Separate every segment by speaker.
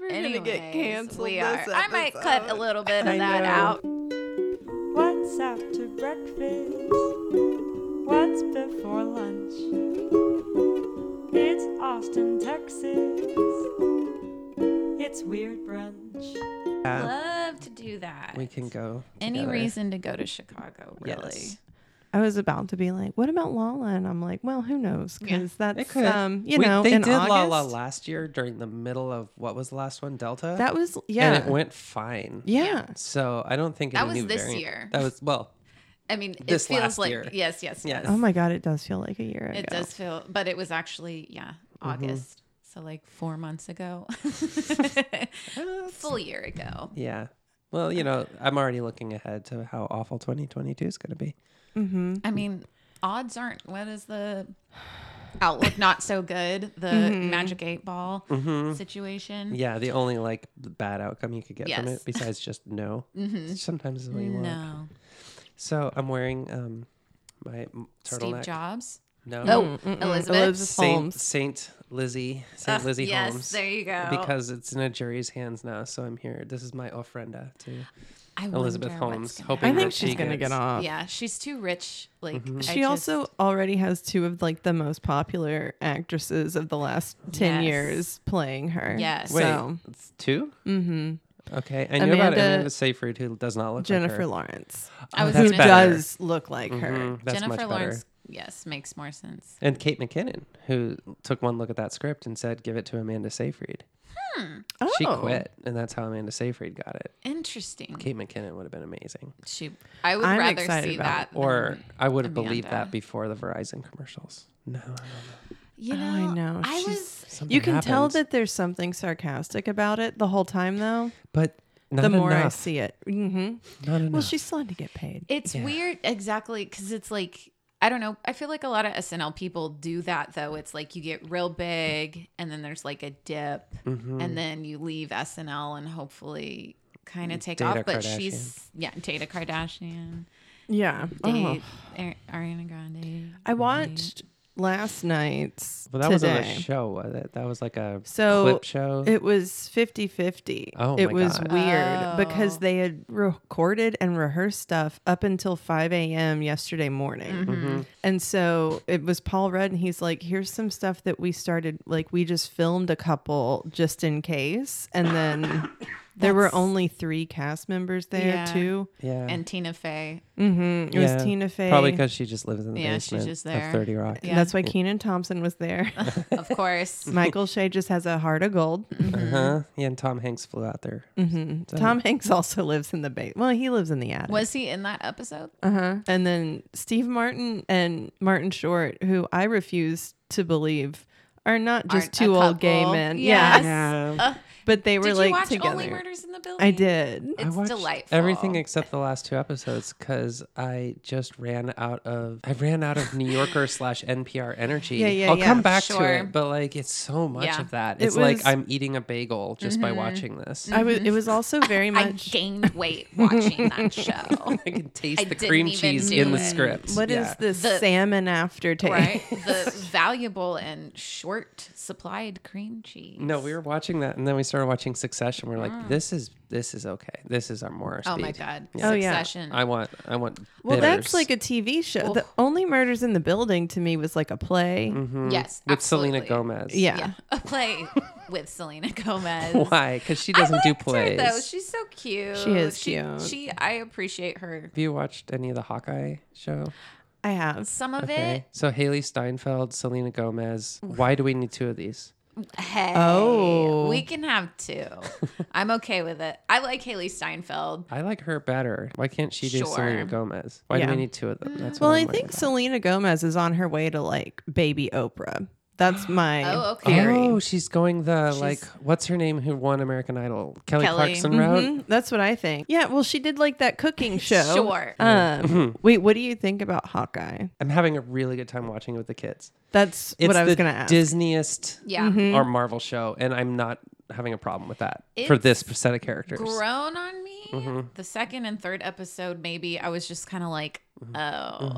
Speaker 1: We're gonna get
Speaker 2: Anyways,
Speaker 1: canceled.
Speaker 2: We are.
Speaker 1: this
Speaker 2: I might cut a
Speaker 1: episode.
Speaker 2: little bit of
Speaker 3: I
Speaker 2: that
Speaker 3: know.
Speaker 2: out.
Speaker 3: What's after breakfast? What's before lunch? It's Austin, Texas. It's weird brunch.
Speaker 2: Love to do that.
Speaker 3: We can go.
Speaker 2: Any
Speaker 3: together.
Speaker 2: reason to go to Chicago, really?
Speaker 3: Yes.
Speaker 1: I was about to be like, "What about Lala?" And I'm like, "Well, who knows? Because
Speaker 3: They
Speaker 1: that's
Speaker 3: could.
Speaker 1: um, you
Speaker 3: We-
Speaker 1: know,
Speaker 3: they
Speaker 1: in
Speaker 3: did La La
Speaker 1: August.
Speaker 3: last year during the middle of what was the last one, Delta.
Speaker 1: That was yeah,
Speaker 3: and it went fine.
Speaker 1: yeah.
Speaker 3: So I don't think
Speaker 2: That
Speaker 3: any
Speaker 2: was
Speaker 3: new
Speaker 2: this
Speaker 3: variant-
Speaker 2: year.
Speaker 3: That was well.
Speaker 2: I mean, it
Speaker 3: This
Speaker 2: feels
Speaker 3: last
Speaker 2: like
Speaker 3: year.
Speaker 2: yes, yes, yes.
Speaker 3: Yes.
Speaker 1: Oh my god, it does feel like a year ago.
Speaker 2: It does feel, but it was actually yeah,
Speaker 3: Mm-hmm.
Speaker 2: August. So like four months ago, full year ago.
Speaker 3: Yeah. Well, you know, I'm already looking ahead to how awful 2022 is going to be. Mm-hmm.
Speaker 2: I mean, odds aren't. What is the outlook? Not so good. The Magic Eight Ball situation.
Speaker 3: Mm-hmm. Yeah, the only like bad outcome you could get from
Speaker 2: Mm-hmm. Yes. Mm-hmm.
Speaker 3: it, besides just no, sometimes is what you want.
Speaker 2: No,
Speaker 3: So I'm wearing um my m-
Speaker 2: Steve
Speaker 3: turtleneck.
Speaker 2: Jobs.
Speaker 3: No,
Speaker 2: Oh, Elizabeth.
Speaker 1: Elizabeth
Speaker 3: Saint
Speaker 1: Holmes.
Speaker 3: Saint Lizzie, Saint
Speaker 2: Ugh,
Speaker 3: Lizzie
Speaker 2: yes,
Speaker 3: Holmes.
Speaker 2: there you go.
Speaker 3: Because it's in a jury's hands now, so I'm here. This is my ofrenda to
Speaker 2: I
Speaker 3: Elizabeth
Speaker 2: wonder what's
Speaker 3: Holmes,
Speaker 2: gonna
Speaker 3: hoping
Speaker 1: I
Speaker 2: happen.
Speaker 3: that
Speaker 1: think she's
Speaker 3: she Mm-hmm.
Speaker 1: gonna
Speaker 3: gets-
Speaker 1: get off.
Speaker 2: Yeah, she's too rich. Like I
Speaker 1: She
Speaker 2: just-
Speaker 1: also already has two of like the most popular actresses of the last ten
Speaker 2: Yes.
Speaker 1: years playing her.
Speaker 2: Yes.
Speaker 3: Wait,
Speaker 1: So
Speaker 3: it's two?
Speaker 1: hmm
Speaker 3: Okay, I knew about
Speaker 1: Amanda-
Speaker 3: Amanda Seyfried, who does not look
Speaker 1: Jennifer
Speaker 3: like
Speaker 1: Lawrence,
Speaker 3: her.
Speaker 2: I was
Speaker 1: who
Speaker 3: that's
Speaker 2: gonna say-
Speaker 3: better.
Speaker 1: does look like her.
Speaker 3: Mhm, that's
Speaker 2: Jennifer
Speaker 3: much better.
Speaker 2: Lawrence. Yes, makes more sense.
Speaker 3: And Kate McKinnon, who took one look at that script and said, "Give it to Amanda Seyfried."
Speaker 1: Oh.
Speaker 3: Mm-hmm. She quit, and that's how Amanda Seyfried got it.
Speaker 2: Interesting.
Speaker 3: Kate McKinnon would have been amazing,
Speaker 2: She. I would
Speaker 1: I'm
Speaker 2: rather
Speaker 1: excited
Speaker 2: see
Speaker 1: about
Speaker 2: that.
Speaker 3: or
Speaker 2: than-
Speaker 3: I would have believed
Speaker 2: Amanda.
Speaker 3: that before the Verizon commercials. No, no, no.
Speaker 2: you
Speaker 1: Oh,
Speaker 2: know.
Speaker 1: I know.
Speaker 2: I
Speaker 1: She's-
Speaker 2: was.
Speaker 3: Something
Speaker 1: You can tell
Speaker 3: happens.
Speaker 1: that there's something sarcastic about it the whole time, though.
Speaker 3: but not
Speaker 1: the more I
Speaker 3: enough.
Speaker 1: see it, hmm
Speaker 3: Not enough.
Speaker 1: well, she still had to get paid.
Speaker 2: It's weird, exactly, because it's like I don't know. I feel like a lot of SNL people do that though. It's like you get real big, and then there's like a dip,
Speaker 1: Mm-hmm.
Speaker 2: and then you leave SNL and hopefully kind
Speaker 1: Mm,
Speaker 2: of take
Speaker 3: Data
Speaker 2: off. But
Speaker 3: Kardashian.
Speaker 2: she's yeah, Data Kardashian,
Speaker 1: Yeah.
Speaker 2: date Ar- Ariana Grande.
Speaker 1: I watched last night's.
Speaker 3: Well, that
Speaker 1: today.
Speaker 3: wasn't a show, was it? That was like a
Speaker 1: So,
Speaker 3: clip show.
Speaker 1: It was 50 50.
Speaker 3: Oh,
Speaker 1: it
Speaker 3: my
Speaker 1: was
Speaker 3: God.
Speaker 1: weird
Speaker 2: Oh.
Speaker 1: because they had recorded and rehearsed stuff up until 5 a.m. yesterday morning.
Speaker 2: Mm-hmm.
Speaker 3: Mm-hmm.
Speaker 1: And so it was Paul Rudd, and he's like, Here's some stuff that we started, like, we just filmed a couple just in case. And then there were
Speaker 2: That's-
Speaker 1: only three cast members there,
Speaker 2: Yeah.
Speaker 1: too.
Speaker 3: yeah,
Speaker 2: and Tina Fey.
Speaker 1: Mm-hmm. It was Tina Fey.
Speaker 3: Probably because she just lives in the
Speaker 2: Yeah, she's
Speaker 3: basement
Speaker 2: just there.
Speaker 3: of Thirty Rock.
Speaker 2: Yeah.
Speaker 1: That's why Keenan Thompson was there.
Speaker 2: of course.
Speaker 1: Michael Shea just has a heart of gold.
Speaker 3: Uh-huh.
Speaker 2: Mm-hmm.
Speaker 3: Yeah, and Tom Hanks flew out there. So-
Speaker 1: Tom Hanks also lives in the base. Well, he lives in the attic.
Speaker 2: Was he in that episode?
Speaker 1: Uh-huh. And then Steve Martin and Martin Short, who I refuse to believe are not just
Speaker 2: Aren't a
Speaker 1: two old gay
Speaker 2: couple.
Speaker 1: men.
Speaker 2: Yes.
Speaker 3: Yeah.
Speaker 2: Uh,
Speaker 1: But they were
Speaker 2: did
Speaker 1: like
Speaker 2: you watch
Speaker 1: together.
Speaker 2: Only Murders in the Building?
Speaker 1: I did.
Speaker 2: It's
Speaker 3: watched
Speaker 2: delightful.
Speaker 3: Everything except the last two episodes because I just ran out of I ran out of New Yorker slash NPR energy.
Speaker 1: Yeah, yeah,
Speaker 3: I'll
Speaker 1: yeah.
Speaker 3: come back
Speaker 2: Sure.
Speaker 3: to it, but like it's so much
Speaker 2: Yeah. Mm-hmm.
Speaker 3: of that.
Speaker 1: It
Speaker 3: It's like
Speaker 1: was-
Speaker 3: I'm eating a bagel just by watching this.
Speaker 2: Mm.
Speaker 1: I was it was also very
Speaker 2: I
Speaker 1: much
Speaker 2: gained weight watching that show.
Speaker 3: I can taste
Speaker 2: I
Speaker 3: the
Speaker 2: didn't
Speaker 3: cream
Speaker 2: even
Speaker 3: cheese
Speaker 2: do
Speaker 3: in the
Speaker 2: it.
Speaker 3: script.
Speaker 1: What is
Speaker 3: Yeah.
Speaker 1: this
Speaker 2: The-
Speaker 1: salmon aftertaste?
Speaker 2: right? the valuable and short supplied cream cheese.
Speaker 3: No, we were watching that, and then we started watching Succession. We are like, "This is this is okay. This is our more
Speaker 2: Mm. Oh my
Speaker 3: speed.
Speaker 2: god.
Speaker 1: Oh, yeah.
Speaker 2: Succession.
Speaker 3: I want I want.
Speaker 1: Well, that's
Speaker 3: bitters.
Speaker 1: like a TV show.
Speaker 2: Oof.
Speaker 1: The Only Murders in the Building to me was like a play.
Speaker 3: Mm-hmm.
Speaker 2: Yes.
Speaker 3: with Selena
Speaker 2: absolutely.
Speaker 3: Gomez.
Speaker 1: Yeah.
Speaker 2: Yeah. A play with Selena Gomez.
Speaker 3: Why? Because she doesn't
Speaker 2: I
Speaker 3: do
Speaker 2: liked her,
Speaker 3: plays.
Speaker 2: though. She's so cute.
Speaker 1: She is cute.
Speaker 2: She, I appreciate her.
Speaker 3: Have you watched any of the Hawkeye show?
Speaker 1: I have.
Speaker 2: Some of
Speaker 3: Okay. So Haley Steinfeld, Selena Gomez.
Speaker 2: Mm.
Speaker 3: Why do we need two of these?
Speaker 2: it. Hey.
Speaker 1: Oh.
Speaker 2: We can have two. I'm okay with it. I like Haley Steinfeld.
Speaker 3: I like her better. Why can't she do Selena
Speaker 2: Sure.
Speaker 3: Gomez? Why do
Speaker 1: Yeah.
Speaker 3: we need two of them? That's
Speaker 1: Well,
Speaker 3: what
Speaker 1: I
Speaker 3: I'm worried
Speaker 1: think
Speaker 3: about.
Speaker 1: Selena Gomez is on her way to like baby Oprah. That's my
Speaker 2: Oh, okay. Carrie.
Speaker 3: Oh, she's going the like
Speaker 2: She's-
Speaker 3: what's her name who won American Idol? Kelly,
Speaker 2: Kelly. Mm-hmm.
Speaker 3: Clarkson route.
Speaker 1: Mhm, That's what I think. Yeah, well, she did like that cooking show.
Speaker 2: Sure.
Speaker 1: Um,
Speaker 3: Mm-hmm.
Speaker 1: wait, what do you think about Hawkeye?
Speaker 3: I'm having a really good time watching it with the kids.
Speaker 1: That's
Speaker 3: It's
Speaker 1: what I was
Speaker 3: the
Speaker 1: going to ask.
Speaker 3: Disneyest
Speaker 2: Yeah. Mm-hmm.
Speaker 3: or Marvel show, and I'm not having a problem with that for this set of characters.
Speaker 2: grown on me.
Speaker 3: Mm-hmm.
Speaker 2: The second and third episode, maybe I was just kind of like,
Speaker 3: Mm-hmm.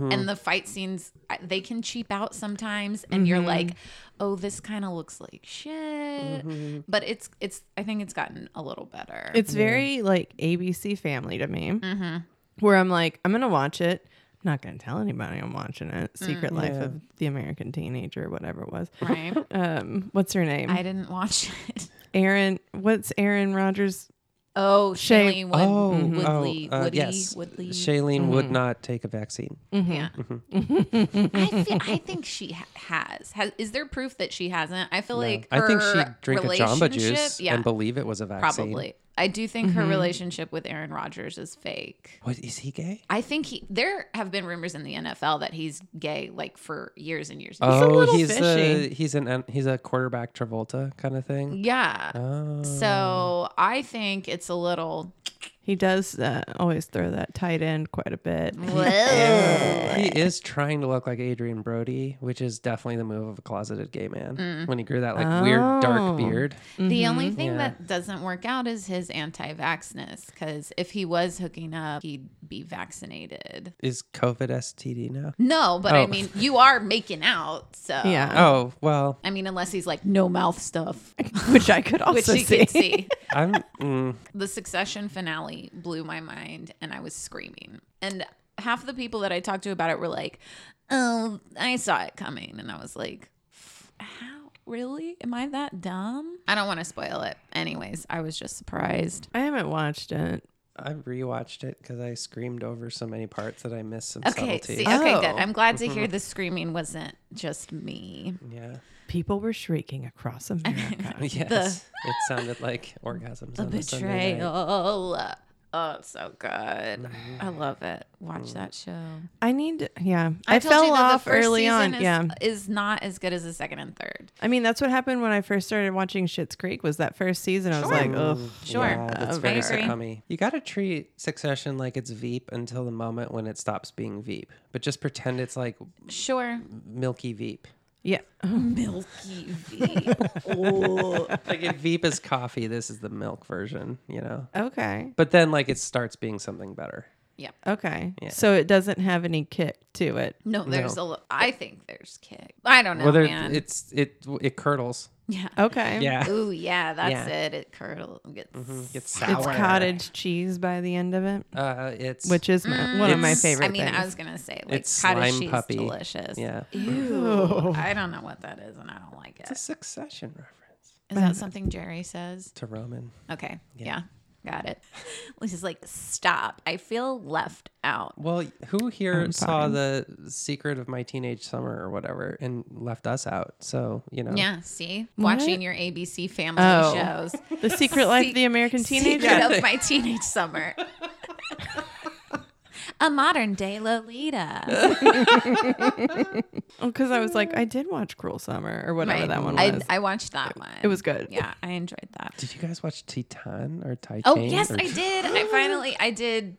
Speaker 2: oh. And the fight scenes, I- they can cheap out sometimes, and
Speaker 3: Mm-hmm.
Speaker 2: you're like, oh, this kind of looks like shit.
Speaker 3: Mm-hmm.
Speaker 2: But it's it's. I think it's gotten a little better.
Speaker 1: It's very like ABC Family to me,
Speaker 2: Mm-hmm.
Speaker 1: where I'm like, I'm gonna watch it. I'm not gonna tell anybody I'm watching it.
Speaker 2: Mm.
Speaker 1: Secret Life
Speaker 3: Yeah.
Speaker 1: of the American Teenager, whatever it was.
Speaker 2: right.
Speaker 1: Um, what's her name?
Speaker 2: I didn't watch it.
Speaker 1: Aaron. What's Aaron Rodgers?
Speaker 2: Oh,
Speaker 1: Shay-
Speaker 2: Shailene Wood- mm-hmm.
Speaker 3: Oh,
Speaker 2: Woodley.
Speaker 3: oh, uh,
Speaker 2: Woodley.
Speaker 3: yes.
Speaker 2: Woodley. Mm-hmm.
Speaker 3: Shailene would not take a vaccine.
Speaker 2: Yeah.
Speaker 3: mm-hmm.
Speaker 2: I, feel, I think she ha- has. has. Is there proof that she hasn't? I feel like
Speaker 3: I think
Speaker 2: her
Speaker 3: she'd drink a Jamba
Speaker 2: relationship-
Speaker 3: Juice
Speaker 2: Yeah,
Speaker 3: and believe it was a vaccine.
Speaker 2: probably. I do think her
Speaker 3: Mm-hmm.
Speaker 2: relationship with Aaron Rodgers is fake.
Speaker 3: What is he gay?
Speaker 2: I think he. There have been rumors in the NFL that he's gay, like for years and years. and years.
Speaker 3: oh,
Speaker 1: little
Speaker 3: he's a
Speaker 1: fishy.
Speaker 3: he's an he's a quarterback Travolta kind of thing.
Speaker 2: Yeah.
Speaker 3: Oh,
Speaker 2: So I think it's a little.
Speaker 1: He does uh, always throw that tight end quite a bit.
Speaker 3: he is trying to look like Adrian Brody, which is definitely the move of a closeted gay man.
Speaker 2: Mm.
Speaker 3: When he grew that like weird dark
Speaker 1: Oh.
Speaker 3: beard,
Speaker 2: The only thing
Speaker 3: Mm-hmm. Yeah.
Speaker 2: that doesn't work out is his anti-vaxness, because if he was hooking up, he'd be vaccinated.
Speaker 3: is COVID STD now?
Speaker 2: No, but I
Speaker 3: Oh.
Speaker 2: mean, you are making out, so
Speaker 1: Yeah,
Speaker 3: Oh well,
Speaker 2: I mean, unless he's like no mouth stuff,
Speaker 1: which I could also
Speaker 2: which you
Speaker 1: see.
Speaker 2: can see.
Speaker 3: I'm. Mm,
Speaker 2: The Succession finale blew my mind, and I was screaming. And half the people that I talked to about it were like, "Oh, I saw it coming," and I was like, "F- "How? Really? Am I that dumb?" I don't want to spoil it. Anyways, I was just surprised.
Speaker 1: I haven't watched it.
Speaker 3: I rewatched it because I screamed over so many parts that I missed some
Speaker 2: Okay,
Speaker 3: subtlety.
Speaker 2: see, okay, good.
Speaker 1: Oh.
Speaker 2: I'm glad to hear the screaming wasn't just me.
Speaker 3: yeah.
Speaker 1: People were shrieking across America.
Speaker 3: Yes. it sounded like orgasms.
Speaker 2: The
Speaker 3: on a Sunday night.
Speaker 2: betrayal. Oh, it's so good. I love it. Watch that show.
Speaker 1: I need, yeah. Mm. I, fell off early on.
Speaker 2: Is, uh,
Speaker 1: yeah.
Speaker 2: is not as good as the second and third.
Speaker 1: I mean, that's what happened when I first started watching Shit's Creek. Was that first season? I was like, oh,
Speaker 2: Sure.
Speaker 3: Yeah, that's
Speaker 1: Uh,
Speaker 3: very
Speaker 1: I
Speaker 2: agree.
Speaker 3: succumby. You got to treat Succession like it's Veep until the moment when it stops being Veep, but just pretend it's like
Speaker 2: Sure.
Speaker 3: Milky Veep.
Speaker 1: yeah.
Speaker 2: Milky V.
Speaker 3: Like if Veep is coffee, this is the milk version, you know.
Speaker 1: Okay.
Speaker 3: But then like it starts being something better.
Speaker 2: yeah.
Speaker 1: Okay. So it doesn't have any kick to it.
Speaker 2: No, there's
Speaker 3: No.
Speaker 2: a lo- I think there's kick. I don't know,
Speaker 3: well, there,
Speaker 2: Oh, man.
Speaker 3: it's it it curdles.
Speaker 2: yeah.
Speaker 1: Okay.
Speaker 3: Yeah,
Speaker 2: Ooh, yeah, that's
Speaker 3: Yeah. Mm-hmm.
Speaker 2: it. It curdles. Gets,
Speaker 3: it's sour.
Speaker 1: It's cottage cheese by the end of it,
Speaker 3: Uh, it's
Speaker 1: which is my, one of my
Speaker 3: It's-
Speaker 1: favorite
Speaker 2: Mm, I mean,
Speaker 1: things.
Speaker 2: I was gonna say like
Speaker 3: It's
Speaker 2: cottage
Speaker 3: slime
Speaker 2: cheese,
Speaker 3: puppy.
Speaker 2: delicious.
Speaker 3: yeah.
Speaker 2: Ew. I don't know what that is, and I don't like it.
Speaker 3: It's a Succession reference
Speaker 2: Is that something Jerry says?
Speaker 3: to Roman.
Speaker 2: Okay. Yeah. Got it. Lisa's like, stop. I feel left out.
Speaker 3: Well, who here saw the Secret of My Teenage Summer or whatever and left us out? So you know.
Speaker 2: Yeah. See, watching your ABC family
Speaker 1: Oh.
Speaker 2: shows.
Speaker 1: the Secret Life
Speaker 2: Se-
Speaker 1: of the American Teenager.
Speaker 2: Secret of my teenage summer. A modern day Lolita.
Speaker 1: Because Oh, I was like, I did watch Cruel Summer or whatever
Speaker 2: Right.
Speaker 1: that one
Speaker 2: I,
Speaker 1: was.
Speaker 2: I watched that one.
Speaker 1: it was good.
Speaker 2: Yeah, I enjoyed that.
Speaker 3: Did you guys watch Titan or Titan?
Speaker 2: Oh yes,
Speaker 3: or-
Speaker 2: I did. I finally I did.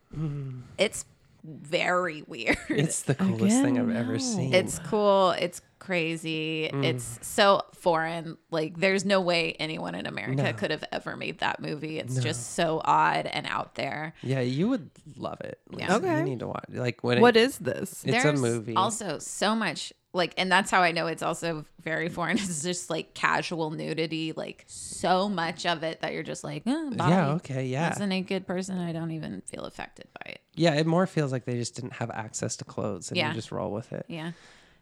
Speaker 2: It's very weird. It's,
Speaker 3: It's the coolest thing I've
Speaker 1: Again,
Speaker 3: ever
Speaker 1: no.
Speaker 3: seen.
Speaker 2: cool. It's crazy.
Speaker 1: Mm.
Speaker 2: It's so foreign. Like there's no way anyone in America
Speaker 3: No.
Speaker 2: could have ever made that movie. It's just so odd and out there.
Speaker 3: yeah, you would love it. Lisa.
Speaker 1: Okay.
Speaker 3: you need to watch. Like when
Speaker 1: what
Speaker 3: it,
Speaker 1: is this?
Speaker 3: it's a
Speaker 2: there's
Speaker 3: movie.
Speaker 2: Also, so much like, and that's how I know it's also very foreign. It's just like casual nudity, like so much of it that you're just like, eh, body.
Speaker 3: yeah, okay, yeah,
Speaker 2: As a naked person, I don't even feel affected by it.
Speaker 3: yeah. It more feels like they just didn't have access to clothes and
Speaker 2: Yeah.
Speaker 3: you just roll with it.
Speaker 2: Yeah,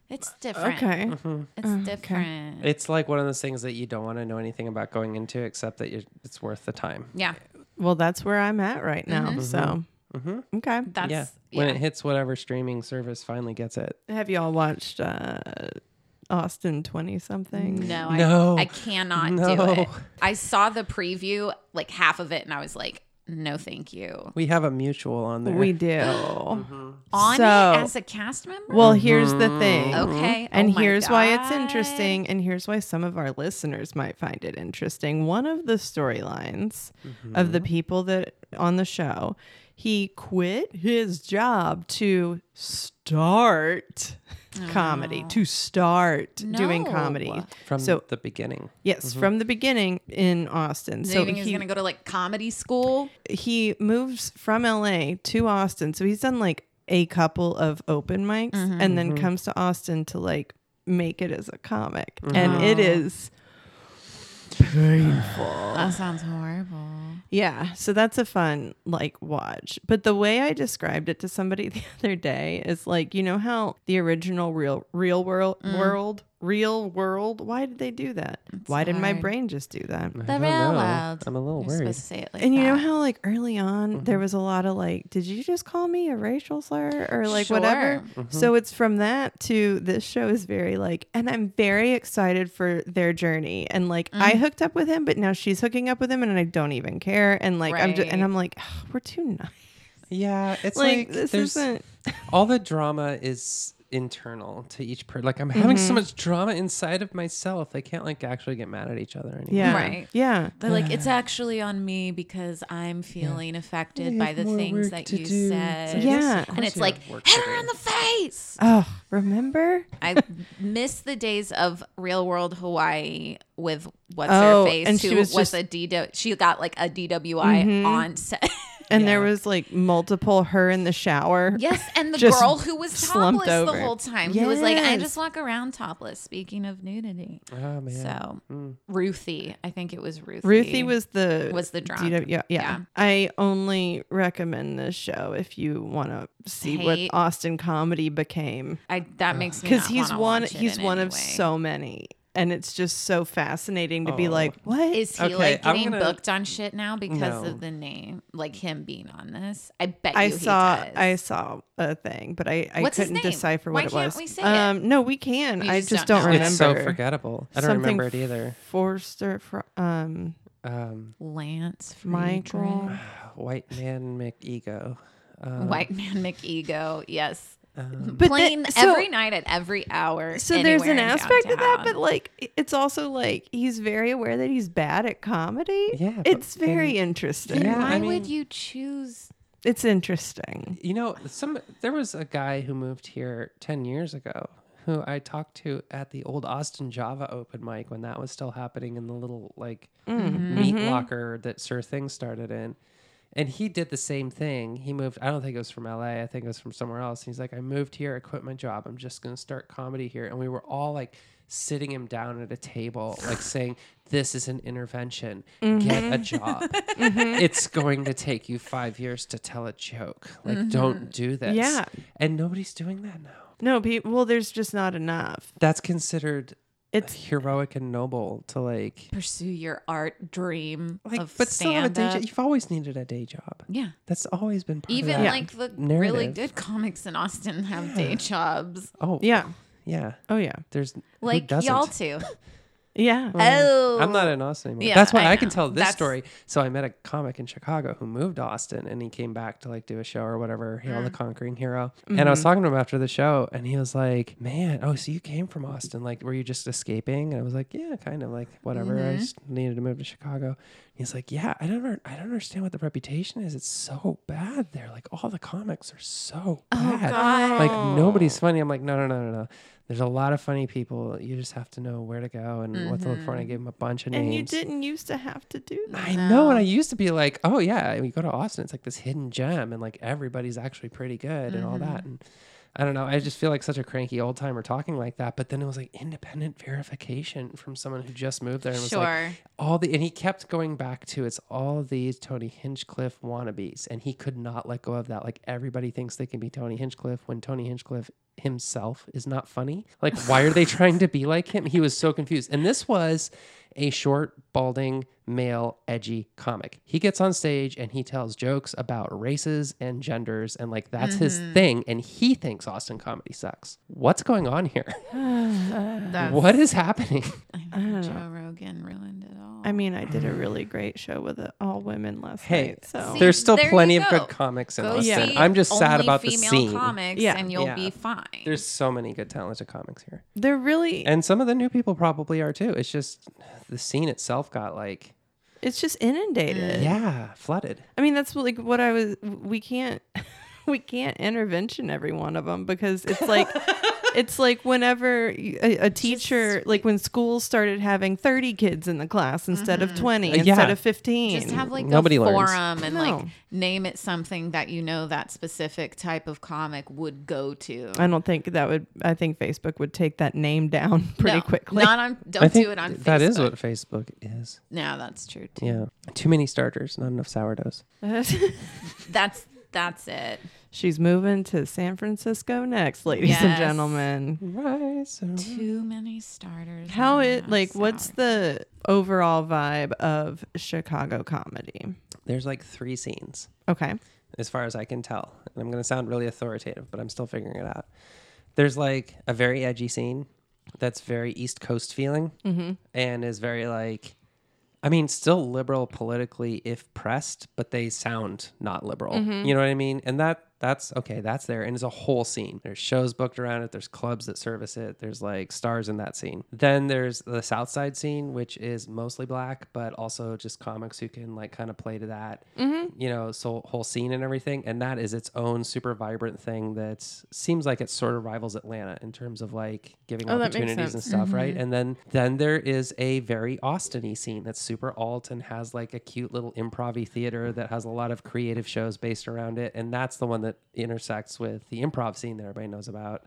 Speaker 2: it's different.
Speaker 1: Okay.
Speaker 2: It's different.
Speaker 3: It's like one of those things that you don't want to know anything about going into, except that you're, it's worth the time.
Speaker 2: yeah,
Speaker 1: Well, that's where I'm at right now.
Speaker 2: Mm-hmm.
Speaker 1: So, okay.
Speaker 2: that's
Speaker 3: yeah,
Speaker 2: yeah.
Speaker 3: when it hits whatever streaming service finally gets it.
Speaker 1: Have y'all watched uh, Austin 20 something?
Speaker 2: no, I,
Speaker 3: No.
Speaker 2: I cannot do
Speaker 3: No.
Speaker 2: it. I saw the preview, like half of it, and I was like, no, thank you.
Speaker 3: We have a mutual on there.
Speaker 1: We do.
Speaker 2: On
Speaker 1: So-
Speaker 2: it as a cast member?
Speaker 1: Well, here's the thing.
Speaker 2: okay. oh
Speaker 1: And
Speaker 2: my
Speaker 1: here's why it's
Speaker 2: God.
Speaker 1: interesting, and here's why some of our listeners might find it interesting. One of the storylines of the people that on the show, he quit his job to start comedy, to start doing
Speaker 2: Oh. No. Mm-hmm.
Speaker 1: comedy.
Speaker 3: from
Speaker 1: So-
Speaker 3: the beginning.
Speaker 1: Yes, from the beginning in Austin.
Speaker 2: So
Speaker 1: So
Speaker 2: he was
Speaker 1: he,
Speaker 2: gonna go to like comedy school.
Speaker 1: he moves from LA to Austin. So he's done like a couple of open mics and then comes to Austin to like make it as a comic. And it is painful.
Speaker 2: That sounds horrible.
Speaker 1: Yeah, so that's a fun like watch. But the way I described it to somebody the other day is like, you know how the original real real world world real world. Why did they do that? why did my
Speaker 2: hard.
Speaker 1: brain just do that?
Speaker 3: I
Speaker 2: The
Speaker 3: don't
Speaker 2: real
Speaker 3: know.
Speaker 2: world.
Speaker 3: I'm a little
Speaker 2: You're
Speaker 3: worried.
Speaker 2: supposed to say it like
Speaker 1: And you know
Speaker 2: that.
Speaker 1: how like early on there was a lot of like, did you just call me a racial slur or like whatever? So it's from that to this show is very like, and I'm very excited for their journey. And like I hooked up with him, but now she's hooking up with him, and I don't even care. And like I'm just,
Speaker 2: Right.
Speaker 1: and I'm like, "Ugh, we're too nice.
Speaker 3: Yeah, it's
Speaker 1: Like,
Speaker 3: like,
Speaker 1: this
Speaker 3: there's
Speaker 1: isn't.
Speaker 3: all the drama is internal to each person. Like I'm having
Speaker 1: Mm-hmm.
Speaker 3: so much drama inside of myself. I can't like actually get mad at each other anymore.
Speaker 1: Yeah.
Speaker 2: Right.
Speaker 1: Yeah.
Speaker 2: They're like, it's actually on me because I'm feeling affected
Speaker 3: We
Speaker 2: by
Speaker 3: have
Speaker 2: the
Speaker 3: more
Speaker 2: things
Speaker 3: work
Speaker 2: that
Speaker 3: to
Speaker 2: you
Speaker 3: do.
Speaker 2: said.
Speaker 3: It's
Speaker 1: Yeah.
Speaker 3: yes, of
Speaker 2: And
Speaker 3: course
Speaker 2: it's
Speaker 3: you
Speaker 2: like,
Speaker 3: have work to
Speaker 2: hit her
Speaker 3: do.
Speaker 2: in the face.
Speaker 1: Oh, remember?
Speaker 2: I miss the days of Real World Hawaii with what's
Speaker 1: Oh,
Speaker 2: her face,
Speaker 1: and
Speaker 2: who
Speaker 1: she was
Speaker 2: was
Speaker 1: just- Mm-hmm.
Speaker 2: a DW. She got like a DWI on set.
Speaker 1: And there was like multiple her in the shower.
Speaker 2: yes, and the
Speaker 1: Just
Speaker 2: girl who was
Speaker 1: slumped
Speaker 2: topless
Speaker 1: over.
Speaker 2: the whole time, who was like, I
Speaker 1: Yes.
Speaker 2: just walk around topless. Speaking of nudity,
Speaker 3: Oh man.
Speaker 2: so Ruthie, I think it was Ruthie.
Speaker 1: Mm. Ruthie was the
Speaker 2: was the drunk.
Speaker 1: DW yeah, yeah.
Speaker 2: Yeah.
Speaker 1: I only recommend this show if you want to see what
Speaker 2: Hate.
Speaker 1: Austin comedy became
Speaker 2: I that makes me
Speaker 1: because
Speaker 2: because
Speaker 1: he's one he's one of so many, and it's just so fascinating to be
Speaker 3: Oh.
Speaker 1: like, what
Speaker 2: Is he
Speaker 3: Okay,
Speaker 2: like
Speaker 3: I'm
Speaker 2: getting
Speaker 3: gonna-
Speaker 2: booked on shit now because
Speaker 3: No.
Speaker 2: of the name, like him being on this? I bet
Speaker 1: I
Speaker 2: you
Speaker 1: saw
Speaker 2: he does.
Speaker 1: I saw a thing, but I, I
Speaker 2: What's his
Speaker 1: couldn't
Speaker 2: name?
Speaker 1: decipher
Speaker 2: Why
Speaker 1: what
Speaker 2: can't
Speaker 1: it was.
Speaker 2: we say it?
Speaker 1: um, no, we can.
Speaker 2: We
Speaker 1: I
Speaker 2: just
Speaker 1: just
Speaker 2: don't
Speaker 1: don't,
Speaker 2: know.
Speaker 1: remember.
Speaker 3: It's so forgettable. I don't
Speaker 1: Something
Speaker 3: remember it either.
Speaker 1: Forster, Fr- um,
Speaker 3: Um,
Speaker 2: Lance
Speaker 1: Michael.
Speaker 2: Friedrich.
Speaker 3: white man McEgo. Um,
Speaker 2: White Man McEgo. Yes.
Speaker 3: um,
Speaker 1: Uh. but
Speaker 2: Playing
Speaker 1: that- so-
Speaker 2: every night at every hour.
Speaker 1: So there's
Speaker 2: anywhere
Speaker 1: an
Speaker 2: in
Speaker 1: aspect of that,
Speaker 2: downtown.
Speaker 1: but like i- it's also like he's very aware that he's bad at comedy.
Speaker 3: Yeah, but
Speaker 1: it's very interesting.
Speaker 3: Yeah,
Speaker 2: why
Speaker 3: I
Speaker 2: would
Speaker 3: mean-
Speaker 2: you choose?
Speaker 1: It's interesting.
Speaker 3: You know, some there was a guy who moved here ten years ago who I talked to at the old Austin Java open mic when that was still happening in the little like meat locker that Sir Thing started in. And he did the same thing. He moved. I don't think it was from LA. I think it was from somewhere else. He's like, I moved here. I quit my job. I'm just going to start comedy here. And we were all like sitting him down at a table, like saying, This is an intervention. Get a job. It's going to take you five years to tell a joke. Like, don't do this.
Speaker 1: Yeah.
Speaker 3: And nobody's doing that now.
Speaker 1: No, people. Well, there's just not enough.
Speaker 3: That's considered
Speaker 1: It's-
Speaker 3: heroic and noble to like,
Speaker 2: Pursue your art dream
Speaker 3: like
Speaker 2: of
Speaker 3: but still have a
Speaker 2: stand
Speaker 3: day job. You've always needed a day job.
Speaker 2: Yeah.
Speaker 3: That's always been part of
Speaker 2: Even
Speaker 3: that.
Speaker 2: like the really
Speaker 3: narrative.
Speaker 2: good comics in Austin have day jobs.
Speaker 3: Oh yeah,
Speaker 1: Yeah.
Speaker 3: yeah.
Speaker 1: Oh yeah.
Speaker 3: There's who
Speaker 2: Like
Speaker 3: doesn't?
Speaker 2: y'all too.
Speaker 1: Yeah.
Speaker 2: Oh.
Speaker 3: I'm not in Austin anymore.
Speaker 2: Yeah,
Speaker 3: That's why
Speaker 2: I
Speaker 3: I, can
Speaker 2: know.
Speaker 3: tell this
Speaker 2: That's-
Speaker 3: story. So I met a comic in Chicago who moved to Austin, and he came back to like do a show or whatever, Hail
Speaker 2: Mm.
Speaker 3: the Conquering Hero. And I
Speaker 2: Mm-hmm.
Speaker 3: was talking to him after the show, and he was like, "Man, oh, so you came from Austin? Like, were you just escaping?" And I was like, "Yeah, kind of. Like, whatever. I
Speaker 2: Mm-hmm.
Speaker 3: just needed to move to Chicago." He's like, "Yeah, I don't, I don't understand what the reputation is. It's so bad there. Like, all the comics are so
Speaker 2: Oh,
Speaker 3: bad.
Speaker 2: God.
Speaker 3: Like, nobody's
Speaker 1: Oh.
Speaker 3: funny." I'm like, "No, no, no, no, no." There's a lot of funny people. You just have to know where to go and what to look for. And I gave him a bunch of
Speaker 1: Mm-hmm. And you
Speaker 3: names.
Speaker 1: didn't used to have to do that.
Speaker 3: I know. And I used to be like, oh, yeah, you go to Austin, it's like this hidden gem, and like everybody's actually pretty good and all that.
Speaker 1: Mm-hmm.
Speaker 3: And I don't know. I just feel like such a cranky old timer talking like that. But then it was like independent verification from someone who just moved there and was like,
Speaker 2: Sure.
Speaker 3: all the, and he kept going back to it's all these Tony Hinchcliffe wannabes. And he could not let go of that. Like everybody thinks they can be Tony Hinchcliffe when Tony Hinchcliffe himself is not funny. Like, why are they trying to be like him? He was so confused. And this was a short, balding, male, edgy comic. He gets on stage and he tells jokes about races and genders. And like, that's his thing. And he thinks Austin comedy sucks. What's going on here?
Speaker 2: That's,
Speaker 3: what is happening?
Speaker 2: I
Speaker 1: don't
Speaker 2: know,
Speaker 1: know.
Speaker 2: Joe Rogan ruined it all.
Speaker 1: I mean, I did a really great show with a all women last
Speaker 3: Hey,
Speaker 1: night. So
Speaker 2: See,
Speaker 3: There's still
Speaker 2: there you
Speaker 3: plenty of
Speaker 2: go.
Speaker 3: good comics in
Speaker 2: Go
Speaker 3: Austin.
Speaker 2: see
Speaker 3: I'm just sad
Speaker 2: only
Speaker 3: about the
Speaker 2: female
Speaker 3: scene.
Speaker 2: comics,
Speaker 1: Yeah.
Speaker 2: and you'll
Speaker 3: Yeah.
Speaker 2: be fine.
Speaker 3: There's so many good talented comics here.
Speaker 1: they're really.
Speaker 3: And some of the new people probably are too. It's just the scene itself got like
Speaker 1: It's just inundated.
Speaker 3: yeah, flooded.
Speaker 1: I mean, that's like what I was. We can't, we can't intervention every one of them because it's like it's like whenever you- a, a teacher, like when schools started having 30 kids in the class instead of 20,
Speaker 3: Uh, yeah.
Speaker 1: instead of 15.
Speaker 2: Mm-hmm. Just have like
Speaker 3: Nobody
Speaker 2: a
Speaker 3: learns.
Speaker 2: forum and like
Speaker 1: No.
Speaker 2: name it something that you know that specific type of comic would go to.
Speaker 1: I don't think that would, I think Facebook would take that name down pretty
Speaker 2: No,
Speaker 1: quickly.
Speaker 2: Not on. Don't
Speaker 3: I think
Speaker 2: do it on. Facebook.
Speaker 3: that is what Facebook is.
Speaker 2: No, that's true too.
Speaker 3: Yeah. Too many starters, not enough sourdoughs.
Speaker 2: That's that's it.
Speaker 1: She's moving to San Francisco next, ladies and
Speaker 2: Yes.
Speaker 1: gentlemen.
Speaker 3: Rice.
Speaker 2: Too many starters.
Speaker 1: Mm-hmm. How
Speaker 2: not
Speaker 1: it
Speaker 2: enough
Speaker 1: like what's
Speaker 2: sour.
Speaker 1: the overall vibe of Chicago comedy?
Speaker 3: There's like three scenes.
Speaker 1: Okay.
Speaker 3: as far as I can tell. And I'm going to sound really authoritative, but I'm still figuring it out. There's like a very edgy scene that's very East Coast feeling
Speaker 2: Mm-hmm.
Speaker 3: and is very like, I mean, still liberal politically if pressed, but they sound not liberal.
Speaker 1: Mm-hmm.
Speaker 3: You know what I mean? And that that's okay. That's there, and it's a whole scene. There's shows booked around it. There's clubs that service it. There's like stars in that scene. Then there's the South Side scene, which is mostly black, but also just comics who can like kind of play to that,
Speaker 1: Mm-hmm.
Speaker 3: you know, so whole scene and everything. And that is its own super vibrant thing that seems like it sort of rivals Atlanta in terms of like giving
Speaker 1: Oh, that makes
Speaker 3: opportunities and
Speaker 1: sense.
Speaker 3: stuff, right? And then then there is a very Austin-y scene that's super alt and has like a cute little improv theater that has a lot of creative shows based around it. And that's the one that intersects with the improv scene that everybody knows about.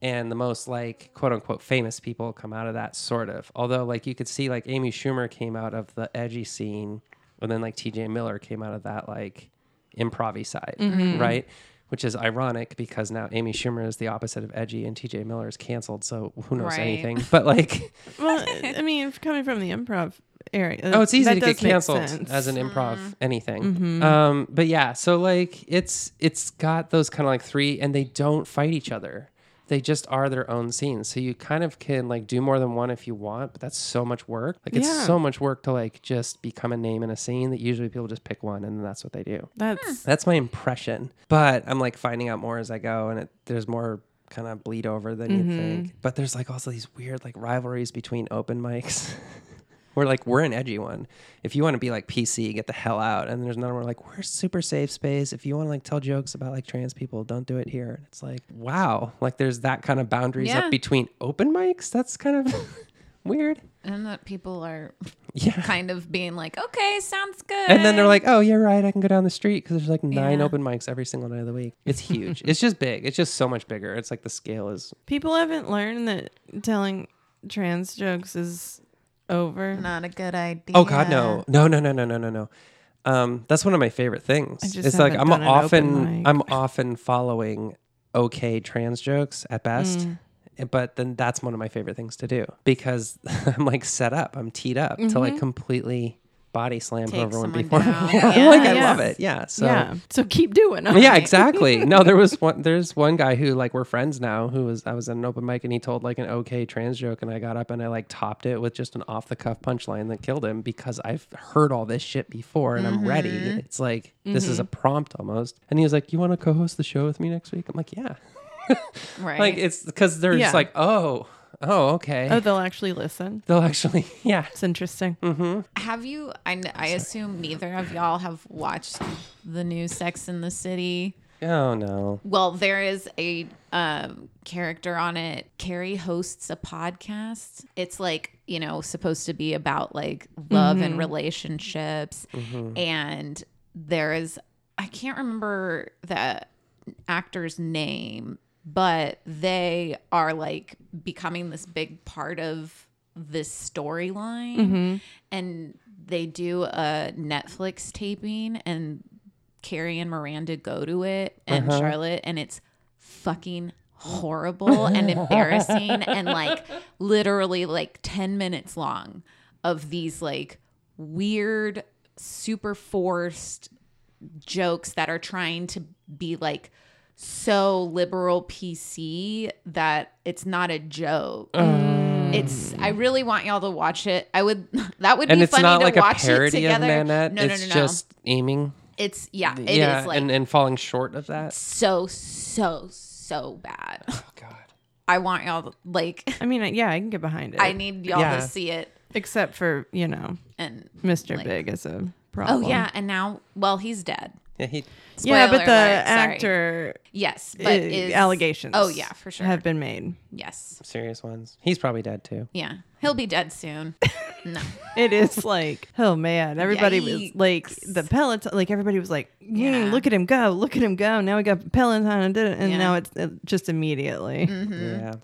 Speaker 3: And the most like quote unquote famous people come out of that sort of. Although like you could see like Amy Schumer came out of the edgy scene and then like TJ Miller came out of that like improv side,
Speaker 1: Mm-hmm.
Speaker 3: right? Which is ironic because now Amy Schumer is the opposite of edgy and TJ Miller is canceled, so who knows
Speaker 2: Right.
Speaker 3: anything. But like
Speaker 1: Well, I mean, if coming from the improv area.
Speaker 3: oh, it's easy
Speaker 1: that
Speaker 3: to get
Speaker 1: does make
Speaker 3: canceled
Speaker 1: sense. Mm. Mm-hmm.
Speaker 3: as an improv anything. Um, but yeah, so like it's it's got those kind of like three, and they don't fight each other. They just are their own scenes. So you kind of can like do more than one if you want, but that's so much work. Like it's
Speaker 1: Yeah.
Speaker 3: so much work to like just become a name in a scene that usually people just pick one and that's what they do.
Speaker 1: That's
Speaker 3: That's my impression. But I'm like finding out more as I go, and it, there's more kind of bleed over than you think. But there's like also these weird like rivalries between open mics. we're like we're an edgy one. If you want to be like PC, get the hell out. And there's another one like we're super safe space. If you want to like tell jokes about like trans people, don't do it here. And it's like wow, like there's that kind of boundaries
Speaker 2: Yeah.
Speaker 3: up between open mics. That's kind of weird.
Speaker 2: and that people are
Speaker 3: Yeah.
Speaker 2: kind of being like, okay, sounds good.
Speaker 3: And then they're like, "Oh, you're right. I can go down the street because there's like nine
Speaker 2: Yeah.
Speaker 3: open mics every single night of the week. It's huge. it's just big. It's just so much bigger. It's like the scale is
Speaker 1: people haven't learned that telling trans jokes is over.
Speaker 2: not a good idea.
Speaker 3: Oh God, no, no, no, no, no, no, no, no. Um, that's one of my favorite things.
Speaker 1: I just
Speaker 3: it's like I'm
Speaker 1: haven't done an open
Speaker 3: often
Speaker 1: mic.
Speaker 3: I'm often following okay trans jokes at best.
Speaker 1: Mm.
Speaker 3: eh, But then that's one of my favorite things to do because I'm like set up, I'm teed up to like completely body slam
Speaker 2: Take
Speaker 3: everyone
Speaker 2: someone
Speaker 3: before.
Speaker 2: down.
Speaker 3: like I
Speaker 1: Yeah.
Speaker 3: love it. Yeah. So
Speaker 1: yeah. So keep doing it.
Speaker 3: yeah,
Speaker 2: Right.
Speaker 3: exactly. No, there was one. There's one guy who like we're friends now. Who was I was at an open mic and he told like an okay trans joke and I got up and I like topped it with just an off the cuff punchline that killed him because I've heard all this shit before and I'm ready.
Speaker 2: Mm-hmm.
Speaker 3: It's like this is a prompt almost. And he was like, "You want to co-host the show with me next week?" I'm like, "Yeah."
Speaker 2: Right.
Speaker 3: Like it's because they're
Speaker 1: Yeah.
Speaker 3: just like, "Oh, oh, okay."
Speaker 1: Oh, they'll actually listen.
Speaker 3: They'll actually, yeah.
Speaker 1: It's interesting.
Speaker 3: Mm.
Speaker 2: have you? I, kn- I assume neither of y'all have watched the new Sex in the City.
Speaker 3: Oh no.
Speaker 2: Well, there is a um, character on it. Carrie hosts a podcast. It's like, you know, supposed to be about like love and relationships. And there is, I can't remember the actor's name, but they are like becoming this big part of this storyline. And they do a Netflix taping and Carrie and Miranda go to it and
Speaker 3: Uh-huh.
Speaker 2: Charlotte, and it's fucking horrible and embarrassing and like literally like 10 minutes long of these like weird, super forced jokes that are trying to be like so liberal PC that it's not a joke.
Speaker 3: Mm.
Speaker 2: It's. I really want y'all to watch it. I would. That would
Speaker 3: And
Speaker 2: be
Speaker 3: it's
Speaker 2: funny
Speaker 3: not
Speaker 2: to
Speaker 3: like a
Speaker 2: watch it
Speaker 3: parody of
Speaker 2: together.
Speaker 3: Nanette.
Speaker 2: no,
Speaker 3: it's
Speaker 2: no, no, no.
Speaker 3: just aiming.
Speaker 2: It's yeah, it is
Speaker 3: yeah,
Speaker 2: like
Speaker 3: and, and falling short of that.
Speaker 2: so so so bad.
Speaker 3: Oh, God.
Speaker 2: I want y'all to, like
Speaker 1: I mean, yeah, I can get behind it.
Speaker 2: I need y'all
Speaker 3: Yeah.
Speaker 2: to see it
Speaker 1: Except for, you know,
Speaker 2: and
Speaker 1: Mr.
Speaker 2: Like-
Speaker 1: Big is a
Speaker 2: oh
Speaker 1: problem.
Speaker 2: yeah, and now well he's dead.
Speaker 3: Yeah, he.
Speaker 1: yeah, but
Speaker 2: Spoiler
Speaker 1: the
Speaker 2: alert, sorry.
Speaker 1: actor
Speaker 2: Yes,
Speaker 1: uh,
Speaker 2: but is,
Speaker 1: allegations.
Speaker 2: Oh yeah, for sure.
Speaker 1: have been made.
Speaker 2: yes,
Speaker 3: serious ones. He's probably dead too.
Speaker 2: yeah, he'll be dead soon. no,
Speaker 1: It is like, oh man, everybody was
Speaker 2: Yikes.
Speaker 1: like the Peloton. Like everybody was like, mm,
Speaker 2: Yeah.
Speaker 1: look at him go, look at him go. Now we got Peloton and did it, and
Speaker 2: Yeah.
Speaker 1: now it's uh just immediately.
Speaker 3: Yeah.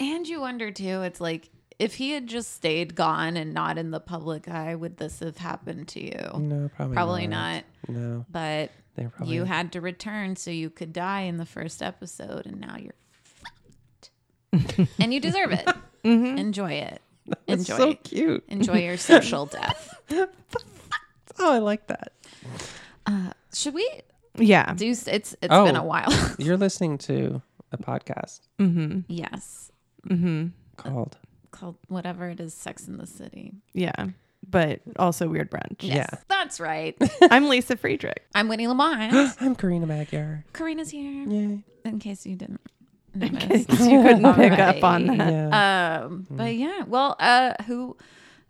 Speaker 2: and you wonder too. It's like if he had just stayed gone and not in the public eye, would this have happened to you?
Speaker 3: No, probably.
Speaker 2: Oh, Probably not.
Speaker 3: No,
Speaker 2: But
Speaker 3: they probably.
Speaker 2: you had to return so you could die in the first episode, and now you're fucked. and you deserve it.
Speaker 1: Mm-hmm.
Speaker 2: Enjoy it.
Speaker 3: That's
Speaker 2: Enjoy.
Speaker 3: so cute.
Speaker 2: Enjoy your social death.
Speaker 3: Oh, I like that.
Speaker 2: Uh, Should we
Speaker 1: Yeah,
Speaker 2: do? s- It's it's
Speaker 3: Oh.
Speaker 2: been a while.
Speaker 3: You're listening to a podcast
Speaker 1: Mm-hmm.
Speaker 2: yes,
Speaker 3: called.
Speaker 2: called whatever it is, Sex in the City.
Speaker 1: yeah, but also weird brunch.
Speaker 3: Yeah.
Speaker 2: That's right.
Speaker 1: I'm Lisa Friedrich.
Speaker 2: I'm Winnie Lamont.
Speaker 3: I'm Karina Magyar.
Speaker 2: Karina's here.
Speaker 3: Yay.
Speaker 2: In case you didn't notice.
Speaker 1: You couldn't
Speaker 2: All
Speaker 1: pick up on
Speaker 2: right.
Speaker 1: that.
Speaker 3: Yeah.
Speaker 2: Um, but yeah, well, uh, who,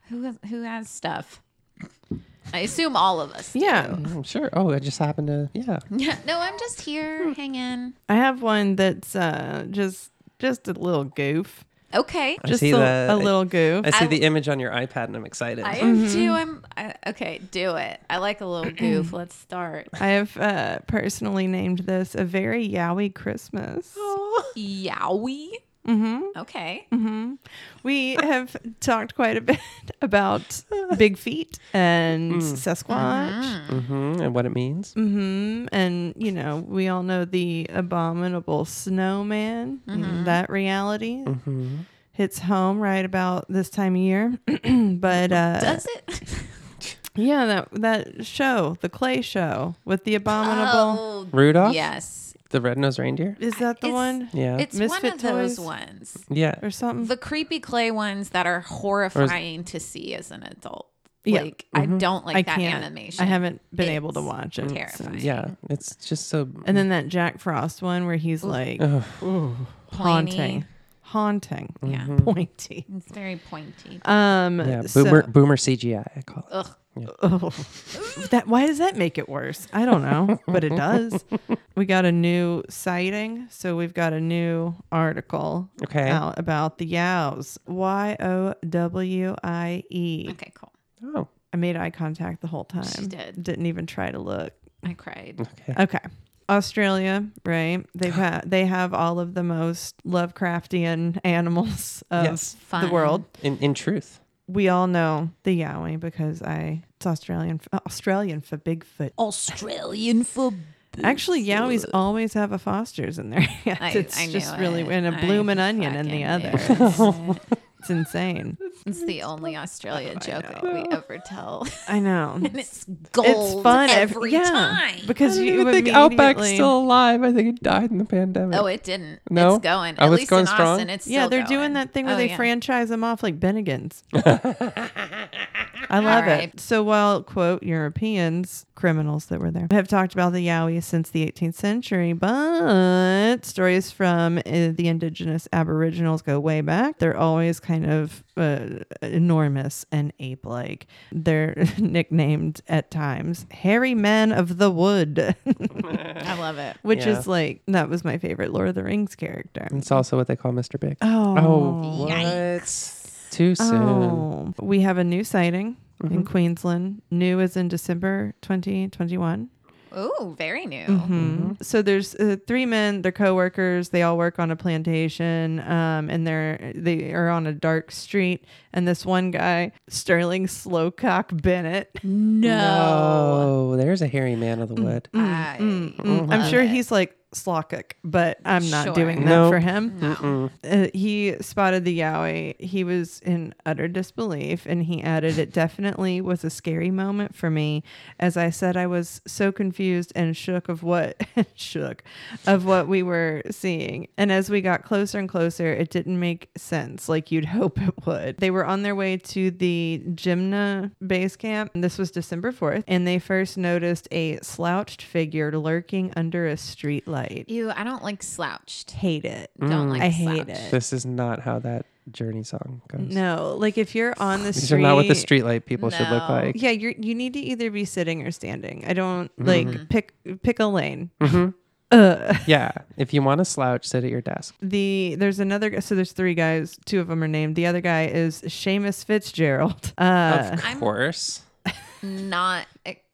Speaker 2: who, has, who has stuff? I assume all of us. do.
Speaker 1: Yeah,
Speaker 3: I'm sure. Oh, I just happened to. Yeah.
Speaker 2: Yeah. No, I'm just
Speaker 1: Hmm.
Speaker 2: here hanging.
Speaker 1: I have one that's uh, just just a little goof,
Speaker 2: Okay.
Speaker 3: I
Speaker 1: just
Speaker 3: see
Speaker 1: a,
Speaker 3: that.
Speaker 1: a little goof.
Speaker 3: I see
Speaker 2: I-
Speaker 3: the image on your iPad and I'm excited.
Speaker 2: I am too.
Speaker 1: Mm-hmm.
Speaker 2: I'm I, okay. Do it. I like a little goof. Let's start.
Speaker 1: I have uh, personally named this a very yowie Christmas.
Speaker 2: Yowie.
Speaker 1: hmm
Speaker 2: Okay.
Speaker 1: hmm We have talked quite a bit about big feet and Sasquatch.
Speaker 2: Mm.
Speaker 3: hmm And what it means.
Speaker 1: hmm And, you know, we all know the abominable snowman.
Speaker 2: Mm-hmm.
Speaker 1: That reality
Speaker 3: hmm
Speaker 1: hits home right about this time of year. but, uh,
Speaker 2: Does it?
Speaker 1: yeah, that, that show, the clay show with the abominable.
Speaker 2: Oh,
Speaker 3: Rudolph?
Speaker 2: Yes.
Speaker 3: The red-nosed reindeer?
Speaker 1: Is that the
Speaker 2: It's-
Speaker 1: one?
Speaker 3: Yeah.
Speaker 2: It's
Speaker 1: Misfit
Speaker 2: one of those
Speaker 1: toys? Mm-hmm.
Speaker 2: ones.
Speaker 3: yeah.
Speaker 1: Or something?
Speaker 2: The creepy clay ones that are horrifying to see as an adult.
Speaker 1: Yeah. Mm-hmm.
Speaker 2: Like I don't like
Speaker 1: I
Speaker 2: that
Speaker 1: can't.
Speaker 2: animation.
Speaker 1: I haven't been able to
Speaker 2: It's
Speaker 1: watch it.
Speaker 2: terrifying.
Speaker 1: since.
Speaker 3: Yeah. It's just so.
Speaker 1: And then that Jack Frost one where he's like
Speaker 2: Oh.
Speaker 3: Ugh.
Speaker 2: Pointy.
Speaker 1: haunting, haunting,
Speaker 2: Yeah.
Speaker 1: pointy.
Speaker 2: It's very pointy.
Speaker 1: Um,
Speaker 3: yeah.
Speaker 1: so-
Speaker 3: Boomer, boomer CGI, I call it.
Speaker 2: Ugh.
Speaker 1: Ugh. that why does that make it worse? I don't know, but it does. We got a new sighting, so we've got a new article
Speaker 3: Okay.
Speaker 1: out about the yows. Y o w i e.
Speaker 2: Okay, cool.
Speaker 3: Oh,
Speaker 1: I made eye contact the whole time.
Speaker 2: She did.
Speaker 1: Didn't even try to look.
Speaker 2: I cried.
Speaker 3: okay.
Speaker 1: Okay. Australia, right? They've had they have all of the most Lovecraftian animals of
Speaker 3: Yes.
Speaker 2: Fun.
Speaker 1: the world.
Speaker 3: In, in truth.
Speaker 1: We all know the Yowie because I it's Australian Australian for Bigfoot.
Speaker 2: Australian for
Speaker 1: Actually, Yowies always have a Foster's in their hand.
Speaker 2: I-
Speaker 1: it's
Speaker 2: I knew
Speaker 1: just really
Speaker 2: it.
Speaker 1: and a
Speaker 2: I
Speaker 1: bloomin' onion in the
Speaker 2: fucking
Speaker 1: other.
Speaker 2: knew it.
Speaker 1: It's insane.
Speaker 2: it's the only Australia joke that we ever tell.
Speaker 1: I know.
Speaker 2: and it's gold
Speaker 1: fun ev-
Speaker 2: every
Speaker 1: yeah,
Speaker 2: time.
Speaker 1: because
Speaker 3: I don't
Speaker 1: you
Speaker 3: even think Outback's
Speaker 1: immediately-
Speaker 3: still alive. I think it died in the pandemic.
Speaker 2: Oh, it didn't.
Speaker 3: No?
Speaker 2: It's going.
Speaker 3: Oh,
Speaker 2: At
Speaker 3: it's
Speaker 2: least
Speaker 3: going
Speaker 2: in
Speaker 3: strong?
Speaker 2: Austin, it's
Speaker 1: Yeah,
Speaker 2: still
Speaker 1: they're
Speaker 2: going.
Speaker 1: doing that thing where
Speaker 2: Oh,
Speaker 1: they
Speaker 2: yeah.
Speaker 1: franchise them off like Bennigan's. I love
Speaker 2: right.
Speaker 1: it. So while quote Europeans, criminals that were there, have talked about the Yowie since the 18th century, but stories from uh, the indigenous aboriginals go way back. They're always kind of uh, enormous and ape-like. They're nicknamed at times "hairy men of the wood,"
Speaker 2: I love it.
Speaker 1: which
Speaker 3: Yeah.
Speaker 1: is like that was my favorite Lord of the Rings character.
Speaker 3: It's also what they call Mr. Big.
Speaker 1: Oh,
Speaker 3: Oh, what? Too soon.
Speaker 1: Oh, we have a new sighting in Queensland. New is in December 2021.
Speaker 2: Ooh, very new.
Speaker 1: Mm-hmm. So there's uh, three men. They're coworkers. They all work on a plantation, um, and they're they are on a dark street. And this one guy, Sterling Slowcock Bennett,
Speaker 2: No.
Speaker 3: Oh, there's a hairy man of the wood.
Speaker 2: I
Speaker 1: Mm-hmm. I'm
Speaker 2: love
Speaker 1: sure
Speaker 2: it.
Speaker 1: he's like Slockick, but I'm not
Speaker 2: Sure.
Speaker 1: doing that
Speaker 3: Nope.
Speaker 1: for him. Uh, he spotted the Yowie. He was in utter disbelief, and he added, "It definitely was a scary moment for me, as I said I was so confused and shook of what shook of what we were seeing. And as we got closer and closer, it didn't make sense like you'd hope it would. They were on their way to the Gymna base camp. And this was December fourth, and they first noticed a slouched figure lurking under a streetlight.
Speaker 2: Ew, I don't like slouched.
Speaker 1: Hate it. Mm.
Speaker 2: Don't like
Speaker 1: I
Speaker 2: slouched.
Speaker 3: mm.
Speaker 1: hate it.
Speaker 3: This is not how that Journey song goes.
Speaker 1: No, like if you're on the
Speaker 3: These
Speaker 1: street,
Speaker 3: are not what the streetlight people should
Speaker 4: No.
Speaker 3: look like.
Speaker 1: Yeah, you you need to either be sitting or standing. I don't like pick pick a lane.
Speaker 3: Mhm.
Speaker 1: Uh,
Speaker 3: Yeah. If you want to slouch, sit at your desk.
Speaker 1: the there's another guy. So there's three guys. Two of them are named. The other guy is Seamus Fitzgerald. Uh,
Speaker 3: of
Speaker 4: I'm-
Speaker 3: course.
Speaker 4: Not,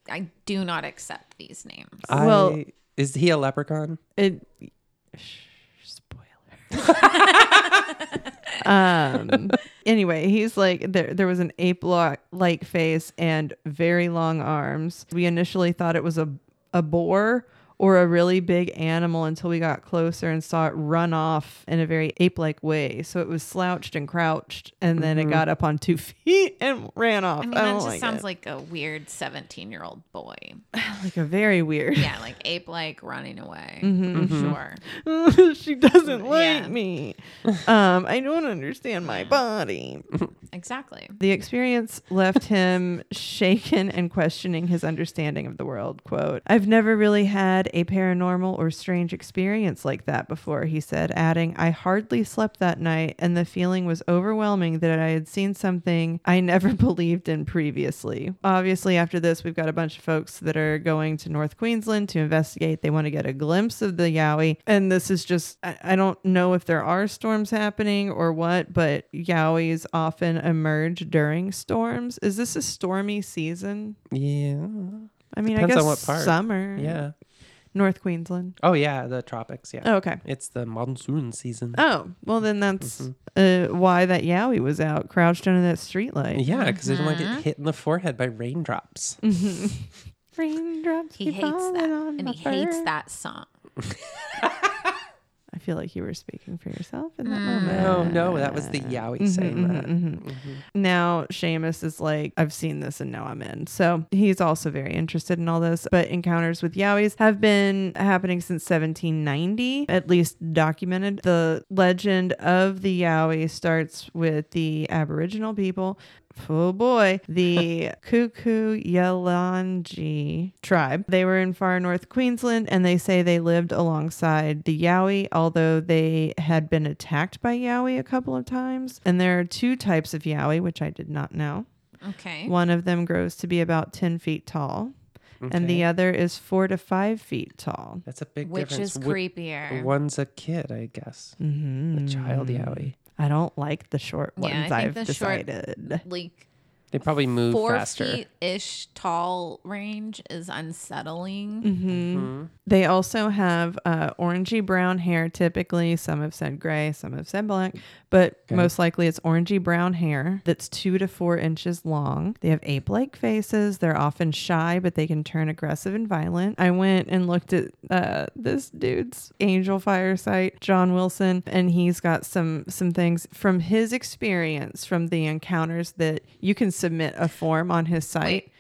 Speaker 4: I do not accept these names.
Speaker 1: Uh,
Speaker 3: I,
Speaker 1: well-
Speaker 3: is he a leprechaun?
Speaker 1: it, shh, spoiler. um. Anyway, he's like there. There was an ape like face and very long arms. We initially thought it was a a boar or a really big animal until we got closer and saw it run off in a very ape like way. So it was slouched and crouched, and then it got up on two feet and ran off.
Speaker 4: Mm-hmm.
Speaker 1: Oh
Speaker 4: I
Speaker 1: I,
Speaker 4: mean, that
Speaker 1: don't
Speaker 4: just
Speaker 1: like
Speaker 4: sounds
Speaker 1: it.
Speaker 4: like a weird 17 year old boy.
Speaker 1: like a very weird.
Speaker 4: Yeah, like ape like running away.
Speaker 1: Mm-hmm,
Speaker 4: Sure.
Speaker 1: she doesn't like
Speaker 4: Yeah.
Speaker 1: me. Um, I don't understand my body.
Speaker 4: Exactly.
Speaker 1: The experience left him shaken and questioning his understanding of the world. Quote, I've never really had a paranormal or strange experience like that before, he said, adding, I hardly slept that night, and the feeling was overwhelming that I had seen something I never believed in previously. Obviously, after this, we've got a bunch of folks that are going to North Queensland to investigate. They want to get a glimpse of the Yowie. And this is just, I, I don't know if there are storms happening or what, but Yowies often emerge during storms. Is this a stormy season?
Speaker 3: Yeah.
Speaker 1: I mean,
Speaker 3: Depends
Speaker 1: I
Speaker 3: on
Speaker 1: guess
Speaker 3: what part.
Speaker 1: summer.
Speaker 3: Yeah.
Speaker 1: North Queensland.
Speaker 3: Oh, yeah. The tropics. Yeah.
Speaker 1: Oh, okay.
Speaker 3: It's the monsoon season.
Speaker 1: Oh, well, then that's uh, why that Yowie was out crouched under that streetlight.
Speaker 3: Mm-hmm. Yeah, because they don't like
Speaker 4: Mm-hmm.
Speaker 3: it hit in the forehead by raindrops.
Speaker 1: Raindrops
Speaker 4: He
Speaker 1: keep
Speaker 4: hates that.
Speaker 1: falling on
Speaker 4: And
Speaker 1: my
Speaker 4: he hates
Speaker 1: fur.
Speaker 4: that song.
Speaker 1: I feel like you were speaking for yourself in that moment.
Speaker 3: No, Oh, no, that was the
Speaker 4: Mm-hmm,
Speaker 3: Yowie saying that.
Speaker 1: Now Seamus is like, I've seen this and now I'm in. So he's also very interested in all this. But encounters with Yowies have been happening since 1790, at least documented. The legend of the Yowie starts with the Aboriginal people. Oh boy, the Kuku Yalanji tribe. They were in far north Queensland and they say they lived alongside the Yowie, although they had been attacked by Yowie a couple of times. And there are two types of Yowie, which I did not know.
Speaker 4: Okay.
Speaker 1: One of them grows to be about 10 feet tall, and the other is four to five feet tall.
Speaker 3: That's a big
Speaker 4: Which
Speaker 3: difference.
Speaker 4: is
Speaker 3: Wh-
Speaker 4: creepier. Mm.
Speaker 3: One's a kid, I guess. Mm-hmm. A child Yowie.
Speaker 1: I don't like the short
Speaker 4: Yeah, I
Speaker 1: ones,
Speaker 4: think
Speaker 1: I've
Speaker 4: the short-
Speaker 1: decided.
Speaker 4: like
Speaker 3: They probably move
Speaker 4: four
Speaker 3: faster.
Speaker 4: feet ish tall range is unsettling.
Speaker 1: Mm-hmm. Mm,
Speaker 3: Hmm?
Speaker 4: Mm.
Speaker 1: They also have uh, orangey brown hair, typically. Some have said gray, some have said black, but most likely it's orangey brown hair that's two to four inches long. They have ape like faces. They're often shy, but they can turn aggressive and violent. I went and looked at uh, this dude's Angel Fire site, John Wilson, and he's got some, some things from his experience from the encounters that you can submit a form on his site.
Speaker 4: Wait.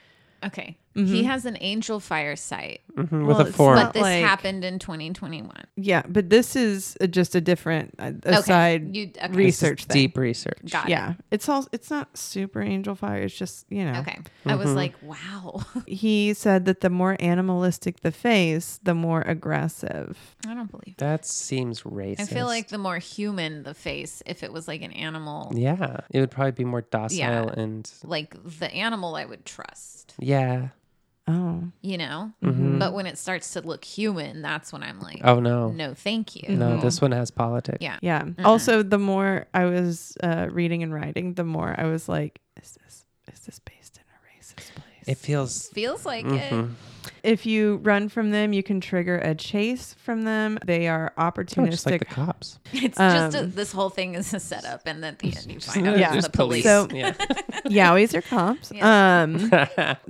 Speaker 4: Okay. He has an angel fire site,
Speaker 3: Mhm,
Speaker 1: Well,
Speaker 3: With a
Speaker 1: it's
Speaker 3: form.
Speaker 1: Mm-hmm. not-
Speaker 4: but this
Speaker 1: Like-
Speaker 4: happened in 2021.
Speaker 1: Yeah, but this is uh, just a different uh, aside
Speaker 4: You- okay.
Speaker 3: This is
Speaker 1: research thing.
Speaker 3: Deep research.
Speaker 4: Got it.
Speaker 1: Yeah, it's all it's not super angel fire. It's just you know.
Speaker 4: Okay. I
Speaker 3: Mm-hmm.
Speaker 4: was like, wow.
Speaker 1: He said that the more animalistic the face, the more aggressive.
Speaker 4: I don't believe that.
Speaker 3: That seems racist.
Speaker 4: I feel like the more human the face, if it was like an animal,
Speaker 3: Yeah. It would probably be more docile
Speaker 4: Yeah.
Speaker 3: and.
Speaker 4: like the animal I would trust,
Speaker 3: Yeah.
Speaker 1: Oh, Mm-hmm.
Speaker 4: you know?
Speaker 3: Mm-hmm.
Speaker 4: But when it starts to look human, that's when I'm like,
Speaker 3: Oh, no.
Speaker 4: no, thank you.
Speaker 3: No, this one has politics.
Speaker 4: Yeah.
Speaker 1: yeah. Also, the more I was uh, reading and writing, the more I was like, is this is this based in a racist place?
Speaker 3: It feels.
Speaker 4: Feels like
Speaker 3: Mm-hmm.
Speaker 4: it.
Speaker 1: If you run from them, you can trigger a chase from them. They are
Speaker 3: Oh,
Speaker 1: opportunistic
Speaker 3: just like the cops.
Speaker 4: It's just a, this whole thing is a setup, and at the end you find out
Speaker 1: Yeah.
Speaker 4: it's
Speaker 1: Um, just
Speaker 4: the police.
Speaker 1: police. So-
Speaker 3: yeah.
Speaker 1: Yowies are cops. Um,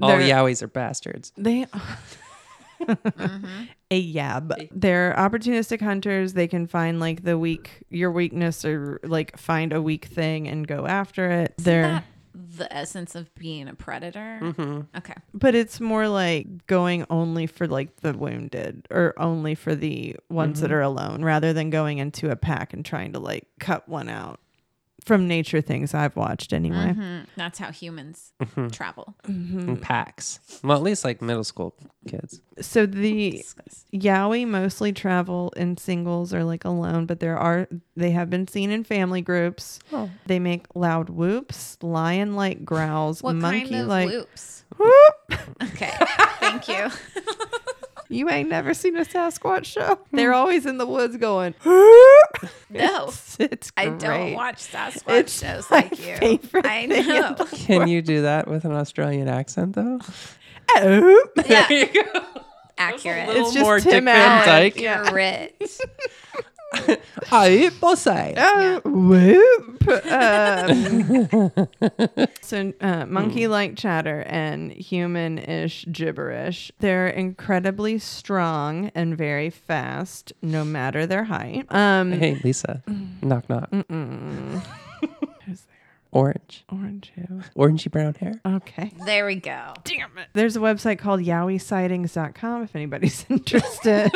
Speaker 3: All
Speaker 1: They're-
Speaker 3: Yowies are bastards.
Speaker 1: They
Speaker 4: Mm-hmm.
Speaker 1: a yab. They're opportunistic hunters. They can find like the weak your weakness or like find a weak thing and go after it. They're
Speaker 4: that the essence of being a predator.
Speaker 3: Mm. Mm-hmm.
Speaker 4: Okay.
Speaker 1: but it's more like going only for like the wounded or only for the ones that are alone rather than going into a pack and trying to like cut one out from nature things I've watched anyway.
Speaker 4: Mhm. That's how humans
Speaker 3: Mm-hmm.
Speaker 4: travel.
Speaker 3: and packs. Mm. Well, at least like middle school kids.
Speaker 1: So the
Speaker 4: Discuss.
Speaker 1: Yowie mostly travel in singles or like alone, but there are they have been seen in family groups.
Speaker 4: Oh.
Speaker 1: They make loud whoops, lion like growls,
Speaker 4: What
Speaker 1: monkey
Speaker 4: kind of
Speaker 1: like
Speaker 4: loops?
Speaker 1: whoop.
Speaker 4: Okay, thank you.
Speaker 1: You ain't never seen a Sasquatch show. They're
Speaker 4: Hmm.
Speaker 1: always in the woods going. no,
Speaker 4: No,
Speaker 1: it's
Speaker 4: I
Speaker 1: great.
Speaker 4: don't watch Sasquatch
Speaker 1: It's
Speaker 4: shows
Speaker 1: my
Speaker 4: like you.
Speaker 1: favorite
Speaker 4: I
Speaker 1: thing in
Speaker 4: know.
Speaker 3: Can you do that with an Australian accent though?
Speaker 1: Oh.
Speaker 4: Yeah,
Speaker 3: you go.
Speaker 4: accurate.
Speaker 3: little
Speaker 1: It's just
Speaker 3: more
Speaker 1: Tim
Speaker 3: Dick
Speaker 1: Allen.
Speaker 3: Van Dyke.
Speaker 4: Accurate.
Speaker 3: Hi, bossy.
Speaker 1: Oh,
Speaker 4: Uh,
Speaker 1: whoop. Um, so, uh, monkey like chatter and human ish gibberish. They're incredibly strong and very fast, no matter their height. Um,
Speaker 3: Hey, Lisa. Knock knock.
Speaker 1: Mm. Who's there?
Speaker 3: Orange.
Speaker 1: Orange who?
Speaker 3: Orangey brown hair.
Speaker 1: Okay.
Speaker 4: There we go. Damn it.
Speaker 1: There's a website called yowiesightings.com if anybody's interested.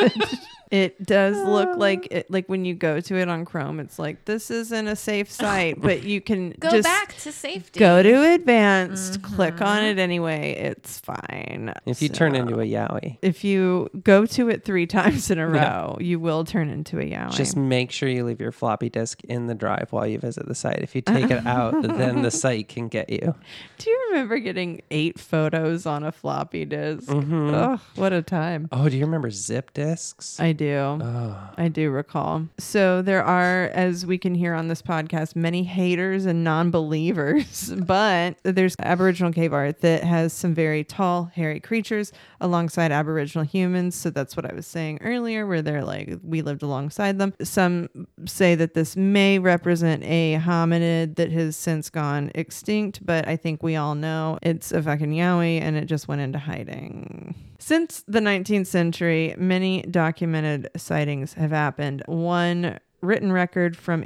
Speaker 1: it does
Speaker 4: Uh.
Speaker 1: look like it, like when you go to it on Chrome, it's like this isn't a safe site, but you can
Speaker 4: Go
Speaker 1: just
Speaker 4: back to safety.
Speaker 1: go to advanced, click on it anyway. It's fine.
Speaker 3: If you
Speaker 1: So-
Speaker 3: turn into a yowie,
Speaker 1: if you go to it three times in a row, you will turn into a yowie.
Speaker 3: just make sure you leave your floppy disk in the drive while you visit the site. If you take it out, then the site can get you.
Speaker 1: Do you remember getting eight photos on a floppy disk?
Speaker 3: Mm-hmm.
Speaker 1: Ugh, what a time.
Speaker 3: Oh, do you remember zip discs?
Speaker 1: I do. I do recall. So there are, as we can hear on this podcast, many haters and non believers, but there's Aboriginal cave art that has some very tall, hairy creatures alongside Aboriginal humans. So that's what I was saying earlier, where they're like, we lived alongside them. Some say that this may represent a hominid that has since gone extinct, but I think we all know it's a fucking yowie and it just went into hiding. Since the 19th century, many documented sightings have happened. One written record from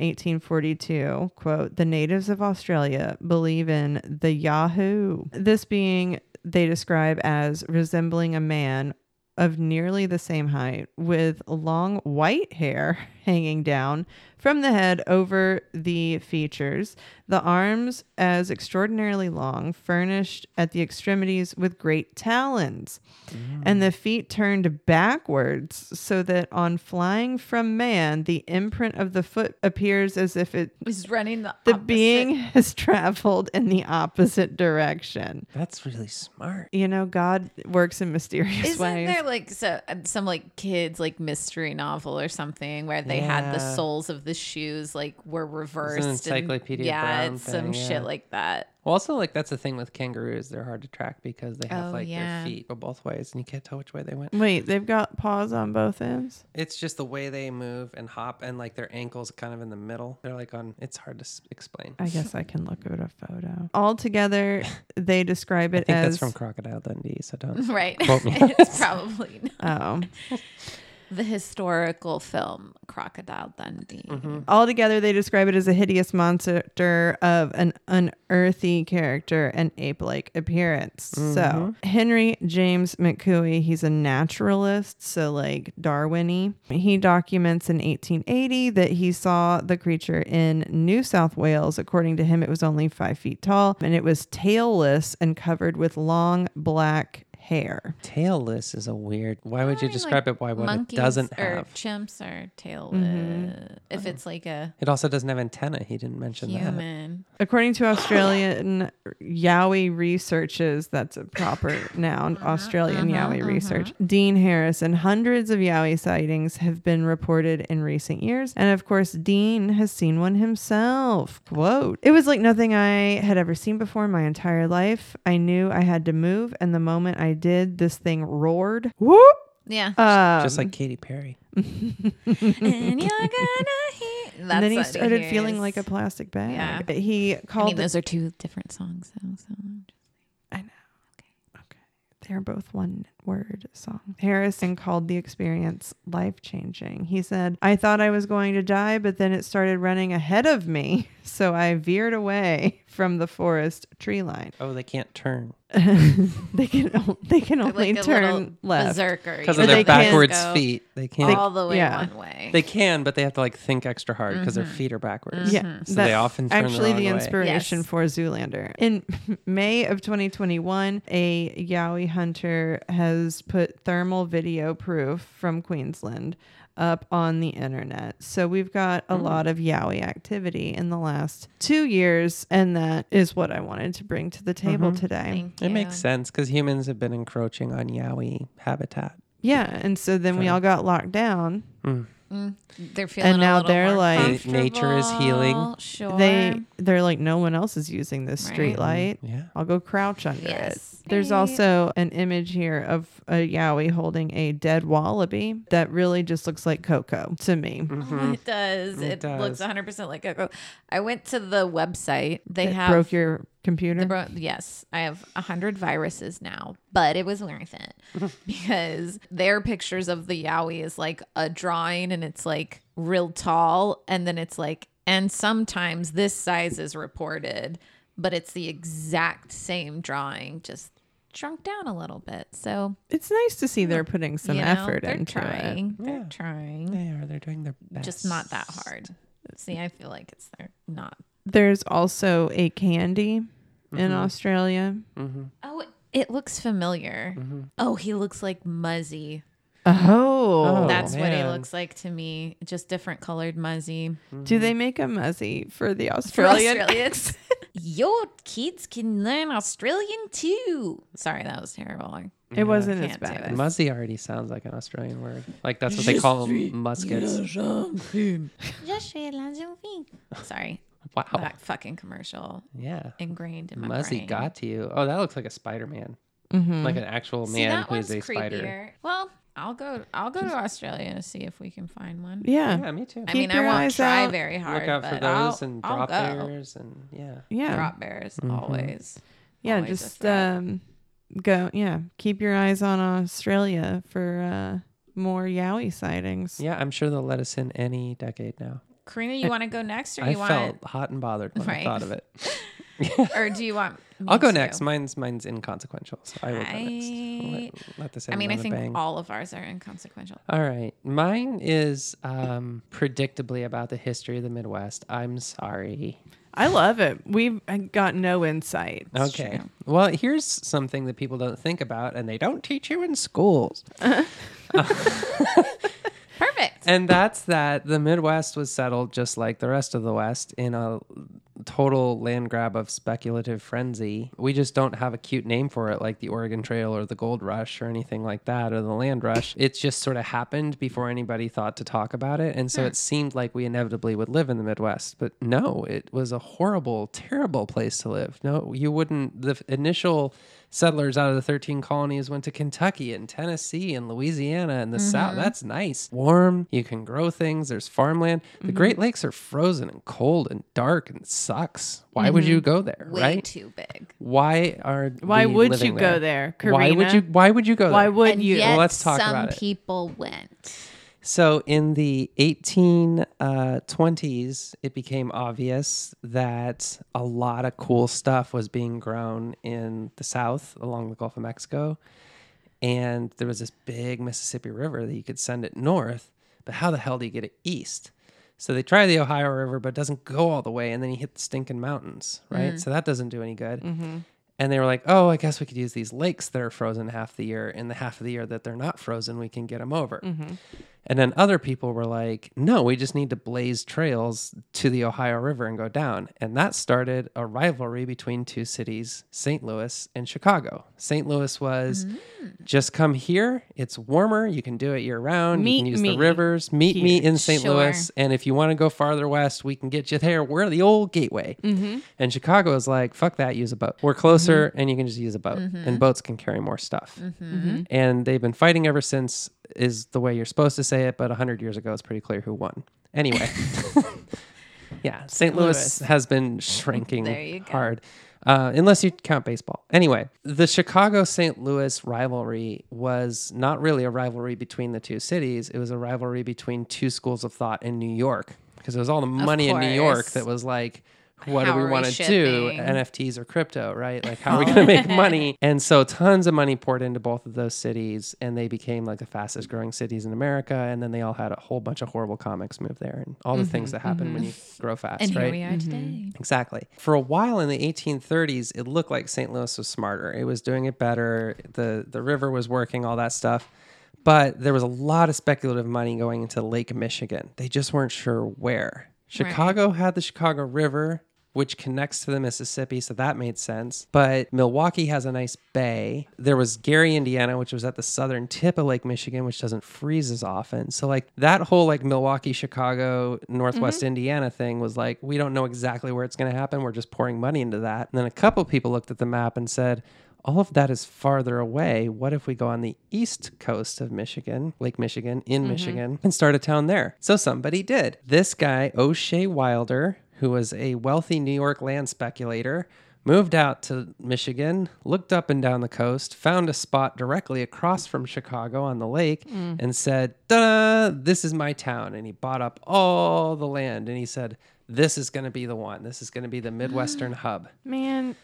Speaker 1: 1842 quote the natives of australia believe in the yahoo this being they describe as resembling a man of nearly the same height with long white hair hanging down from the head over the features, the arms as extraordinarily long, furnished at the extremities with great talons, and the feet turned backwards so that on flying from man, the imprint of the foot appears as if it
Speaker 4: He's running the,
Speaker 1: the
Speaker 4: opposite-
Speaker 1: being has traveled in the opposite direction.
Speaker 3: That's really smart.
Speaker 1: You know, God works in mysterious
Speaker 4: Isn't
Speaker 1: ways.
Speaker 4: there like so um, some like kids like mystery novel or something where they had the
Speaker 3: Yeah.
Speaker 4: soles of the shoes like were reversed? and-
Speaker 3: Encyclopedia
Speaker 4: yeah,
Speaker 3: Brown
Speaker 4: it's some
Speaker 3: thing,
Speaker 4: shit
Speaker 3: yeah.
Speaker 4: like that.
Speaker 3: Well, also like that's the thing with kangaroos; they're hard to track because they have
Speaker 4: Oh,
Speaker 3: like
Speaker 4: yeah.
Speaker 3: their feet go both ways, and you can't tell which way they went.
Speaker 1: Wait, they've got paws on both ends?
Speaker 3: It's just the way they move and hop, and like their ankles kind of in the middle. They're like on. It's hard to s- explain. I
Speaker 1: I guess I can look at a photo. Altogether, they describe it
Speaker 3: think that's
Speaker 1: as
Speaker 3: from Crocodile Dundee, so don't.
Speaker 4: Right.
Speaker 3: Quote me.
Speaker 4: it's probably
Speaker 1: oh,
Speaker 4: the historical film Crocodile Dundee.
Speaker 3: Mm-hmm.
Speaker 1: altogether they describe it as a hideous monster of an unearthly character and ape-like appearance. So Henry James McCooey, he's a naturalist, so like Darwin-y. He documents in 1880 that he saw the creature in New South Wales. According to him, it was only five feet tall and it was tailless and covered with long black hair.
Speaker 3: Tailless is a weird. Why would
Speaker 4: Probably,
Speaker 3: you
Speaker 4: like,
Speaker 3: describe it? Why what it
Speaker 4: monkeys
Speaker 3: doesn't
Speaker 4: or
Speaker 3: have? Mm-hmm.
Speaker 4: chimps or tail. If it's like a
Speaker 3: It also doesn't have antenna. He didn't mention that.
Speaker 4: human,
Speaker 1: According to Australian Yowie researches, that's a proper noun,
Speaker 4: Uh-huh,
Speaker 1: Australian Yowie research. Dean Harrison, hundreds of Yowie sightings have been reported in recent years. And of course, Dean has seen one himself. Quote It was like nothing I had ever seen before in my entire life. I knew I had to move. And the moment I did, this thing roared. Whoop!
Speaker 4: yeah.
Speaker 1: Um,
Speaker 3: Just like Katy Perry.
Speaker 4: and you're gonna hear. That's
Speaker 1: and then he
Speaker 4: what
Speaker 1: started feeling
Speaker 4: hears.
Speaker 1: like a plastic bag.
Speaker 4: Yeah.
Speaker 1: He
Speaker 4: I
Speaker 1: called
Speaker 4: mean,
Speaker 1: it
Speaker 4: those are two different songs, though. So.
Speaker 1: I know. Okay. Okay. They're both one word song. Harrison called the experience life changing. He said, I thought I was going to die, but then it started running ahead of me. So I veered away from the forest tree line.
Speaker 3: Oh, they can't turn.
Speaker 1: they can o- they can
Speaker 2: They're
Speaker 1: only
Speaker 2: like a little
Speaker 1: turn left.
Speaker 2: berserker.
Speaker 3: because
Speaker 2: you
Speaker 3: of
Speaker 1: But
Speaker 2: know, they
Speaker 1: they
Speaker 3: their
Speaker 2: can't
Speaker 3: backwards
Speaker 2: go
Speaker 3: feet. They can't.
Speaker 2: all the way
Speaker 1: yeah.
Speaker 2: one way.
Speaker 3: They can, but they have to like think extra hard because their feet are backwards.
Speaker 1: Yeah,
Speaker 3: so they
Speaker 1: that-
Speaker 3: often turn
Speaker 1: actually the,
Speaker 3: wrong way.
Speaker 1: inspiration
Speaker 2: Mm-hmm. Yes.
Speaker 1: for Zoolander. In May of 2021, a Yowie hunter has put thermal video proof from Queensland up on the internet. So we've got a lot
Speaker 2: Mm.
Speaker 1: of Yowie activity in the last two years, and that is what I wanted to bring to the table
Speaker 3: Mm-hmm.
Speaker 1: today.
Speaker 2: Thank
Speaker 3: It
Speaker 2: you.
Speaker 3: makes sense because humans have been encroaching on Yowie habitat.
Speaker 1: Yeah, and so then we all got locked down.
Speaker 2: They're feeling
Speaker 1: now
Speaker 2: a little
Speaker 1: they're
Speaker 2: more
Speaker 1: like-
Speaker 3: Na- nature is healing.
Speaker 2: comfortable. Sure.
Speaker 1: They they're like no one else is using this
Speaker 2: Right.
Speaker 1: street light.
Speaker 3: Yeah.
Speaker 1: I'll go crouch under
Speaker 2: Yes.
Speaker 1: it. There's
Speaker 2: Right.
Speaker 1: also an image here of a Yowie holding a dead wallaby that really just looks like Coco to me.
Speaker 2: Oh, It does. It,
Speaker 3: Mm-hmm. It
Speaker 2: looks
Speaker 3: does.
Speaker 2: 100% like a. I went to the website. They
Speaker 1: It
Speaker 2: have
Speaker 1: broke your computer.
Speaker 2: The bro- yes, I have a hundred viruses now, but it was worth it because their pictures of the Yowie is like a drawing, and it's like real tall, and then it's like, and sometimes this size is reported, but it's the exact same drawing, just shrunk down a little bit. So
Speaker 1: it's nice to see they're putting some
Speaker 2: you know,
Speaker 1: effort
Speaker 2: they're
Speaker 1: into it.
Speaker 2: trying, They're
Speaker 3: Yeah.
Speaker 2: trying,
Speaker 3: They are. They're doing their best.
Speaker 2: just not that hard. See, I feel like it's they're not.
Speaker 1: There's also a candy
Speaker 2: Mm-hmm.
Speaker 1: in Australia.
Speaker 2: Oh, it looks familiar. Oh, he looks like Muzzy.
Speaker 1: Oh,
Speaker 3: Oh.
Speaker 2: That's what he
Speaker 3: man.
Speaker 2: looks like to me. Just different colored muzzy.
Speaker 1: do they make a muzzy for the
Speaker 2: For
Speaker 1: Australian?
Speaker 2: Australians. Your kids can learn Australian too. Sorry, that was terrible. I-
Speaker 1: It wasn't as
Speaker 2: Can't do
Speaker 1: bad.
Speaker 2: it.
Speaker 3: Muzzy already sounds like an Australian word. Like that's what they call 'em, muskets.
Speaker 2: Sorry.
Speaker 3: Wow.
Speaker 2: That fucking commercial
Speaker 3: Yeah.
Speaker 2: ingrained in my
Speaker 3: Oh. Muzzy
Speaker 2: brain.
Speaker 3: got to you. Oh, that looks like a Spider Man. Like an actual
Speaker 2: Mm-hmm. See,
Speaker 3: man
Speaker 2: that
Speaker 3: who
Speaker 2: one's
Speaker 3: is a
Speaker 2: creepier.
Speaker 3: spider.
Speaker 2: Well, I'll go I'll go to Australia to see if we can find one.
Speaker 1: Yeah.
Speaker 3: Yeah, me too.
Speaker 2: I
Speaker 1: Keep
Speaker 2: mean, I
Speaker 1: your
Speaker 2: won't
Speaker 1: eyes
Speaker 2: try
Speaker 1: out.
Speaker 2: very hard.
Speaker 3: Look out for
Speaker 2: but
Speaker 3: those
Speaker 2: I'll,
Speaker 3: and
Speaker 2: I'll
Speaker 3: drop
Speaker 2: go.
Speaker 3: bears and yeah.
Speaker 1: Yeah. Mm-hmm.
Speaker 2: Drop bears always.
Speaker 1: yeah
Speaker 2: always a
Speaker 1: just
Speaker 2: threat.
Speaker 1: um go yeah keep your eyes on australia for uh more yowie sightings
Speaker 3: Yeah, I'm sure they'll let us in any decade now.
Speaker 1: uh,
Speaker 2: Karina, you want to go next, or
Speaker 3: I
Speaker 2: you want,
Speaker 3: felt hot and bothered when I
Speaker 2: Right.
Speaker 3: thought of it.
Speaker 2: or do you want? me
Speaker 3: I'll go
Speaker 2: to?
Speaker 3: next. Mine's mine's inconsequential. So I will go
Speaker 2: I-
Speaker 3: next. Let, let this
Speaker 2: I mean, I think
Speaker 3: bang.
Speaker 2: all of ours are inconsequential.
Speaker 3: All right. Mine is um, predictably about the history of the Midwest. I'm sorry.
Speaker 1: i love it we've uh, got no insight
Speaker 3: okay. Well, here's something that people don't think about and they don't teach you in schools.
Speaker 2: Perfect.
Speaker 3: And that's that the Midwest was settled just like the rest of the West in a total land grab of speculative frenzy. We just don't have a cute name for it like the Oregon Trail or the Gold Rush or anything like that or the Land Rush. It just sort of happened before anybody thought to talk about it. And so it seemed like we inevitably would live in the Midwest. But no, it was a horrible, terrible place to live. No, you wouldn't. The f- initial settlers out of the 13 colonies went to Kentucky and Tennessee and Louisiana and the South.
Speaker 1: Mm-hmm.
Speaker 3: That's nice. Warm, you can grow things, there's farmland. The
Speaker 1: Mm-hmm.
Speaker 3: Great Lakes are frozen and cold and dark and sucks. Why would you go there,
Speaker 2: Way
Speaker 3: right?
Speaker 2: too big.
Speaker 3: Why are
Speaker 1: Mm-hmm. why
Speaker 3: we
Speaker 1: would you
Speaker 3: living
Speaker 1: go there Karina?
Speaker 3: Why would you why would you go
Speaker 1: why
Speaker 3: there?
Speaker 1: would you
Speaker 2: Yet
Speaker 3: let's talk
Speaker 2: some
Speaker 3: about it.
Speaker 2: people went.
Speaker 3: So in the 1820s, uh, 20s, it became obvious that a lot of cool stuff was being grown in the South along the Gulf of Mexico. And there was this big Mississippi River that you could send it north, but how the hell do you get it east? So they try the Ohio River, but it doesn't go all the way. And then you hit the stinking mountains, right? So that doesn't do any good. And they were like, oh, I guess we could use these lakes that are frozen half the year. And the half of the year that they're not frozen, we can get them over.
Speaker 1: Mm-hmm.
Speaker 3: And then other people were like, no, we just need to blaze trails to the Ohio River and go down. And that started a rivalry between two cities, St. Louis and Chicago. St. Louis was
Speaker 1: Mm.
Speaker 3: just come here. It's warmer. You can do it year round. you
Speaker 1: Meet
Speaker 3: can use
Speaker 1: me
Speaker 3: the rivers. Meet me in St.
Speaker 2: Sure.
Speaker 3: Louis. And if you want to go farther west, we can get you there. We're the old gateway. And Chicago is like, fuck that, use a boat. We're closer and you can just use a boat. And boats can carry more stuff. And they've been fighting ever since, is the way you're supposed to say it. But 100 years ago, it's pretty clear who won. Anyway. yeah. St. Louis has been shrinking
Speaker 2: There you go.
Speaker 3: hard. Uh, unless you count baseball. Anyway, the Chicago St. Louis rivalry was not really a rivalry between the two cities. It was a rivalry between two schools of thought in New York because it was all the money in New York
Speaker 2: course.
Speaker 3: that was like, what
Speaker 4: How
Speaker 3: do
Speaker 4: are
Speaker 3: we
Speaker 4: we
Speaker 3: want to do
Speaker 4: shipping?
Speaker 3: nfts or crypto right like how are we
Speaker 4: Oh.
Speaker 3: going to make money and so tons of money poured into both of those cities and they became like the fastest growing cities in america and then they all had a whole bunch of horrible comics move there and all the things that happen when you grow fast
Speaker 4: Mm-hmm, and
Speaker 3: right
Speaker 4: here
Speaker 3: Mm-hmm.
Speaker 4: we are today.
Speaker 3: Exactly. For a while in the 1830s, it looked like St. Louis was smarter. It was doing it better. The the river was working, all that stuff. But there was a lot of speculative money going into Lake Michigan. They just weren't sure where. Chicago had the Chicago River, which connects to the Mississippi, so that made sense. But Milwaukee has a nice bay. There was Gary, Indiana, which was at the southern tip of Lake Michigan, which doesn't freeze as often. So like that whole like Milwaukee, Chicago, Northwest Indiana thing was like we don't know exactly where it's going to happen. We're just pouring money into that. And then a couple people looked at the map and said, all of that is farther away. What if we go on the east coast of Michigan, Lake Michigan, in Michigan, and start a town there? So somebody did. This guy, O'Shea Wilder, who was a wealthy New York land speculator, moved out to Michigan, looked up and down the coast, found a spot directly across from Chicago on the lake, and said, "Ta-da! This is my town." And he bought up all the land, and he said. This is going to be the one. This is going to be the Midwestern hub.
Speaker 1: Man,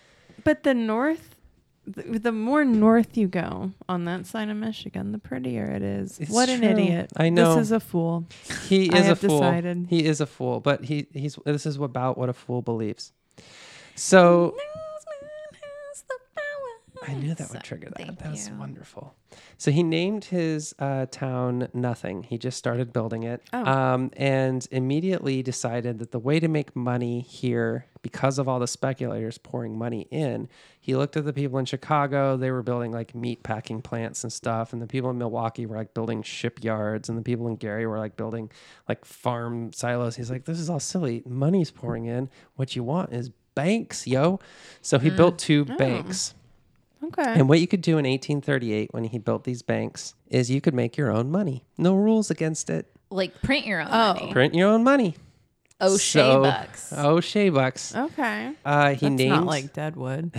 Speaker 1: but the north, th- the more north you go on that side of Michigan, the prettier it is.
Speaker 3: It's
Speaker 1: what an
Speaker 3: true.
Speaker 1: idiot!
Speaker 3: I know.
Speaker 1: this is a fool.
Speaker 3: He
Speaker 1: I
Speaker 3: is a
Speaker 1: have
Speaker 3: fool.
Speaker 1: decided.
Speaker 3: He is a fool, but he he's this is about what a fool believes. So I knew that would trigger that.
Speaker 4: Thank
Speaker 3: that was
Speaker 4: you.
Speaker 3: wonderful. So he named his uh, town nothing. He just started building it,
Speaker 1: Oh.
Speaker 3: um, and immediately decided that the way to make money here, because of all the speculators pouring money in, he looked at the people in Chicago. They were building like meat packing plants and stuff, and the people in Milwaukee were like building shipyards, and the people in Gary were like building like farm silos. He's like, this is all silly. Money's pouring in. What you want is banks, yo. So
Speaker 4: Mm.
Speaker 3: he built two
Speaker 4: Oh.
Speaker 3: banks.
Speaker 1: Okay.
Speaker 3: And what you could do in 1838 when he built these banks is you could make your own money. No rules against it.
Speaker 4: Like print your own
Speaker 1: Oh.
Speaker 4: money.
Speaker 3: Print your own money.
Speaker 4: O'Shea
Speaker 3: So- um,
Speaker 4: bucks.
Speaker 3: O'Shea bucks.
Speaker 1: okay.
Speaker 3: Uh, he
Speaker 1: Oh, That's
Speaker 3: named
Speaker 1: not like Deadwood.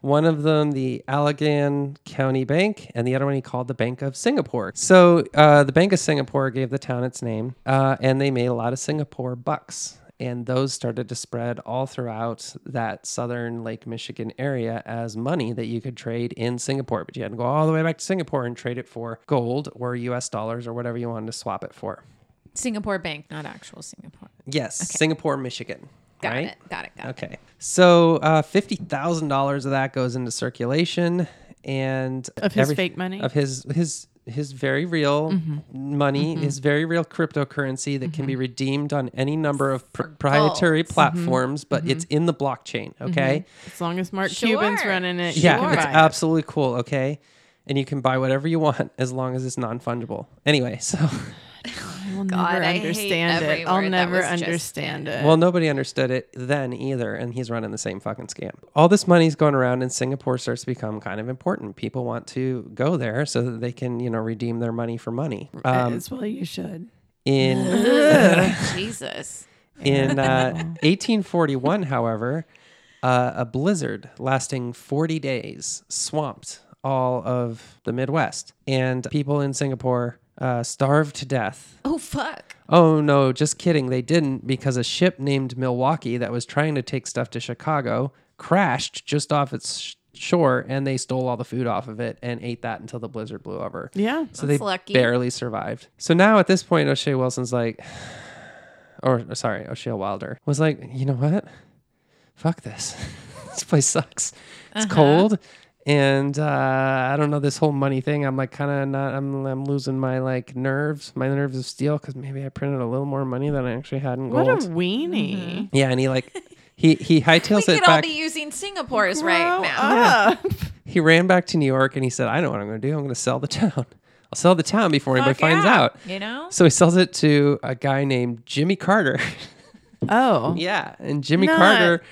Speaker 3: one of them the Allegan County Bank, and the other one he called the Bank of Singapore. So uh, the Bank of Singapore gave the town its name, uh, and they made a lot of Singapore bucks. And those started to spread all throughout that southern Lake Michigan area as money that you could trade in Singapore. But you had to go all the way back to Singapore and trade it for gold or US dollars or whatever you wanted to swap it for.
Speaker 4: Singapore Bank, not actual Singapore.
Speaker 3: Yes, Singapore, Michigan.
Speaker 4: Got
Speaker 3: right?
Speaker 4: it. Got it. Got it.
Speaker 3: Okay. So uh, fifty thousand dollars of that goes into circulation, and
Speaker 1: Of his fake money? Mm-hmm.
Speaker 3: of his his his very real money, his very real cryptocurrency that can be redeemed on any number of proprietary
Speaker 1: Mm-hmm.
Speaker 3: platforms, but it's in the blockchain. Okay.
Speaker 1: As long as Mark
Speaker 4: Sure.
Speaker 1: Cuban's running it, Mm-hmm. you
Speaker 3: Yeah,
Speaker 1: can
Speaker 3: it's
Speaker 1: buy it.
Speaker 3: absolutely cool. Okay. And you can buy whatever you want as long as it's non fungible. Anyway, so
Speaker 1: I will
Speaker 4: God,
Speaker 1: never
Speaker 4: I hate
Speaker 1: understand
Speaker 4: every
Speaker 1: it. I'll
Speaker 4: word that
Speaker 1: never
Speaker 4: was just
Speaker 1: understand it.
Speaker 3: Well, nobody understood it then either, and he's running the same fucking scam. All this money's going around, and Singapore starts to become kind of important. People want to go there so that they can, you know, redeem their money for money. Um,
Speaker 1: As well, you should.
Speaker 3: in
Speaker 4: Jesus.
Speaker 3: in uh, 1841, however, uh, a blizzard lasting 40 days swamped all of the Midwest, and people in Singapore uh, starved to death
Speaker 4: Oh fuck.
Speaker 3: Oh no, just kidding. They didn't because a ship named Milwaukee that was trying to take stuff to Chicago crashed just off its sh- shore and they stole all the food off of it and ate that until the blizzard blew over.
Speaker 1: Yeah.
Speaker 3: So
Speaker 4: That's
Speaker 3: they
Speaker 4: lucky.
Speaker 3: barely survived. So now at this point, O'Shea Wilson's like, or sorry, O'Shea Wilder was like, you know what? Fuck this. this place sucks. It's
Speaker 4: Uh-huh.
Speaker 3: cold. And uh, I don't know this whole money thing. I'm like kind of not. I'm I'm losing my like nerves, my nerves of steel, because maybe I printed a little more money than I actually had in
Speaker 1: What
Speaker 3: gold.
Speaker 1: a weenie.
Speaker 3: yeah, and he like he he
Speaker 4: We
Speaker 3: hightails
Speaker 4: could
Speaker 3: it back.
Speaker 4: all be using Singapore's right
Speaker 1: Grow
Speaker 4: now.
Speaker 1: up.
Speaker 3: he ran back to New York and he said, I know what I'm going to do. I'm going to sell the town. I'll sell the town before anybody finds
Speaker 4: yeah.
Speaker 3: out.
Speaker 4: You know?
Speaker 3: So he sells it to a guy named Jimmy Carter.
Speaker 1: Oh.
Speaker 3: yeah, and Jimmy
Speaker 1: Not-
Speaker 3: Carter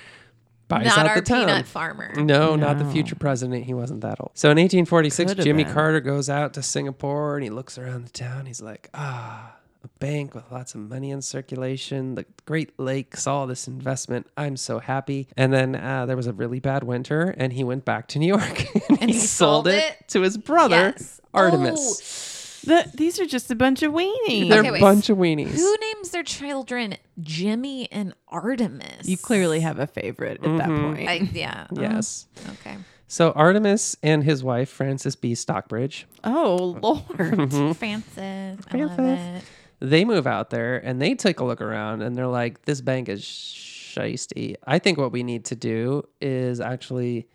Speaker 3: buys
Speaker 4: Not
Speaker 3: out
Speaker 4: our
Speaker 3: the town.
Speaker 4: peanut farmer.
Speaker 3: No, not the future president. He wasn't that old. So in 1846,
Speaker 1: Coulda
Speaker 3: Jimmy
Speaker 1: been.
Speaker 3: Carter goes out to Singapore and he looks around the town. He's like, ah, a bank with lots of money in circulation, the Great Lakes, all this investment. I'm so happy. And then uh, there was a really bad winter and he went back to New York and, he, sold, it, to his brother,
Speaker 4: Yes.
Speaker 3: Artemis.
Speaker 1: The, these are just a bunch of weenies.
Speaker 3: They're
Speaker 4: Oh, Okay,
Speaker 3: a
Speaker 4: wait.
Speaker 3: bunch of weenies.
Speaker 2: Who names their children Jimmy and Artemis?
Speaker 1: you clearly have a favorite at that point.
Speaker 2: I, yeah. um,
Speaker 3: Yes.
Speaker 2: okay.
Speaker 3: So Artemis and his wife Frances B. Stockbridge,
Speaker 1: oh lord.
Speaker 2: Francis. I love
Speaker 3: Mm-hmm.
Speaker 2: it.
Speaker 3: Francis. they move out there and they take a look around and they're like, "This bank is shisty." I think what we need to do is actually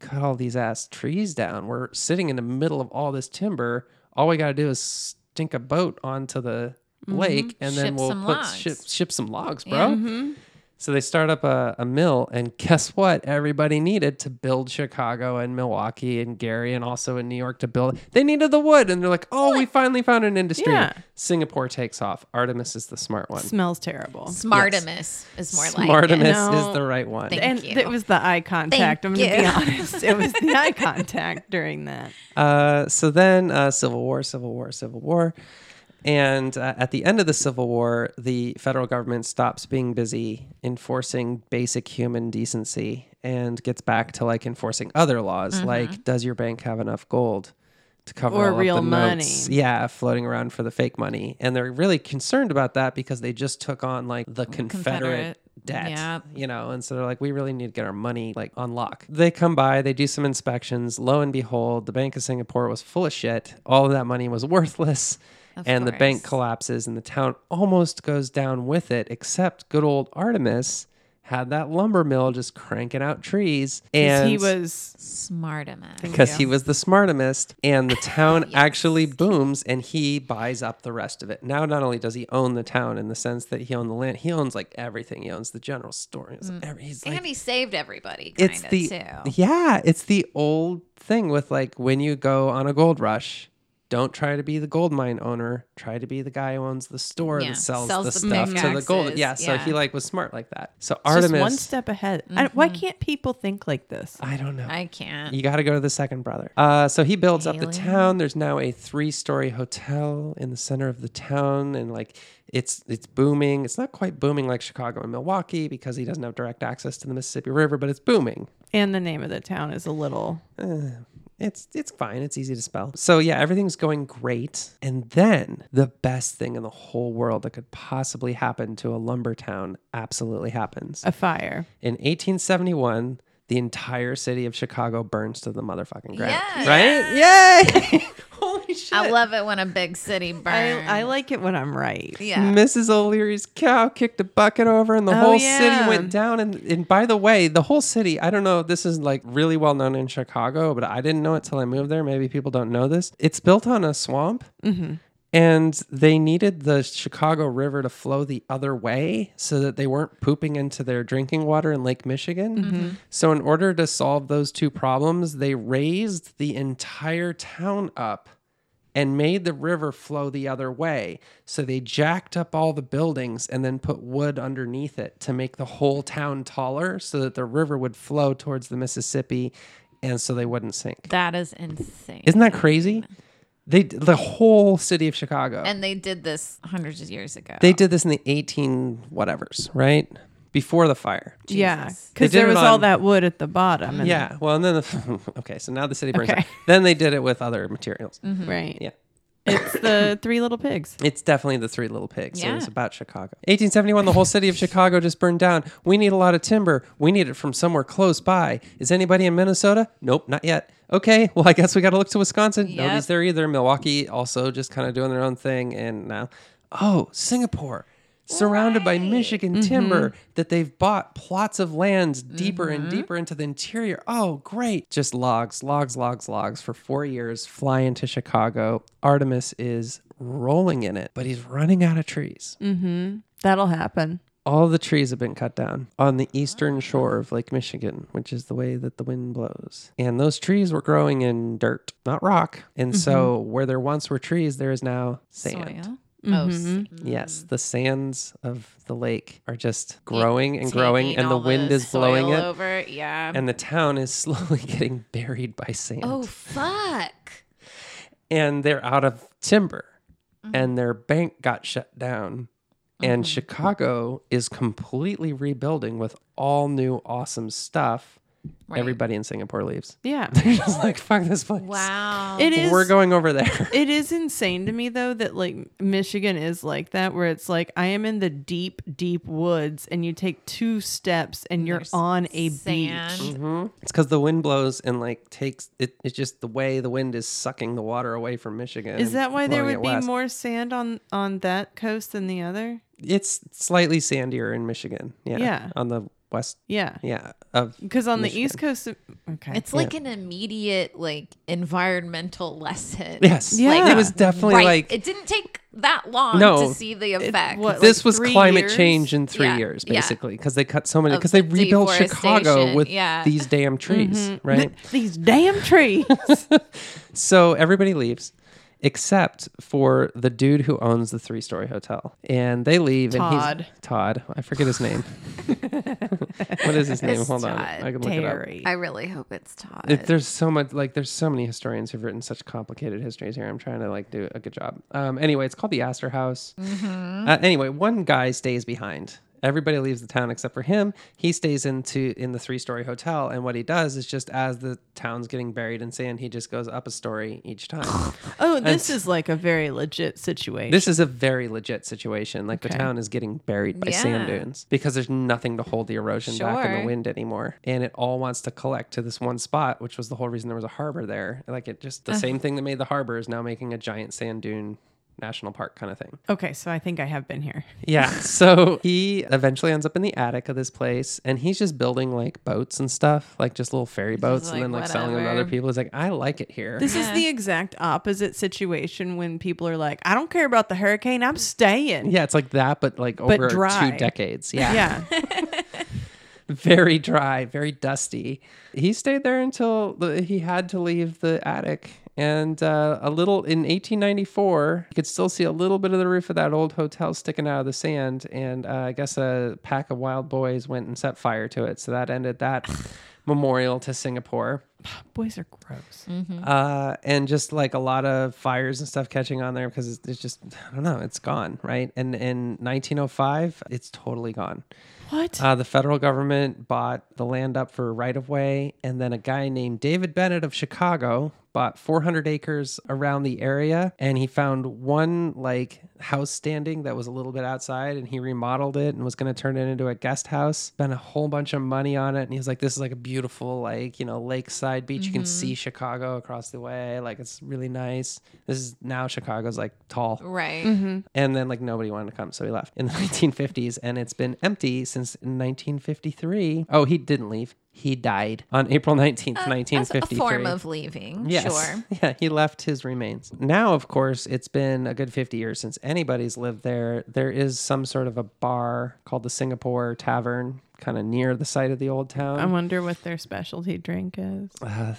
Speaker 3: cut all these ass trees down. We're sitting in the middle of all this timber. All we got to do is stink a boat onto the lake, and then
Speaker 2: Mm-hmm. Ship
Speaker 3: we'll
Speaker 2: some
Speaker 3: put
Speaker 2: logs.
Speaker 3: ship ship some logs, bro.
Speaker 2: Yeah. Mm-hmm.
Speaker 3: So they start up a, a mill, and guess what? Everybody needed to build Chicago and Milwaukee and Gary and also in New York to build. They needed the wood, and they're like, oh, we finally found an industry.
Speaker 1: Yeah.
Speaker 3: Singapore takes off. Artemis is the smart one.
Speaker 1: Smells terrible.
Speaker 2: Smartimus is more like it.
Speaker 3: Smartimus
Speaker 1: No.
Speaker 3: is the right one.
Speaker 2: Thank-
Speaker 1: and
Speaker 2: you.
Speaker 1: it was the eye contact. I'm gonna be
Speaker 2: you.
Speaker 1: honest. It was the eye contact during that.
Speaker 3: Uh, so then, uh, Civil War, Civil War, Civil War. And uh, at the end of the Civil War, the federal government stops being busy enforcing basic human decency and gets back to like enforcing other laws,
Speaker 2: Mm-hmm.
Speaker 3: like does your bank have enough gold to cover
Speaker 1: Or
Speaker 3: all of
Speaker 1: real
Speaker 3: the
Speaker 1: money.
Speaker 3: notes? Yeah, floating around for the fake money, and they're really concerned about that because they just took on like the Confederate.
Speaker 2: Confederate.
Speaker 3: Debt,
Speaker 2: Yep.
Speaker 3: you know, and so they're like, we really need to get our money like on lock. They come by, they do some inspections. Lo and behold, the Bank of Singapore was full of shit. All of that money was worthless, and the bank
Speaker 2: course.
Speaker 3: collapses, and the town almost goes down with it. Except good old Artemis had that lumber mill just cranking out trees,
Speaker 1: 'Cause
Speaker 3: and
Speaker 1: he was
Speaker 2: Smartimus.
Speaker 3: because he was the smartimest and the town actually booms and he buys up the rest of it now not only does he own the town in the sense that he owned the land he owns like everything he owns the general store he owns
Speaker 1: Mm.
Speaker 3: every- he's like
Speaker 2: And he saved everybody, kind
Speaker 3: it's
Speaker 2: of,
Speaker 3: the
Speaker 2: too.
Speaker 3: yeah it's the old thing with like when you go on a gold rush don't try to be the gold mine owner try to be the guy who owns the store
Speaker 2: Yeah,
Speaker 3: that sells,
Speaker 2: sells
Speaker 3: the,
Speaker 2: the
Speaker 3: stuff to the gold
Speaker 2: pickaxes,
Speaker 3: yeah so
Speaker 2: yeah.
Speaker 3: he like was smart like that so
Speaker 1: just
Speaker 3: artemis
Speaker 1: one step ahead. I, why can't people think like this?
Speaker 3: i don't know
Speaker 2: I can't.
Speaker 3: you got to go to the second brother. Uh, so he builds up the
Speaker 2: Haley?
Speaker 3: town. There's now a three-story hotel in the center of the town, and like it's it's booming. It's not quite booming like Chicago and Milwaukee because he doesn't have direct access to the Mississippi River, but it's booming.
Speaker 1: And the name of the town is a little.
Speaker 3: It's it's fine. It's easy to spell. So yeah, everything's going great. And then the best thing in the whole world that could possibly happen to a lumber town absolutely happens.
Speaker 1: A fire.
Speaker 3: In 1871, the entire city of Chicago burns to the motherfucking ground.
Speaker 2: Yes.
Speaker 3: Right? Yay! Holy shit.
Speaker 2: I love it when a big city burns.
Speaker 1: I, I like it when I'm right.
Speaker 2: yeah.
Speaker 3: Mrs. O'Leary's cow kicked a bucket over and the
Speaker 1: Oh,
Speaker 3: whole
Speaker 1: yeah.
Speaker 3: city went down. And, and by the way, the whole city, I don't know if this is like really well known in Chicago, but I didn't know it till I moved there. Maybe people don't know this. It's built on a swamp. And they needed the Chicago River to flow the other way so that they weren't pooping into their drinking water in Lake Michigan. So, in order to solve those two problems, they raised the entire town up and made the river flow the other way. So they jacked up all the buildings and then put wood underneath it to make the whole town taller so that the river would flow towards the Mississippi and so they wouldn't sink.
Speaker 2: That is insane.
Speaker 3: Isn't that crazy? They the whole city of Chicago.
Speaker 2: and they did this hundreds of years ago.
Speaker 3: they did this in the 18 whatevers, right? Before the fire.
Speaker 1: Yeah,
Speaker 3: They
Speaker 1: because
Speaker 3: did
Speaker 1: there
Speaker 3: it
Speaker 1: was all
Speaker 3: on-
Speaker 1: that wood at the bottom. And
Speaker 3: Yeah. Well, and then the okay, so now the city burns.
Speaker 1: Okay. Mm-hmm.
Speaker 3: down. Then they did it with other materials.
Speaker 1: Right.
Speaker 3: Yeah.
Speaker 1: It's the Three Little Pigs.
Speaker 3: It's definitely the Three Little Pigs. It was
Speaker 2: Yeah.
Speaker 3: about Chicago. 1871, the whole city of Chicago just burned down. We need a lot of timber. We need it from somewhere close by. Is anybody in Minnesota? Nope, not yet. Okay, well, I guess we got to look to Wisconsin. Nobody's there either. Milwaukee also just kind of doing their own thing. And now, oh, Singapore. Surrounded by Michigan timber that they've bought plots of land deeper and deeper into the interior. Oh, great. Just logs, logs, logs, logs for four years, fly into Chicago. Artemis is rolling in it, but he's running out of trees.
Speaker 1: Mm-hmm. That'll happen.
Speaker 3: All the trees have been cut down on the eastern shore of Lake Michigan, which is the way that the wind blows. And those trees were growing in dirt, not rock. And so,
Speaker 2: Mm-hmm.
Speaker 3: where there once were trees, there is now sand.
Speaker 2: Soil. Oh,
Speaker 3: Yes, the sands of the lake are just growing and growing,
Speaker 2: taking
Speaker 3: and the
Speaker 2: all
Speaker 3: wind is
Speaker 2: soil
Speaker 3: blowing it.
Speaker 2: over. Yeah.
Speaker 3: And the town is slowly getting buried by sand.
Speaker 2: oh fuck.
Speaker 3: and they're out of timber
Speaker 4: Mm-hmm.
Speaker 3: and their bank got shut down and chicago is completely rebuilding with all new awesome stuff
Speaker 4: Right.
Speaker 3: Everybody in Singapore leaves.
Speaker 1: Yeah.
Speaker 3: They're just like, fuck this place.
Speaker 4: Wow.
Speaker 1: It is
Speaker 3: We're going over there.
Speaker 1: it is insane to me though that like Michigan is like that where it's like I am in the deep deep woods and you take two steps and you're
Speaker 4: There's
Speaker 1: on a
Speaker 4: sand.
Speaker 1: beach.
Speaker 3: hmm It's because the wind blows and like takes it. It's just the way the wind is sucking the water away from Michigan.
Speaker 1: Is that why there
Speaker 3: blowing it
Speaker 1: would be
Speaker 3: west.
Speaker 1: more sand on on that coast than the other?
Speaker 3: It's slightly sandier in Michigan. Yeah.
Speaker 1: Yeah.
Speaker 3: On the west.
Speaker 1: Yeah.
Speaker 3: Yeah. Of
Speaker 1: Because on the east coast of- okay.
Speaker 2: It's like an immediate like environmental lesson.
Speaker 3: yes.
Speaker 1: Yeah.
Speaker 3: It was definitely
Speaker 4: right.
Speaker 3: like
Speaker 4: it didn't take that long
Speaker 3: No.
Speaker 4: to see the effect.
Speaker 1: what-
Speaker 3: this
Speaker 1: like
Speaker 3: was
Speaker 1: three
Speaker 3: climate
Speaker 1: years?
Speaker 3: change in three
Speaker 4: Yeah,
Speaker 3: years,
Speaker 4: yeah.
Speaker 3: basically, because they cut so many.
Speaker 4: Of
Speaker 3: Because they
Speaker 4: the
Speaker 3: rebuilt Chicago
Speaker 4: deforestation,
Speaker 3: with
Speaker 4: yeah. Mm-hmm,
Speaker 3: these damn trees, right?
Speaker 1: These damn trees.
Speaker 3: So everybody leaves except for the dude who owns the three story hotel. And they leave and
Speaker 1: Todd.
Speaker 3: he's Todd. I forget his name. what is his name?
Speaker 4: It's
Speaker 3: Hold on.
Speaker 4: Todd
Speaker 3: I can look it
Speaker 1: Terry.
Speaker 4: I really hope it's Todd.
Speaker 3: up. If there's so much like there's so many historians who've written such complicated histories here. I'm trying to like do a good job. Um anyway, it's called the Astor House. Uh, anyway, one guy stays behind. Everybody leaves the town except for him. He stays into in the three story hotel, and what he does is just as the town's getting buried in sand, he just goes up a story each time.
Speaker 1: oh, this is like a very legit situation.
Speaker 3: This is a very legit situation. Like the
Speaker 1: Okay.
Speaker 3: town is getting buried by sand
Speaker 4: Yeah.
Speaker 3: dunes because there's nothing to hold the erosion back in the
Speaker 4: Sure.
Speaker 3: wind anymore. And it all wants to collect to this one spot, which was the whole reason there was a harbor there. Like it just the same thing that made the harbor is now making a giant sand dune national park kind of thing.
Speaker 1: okay, so I think I have been here.
Speaker 3: Yeah. So he eventually ends up in the attic of this place and he's just building like boats and stuff, like just little ferry boats and
Speaker 4: like,
Speaker 3: then like selling them to other
Speaker 4: whatever.
Speaker 3: people. He's like, I like it here.
Speaker 1: This is the exact opposite situation when people are like, I don't care about the hurricane, I'm staying.
Speaker 3: yeah, it's like that, but like over
Speaker 1: dry.
Speaker 3: two decades.
Speaker 1: Yeah.
Speaker 3: very dry, very dusty. He stayed there until the, he had to leave the attic. And uh, a little in 1894, you could still see a little bit of the roof of that old hotel sticking out of the sand. And uh, I guess a pack of wild boys went and set fire to it. So that ended that memorial to Singapore.
Speaker 1: Boys are gross.
Speaker 3: Uh, and just like a lot of fires and stuff catching on there because it's, it's just, I don't know, it's gone, right? And in 1905, it's totally gone.
Speaker 1: What?
Speaker 3: Uh, the federal government bought the land up for right of way, and then a guy named David Bennett of Chicago bought 400 acres around the area, and he found one like house standing that was a little bit outside, and he remodeled it and was going to turn it into a guest house. Spent a whole bunch of money on it, and he was like, "This is like a beautiful like you know lakeside beach. You can see Chicago across the way. Like it's really nice. This is now Chicago's like tall,
Speaker 4: right.
Speaker 3: Mm-hmm. and then like nobody wanted to come, so he left in the 1950s, and it's been empty since 1953. Oh, he didn't leave. He died on April 19th,
Speaker 2: Uh, That's a
Speaker 3: 1953.
Speaker 2: form of leaving.
Speaker 3: Yes.
Speaker 2: Sure.
Speaker 3: Yeah, he left his remains. Now, of course, it's been a good 50 years since anybody's lived there. There is some sort of a bar called the Singapore Tavern, kind of near the site of the old town.
Speaker 1: I wonder what their specialty drink is.
Speaker 3: Uh,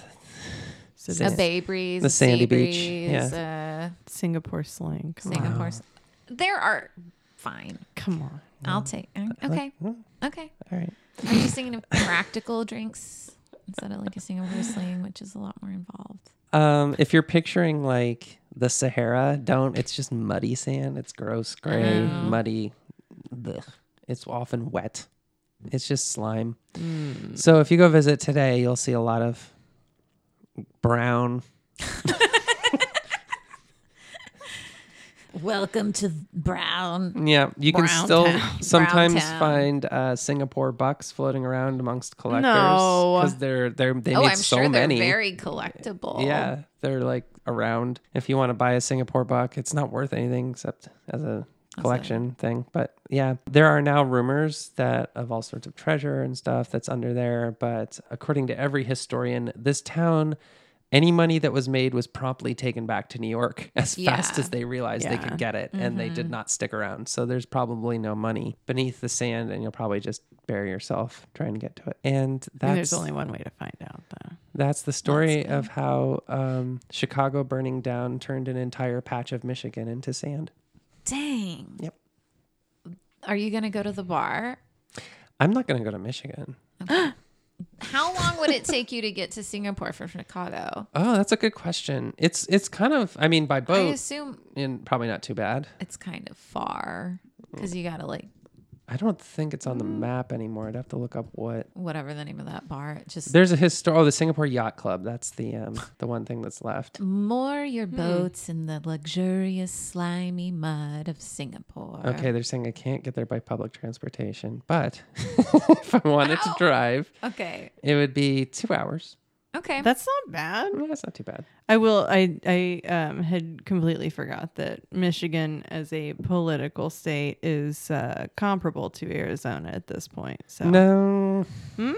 Speaker 1: So
Speaker 4: A
Speaker 1: that's
Speaker 4: Bay Breeze,
Speaker 3: The
Speaker 4: a Sea
Speaker 3: sandy beach,
Speaker 4: Breeze, uh,
Speaker 1: Singapore slang. Come on.
Speaker 4: Singapore. There are fine.
Speaker 1: Come on.
Speaker 2: I'll take. uh,
Speaker 3: Uh,
Speaker 2: Okay. Okay.
Speaker 3: all right.
Speaker 2: Are you singing of practical drinks instead of like a Singapore slang, which is a lot more involved?
Speaker 3: Um, if you're picturing like the Sahara, don't. It's just muddy sand. It's gross, gray, muddy. Blech. It's often wet. It's just slime. So if you go visit today, you'll see a lot of brown.
Speaker 2: Welcome to Brown.
Speaker 3: Yeah, you can
Speaker 1: Brown
Speaker 3: still
Speaker 1: town.
Speaker 3: sometimes
Speaker 2: town.
Speaker 3: find uh, Singapore bucks floating around amongst collectors
Speaker 1: No.
Speaker 3: because they're they're they
Speaker 4: Oh,
Speaker 3: made
Speaker 4: I'm
Speaker 3: so
Speaker 4: sure they're
Speaker 3: many.
Speaker 4: very collectible.
Speaker 3: Yeah, they're like around. If you want to buy a Singapore buck, it's not worth anything except as a collection thing. But yeah, there are now rumors that of all sorts of treasure and stuff that's under there. But according to every historian, this town. Any money that was made was promptly taken back to New York as fast
Speaker 4: Yeah. Mm-hmm.
Speaker 3: as they realized they could get it, and they did not stick around. So there's probably no money beneath the sand, and you'll probably just bury yourself trying to get to it. And that's
Speaker 1: And there's only one way to find out, though.
Speaker 3: that's the story of how um, Chicago burning down turned an entire patch of Michigan into sand.
Speaker 2: Dang.
Speaker 3: Yep.
Speaker 4: Are you gonna go to the bar?
Speaker 3: I'm not going to go to Michigan.
Speaker 4: How long would it take you to get to Singapore from Chicago?
Speaker 3: Oh, that's a good question. It's it's kind of I mean by
Speaker 4: I
Speaker 3: boat
Speaker 4: assume
Speaker 3: and probably not too bad.
Speaker 4: it's kind of far because you gotta like
Speaker 3: I don't think it's on the map anymore. I'd have to look up what.
Speaker 2: Whatever the name of that bar. It just
Speaker 3: There's a histor. Oh, the Singapore Yacht Club. That's the um, the one thing that's left.
Speaker 2: moor your
Speaker 4: Hmm.
Speaker 2: boats in the luxurious slimy mud of Singapore.
Speaker 3: Okay, they're saying I can't get there by public transportation, but if I wanted to drive,
Speaker 4: Okay.
Speaker 3: it would be two hours.
Speaker 4: Okay.
Speaker 1: That's not bad.
Speaker 3: Well, that's not too bad.
Speaker 1: I will. I I um, had completely forgot that Michigan, as a political state, is uh, comparable to Arizona at this point. So
Speaker 3: No,
Speaker 1: Hmm?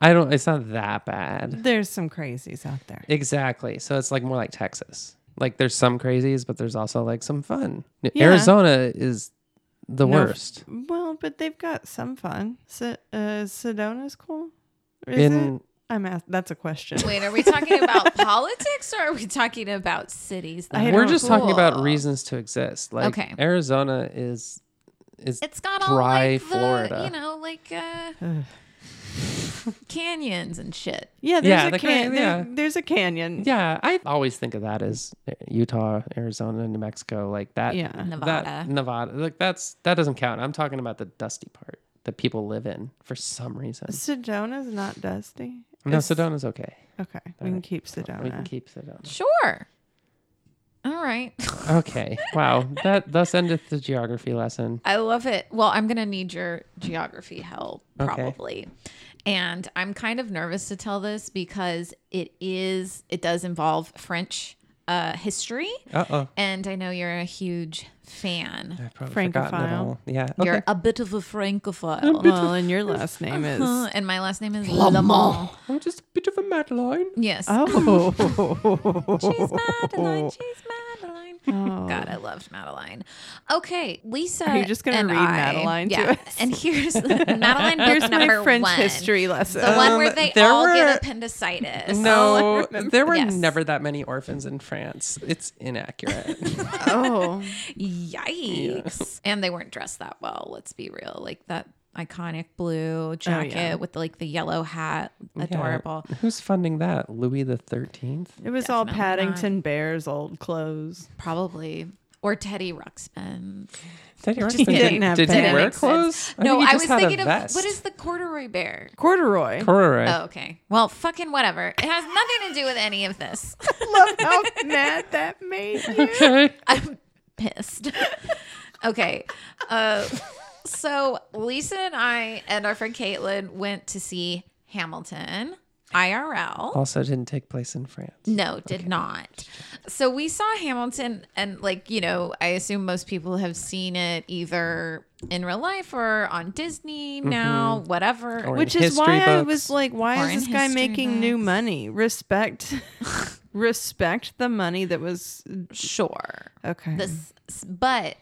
Speaker 3: I don't. It's not that bad.
Speaker 1: there's some crazies out there.
Speaker 3: Exactly. So it's like more like Texas. Like there's some crazies, but there's also like some fun. N-
Speaker 1: Yeah.
Speaker 3: Arizona is the
Speaker 1: No.
Speaker 3: worst.
Speaker 1: Well, but they've got some fun. Se- uh, Sedona's cool. Is
Speaker 3: In
Speaker 1: it? I'm asked. That's a question.
Speaker 4: Wait, are we talking about politics or are we talking about cities? that
Speaker 1: I
Speaker 4: are
Speaker 1: don't-
Speaker 3: we're just talking about
Speaker 4: cool?
Speaker 3: reasons to exist. Like
Speaker 4: Okay.
Speaker 3: Arizona is is
Speaker 4: It's got all
Speaker 3: dry
Speaker 4: like the,
Speaker 3: Florida.
Speaker 4: you know, like uh, canyons and shit.
Speaker 1: Yeah, there's
Speaker 3: Yeah,
Speaker 1: a
Speaker 3: the
Speaker 1: can-
Speaker 3: cra-
Speaker 1: there-
Speaker 3: yeah.
Speaker 1: there's a canyon.
Speaker 3: yeah, I always think of that as eh, Utah, Arizona, New Mexico, like that.
Speaker 1: Yeah.
Speaker 3: Uh, that-
Speaker 2: Nevada.
Speaker 3: Nevada. Like that's that doesn't count. I'm talking about the dusty part that people live in for some reason.
Speaker 1: Sedona's not dusty.
Speaker 3: No,
Speaker 1: It's-
Speaker 3: Sedona's okay.
Speaker 1: Okay, we can keep Sedona.
Speaker 3: We can keep Sedona.
Speaker 2: Sure. All right.
Speaker 3: Okay. Wow. That thus endeth the geography lesson.
Speaker 4: I love it. Well, I'm going to need your geography help
Speaker 3: Okay.
Speaker 4: probably.
Speaker 2: And I'm kind of nervous to tell this because it is it does involve French uh, history,
Speaker 3: Uh oh.
Speaker 2: and I know you're a huge fan.
Speaker 3: I've probably forgotten it
Speaker 1: Francophile.
Speaker 3: all. Yeah. Okay.
Speaker 2: You're a bit of a francophile.
Speaker 1: Well, and your last name
Speaker 2: Huh,
Speaker 1: is.
Speaker 2: and my last name is Lamont.
Speaker 3: I'm just a bit of a Madeline.
Speaker 2: Yes. Uh-huh.
Speaker 1: Oh,
Speaker 2: She's Madeline. She's Madeline.
Speaker 1: Oh.
Speaker 2: God, I loved Madeline. Okay, Lisa.
Speaker 1: Are you just gonna
Speaker 2: and
Speaker 1: read
Speaker 2: I-
Speaker 1: Madeline to
Speaker 2: yeah.
Speaker 1: us?
Speaker 2: And here's Madeline. Book
Speaker 1: Here's
Speaker 2: number
Speaker 1: my French
Speaker 2: one.
Speaker 1: history lesson.
Speaker 2: The one where
Speaker 3: Um,
Speaker 2: they
Speaker 3: there
Speaker 2: all
Speaker 3: were-
Speaker 2: get appendicitis. Oh,
Speaker 3: No, there were
Speaker 2: Yes.
Speaker 3: never that many orphans in France. It's inaccurate.
Speaker 1: oh,
Speaker 2: Yikes. And they weren't dressed that well, let's be real. Like that iconic blue jacket with like the yellow hat. Adorable.
Speaker 3: Oh, Yeah. Who's funding that? Louis the Thirteenth.
Speaker 1: it was all Paddington Bear's old clothes.
Speaker 2: Probably. Or Teddy Ruxpin.
Speaker 3: Teddy Ruxpin
Speaker 1: didn't
Speaker 3: didn't,
Speaker 1: have
Speaker 3: did he
Speaker 1: pants.
Speaker 3: wear
Speaker 2: Makes sense.
Speaker 3: clothes?
Speaker 2: no,
Speaker 3: think he
Speaker 2: I was
Speaker 3: just had a
Speaker 2: thinking of
Speaker 3: vest.
Speaker 2: what is the corduroy bear?
Speaker 1: Corduroy.
Speaker 3: corduroy?
Speaker 2: Oh, okay. Well, fucking whatever. It has nothing to do with any of this.
Speaker 1: Love how mad that made you.
Speaker 3: Okay.
Speaker 2: I'm pissed. okay. Uh, so Lisa and I and our friend Caitlin went to see Hamilton IRL.
Speaker 3: Also, didn't take place in France.
Speaker 2: No, did not. So we saw Hamilton, and like, you know, I assume most people have seen it either in real life or on Disney now, whatever.
Speaker 3: Or in
Speaker 1: Which is why
Speaker 3: history
Speaker 1: I
Speaker 3: books.
Speaker 1: was like, why
Speaker 2: Or in
Speaker 1: is this guy
Speaker 2: history
Speaker 1: making new
Speaker 2: books.
Speaker 1: money? Respect, respect the money that was
Speaker 2: Sure.
Speaker 1: okay.
Speaker 2: this but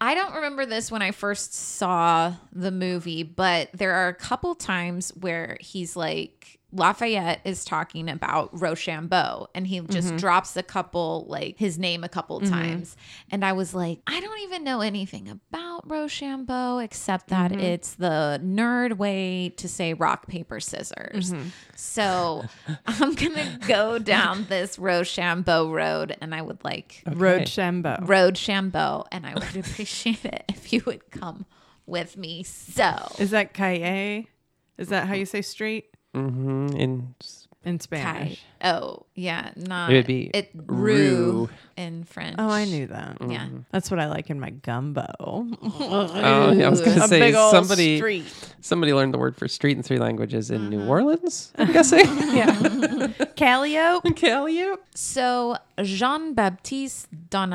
Speaker 2: I don't remember this when I first saw the movie, but there are a couple times where he's like Lafayette is talking about Rochambeau and he just drops a couple like his name a couple times and I was like I don't even know anything about Rochambeau except that it's the nerd way to say rock paper scissors. So I'm going to go down this Rochambeau road and I would like
Speaker 1: Road Shambo.
Speaker 2: Road Shambo, and I would appreciate it if you would come with me. So,
Speaker 1: Is that calle? Is that how you say street
Speaker 3: Mm-hmm. In
Speaker 1: in
Speaker 2: I,
Speaker 1: Spanish?
Speaker 2: oh yeah, not
Speaker 3: It would be
Speaker 2: it
Speaker 3: rue.
Speaker 2: rue in French.
Speaker 1: Oh, I knew that.
Speaker 2: Mm. Yeah,
Speaker 3: Mm-hmm.
Speaker 1: That's what I like in my gumbo.
Speaker 3: oh, yeah, I was gonna
Speaker 1: A
Speaker 3: say
Speaker 1: big old
Speaker 3: somebody
Speaker 1: street.
Speaker 3: somebody learned the word for street in three languages in
Speaker 2: Mm-hmm.
Speaker 3: New Orleans. I'm guessing. yeah.
Speaker 1: Calliope.
Speaker 3: Calliope.
Speaker 2: so Jean Baptiste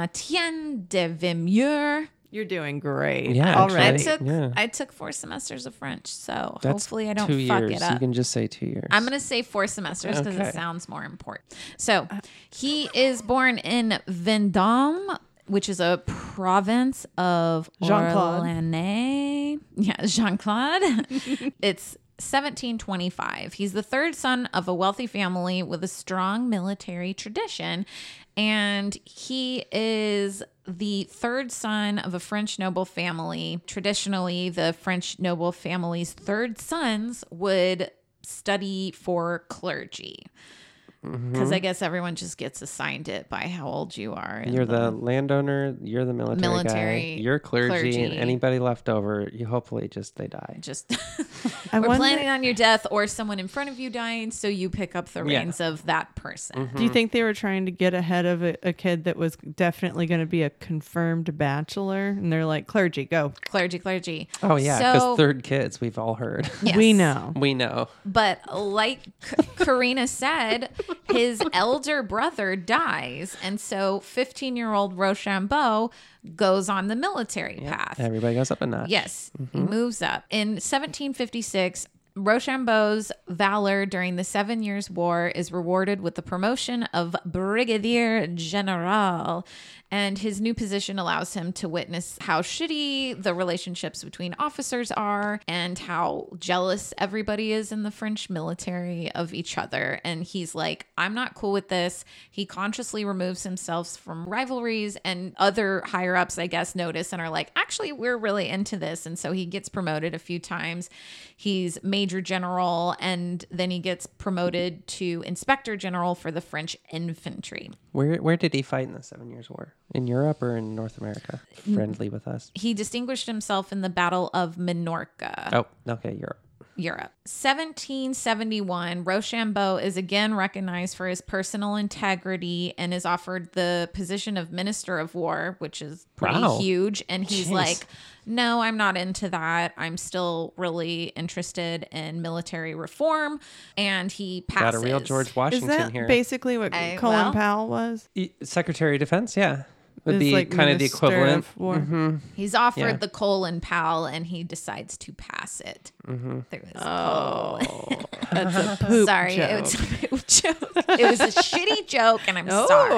Speaker 2: Donatien de Vimeur.
Speaker 1: You're doing great.
Speaker 3: Yeah,
Speaker 1: Already.
Speaker 2: I
Speaker 3: Right,
Speaker 2: took
Speaker 3: yeah.
Speaker 2: I took four semesters of French, so
Speaker 3: That's
Speaker 2: hopefully I don't
Speaker 3: two
Speaker 2: fuck
Speaker 3: years.
Speaker 2: it up.
Speaker 3: You can just say two years.
Speaker 2: I'm going to say four semesters because
Speaker 3: Okay.
Speaker 2: it sounds more important. So
Speaker 1: Uh,
Speaker 2: he is born in Vendôme, which is a province of
Speaker 1: Jean-Claude.
Speaker 2: Orléans. Yeah, Jean Claude. it's 1725. He's the third son of a wealthy family with a strong military tradition. And he is the third son of a French noble family. Traditionally, the French noble family's third sons would study for clergy.
Speaker 3: Mm-hmm.
Speaker 2: because I guess everyone just gets assigned it by how old you are. and
Speaker 3: You're the landowner. You're the military,
Speaker 2: Military,
Speaker 3: guy. You're clergy, and
Speaker 2: clergy.
Speaker 3: anybody left over, you hopefully just they die.
Speaker 2: just
Speaker 1: I
Speaker 2: we're
Speaker 1: wonder-
Speaker 2: planning on your death or someone in front of you dying, so you pick up the
Speaker 3: Yeah.
Speaker 2: reins of that person.
Speaker 1: Do you think they were trying to get ahead of a, a kid that was definitely going to be a confirmed bachelor? And they're like, clergy, go.
Speaker 2: Clergy, clergy.
Speaker 3: Oh yeah, because
Speaker 2: So-
Speaker 3: third kids, we've all heard.
Speaker 1: We
Speaker 2: Yes.
Speaker 1: know.
Speaker 3: we know.
Speaker 2: But like K- Karina said, his elder brother dies. And so 15 year old Rochambeau goes on the military path.
Speaker 3: Everybody goes up a notch.
Speaker 2: Yes, he moves up. In 1756, Rochambeau's valor during the Seven Years' War is rewarded with the promotion of Brigadier General, and his new position allows him to witness how shitty the relationships between officers are and how jealous everybody is in the French military of each other. And he's like, I'm not cool with this. He consciously removes himself from rivalries, and other higher ups, I guess, notice and are like, actually, we're really into this. And so he gets promoted a few times. He's major general, and then he gets promoted to inspector general for the French infantry.
Speaker 3: Where where did he fight in the Seven Years' War? In Europe or in North America?
Speaker 2: Mm.
Speaker 3: Friendly with us.
Speaker 2: He distinguished himself in the Battle of Minorca.
Speaker 3: Oh, okay, Europe.
Speaker 2: Europe. 1771, Rochambeau is again recognized for his personal integrity and is offered the position of Minister of War, which is pretty
Speaker 3: Wow.
Speaker 2: huge. And he's
Speaker 3: Jeez.
Speaker 2: like, no, I'm not into that. I'm still really interested in military reform. And he passes.
Speaker 3: Got a real George
Speaker 1: Is
Speaker 3: Washington
Speaker 1: that
Speaker 3: here.
Speaker 1: basically what
Speaker 2: I-
Speaker 1: Colin
Speaker 2: well,
Speaker 1: Powell was?
Speaker 3: E- Secretary of Defense, yeah, would
Speaker 1: Is
Speaker 3: be
Speaker 1: like
Speaker 3: kind of the
Speaker 1: Minister
Speaker 3: equivalent. Mm-hmm.
Speaker 1: of War.
Speaker 2: He's offered
Speaker 3: Yeah.
Speaker 2: the Colin Powell and he decides to pass it.
Speaker 3: Mm-hmm.
Speaker 2: There was
Speaker 1: That's a Oh. poop
Speaker 2: Sorry,
Speaker 1: joke.
Speaker 2: it was a poop joke. It was a shitty joke, and I'm sorry.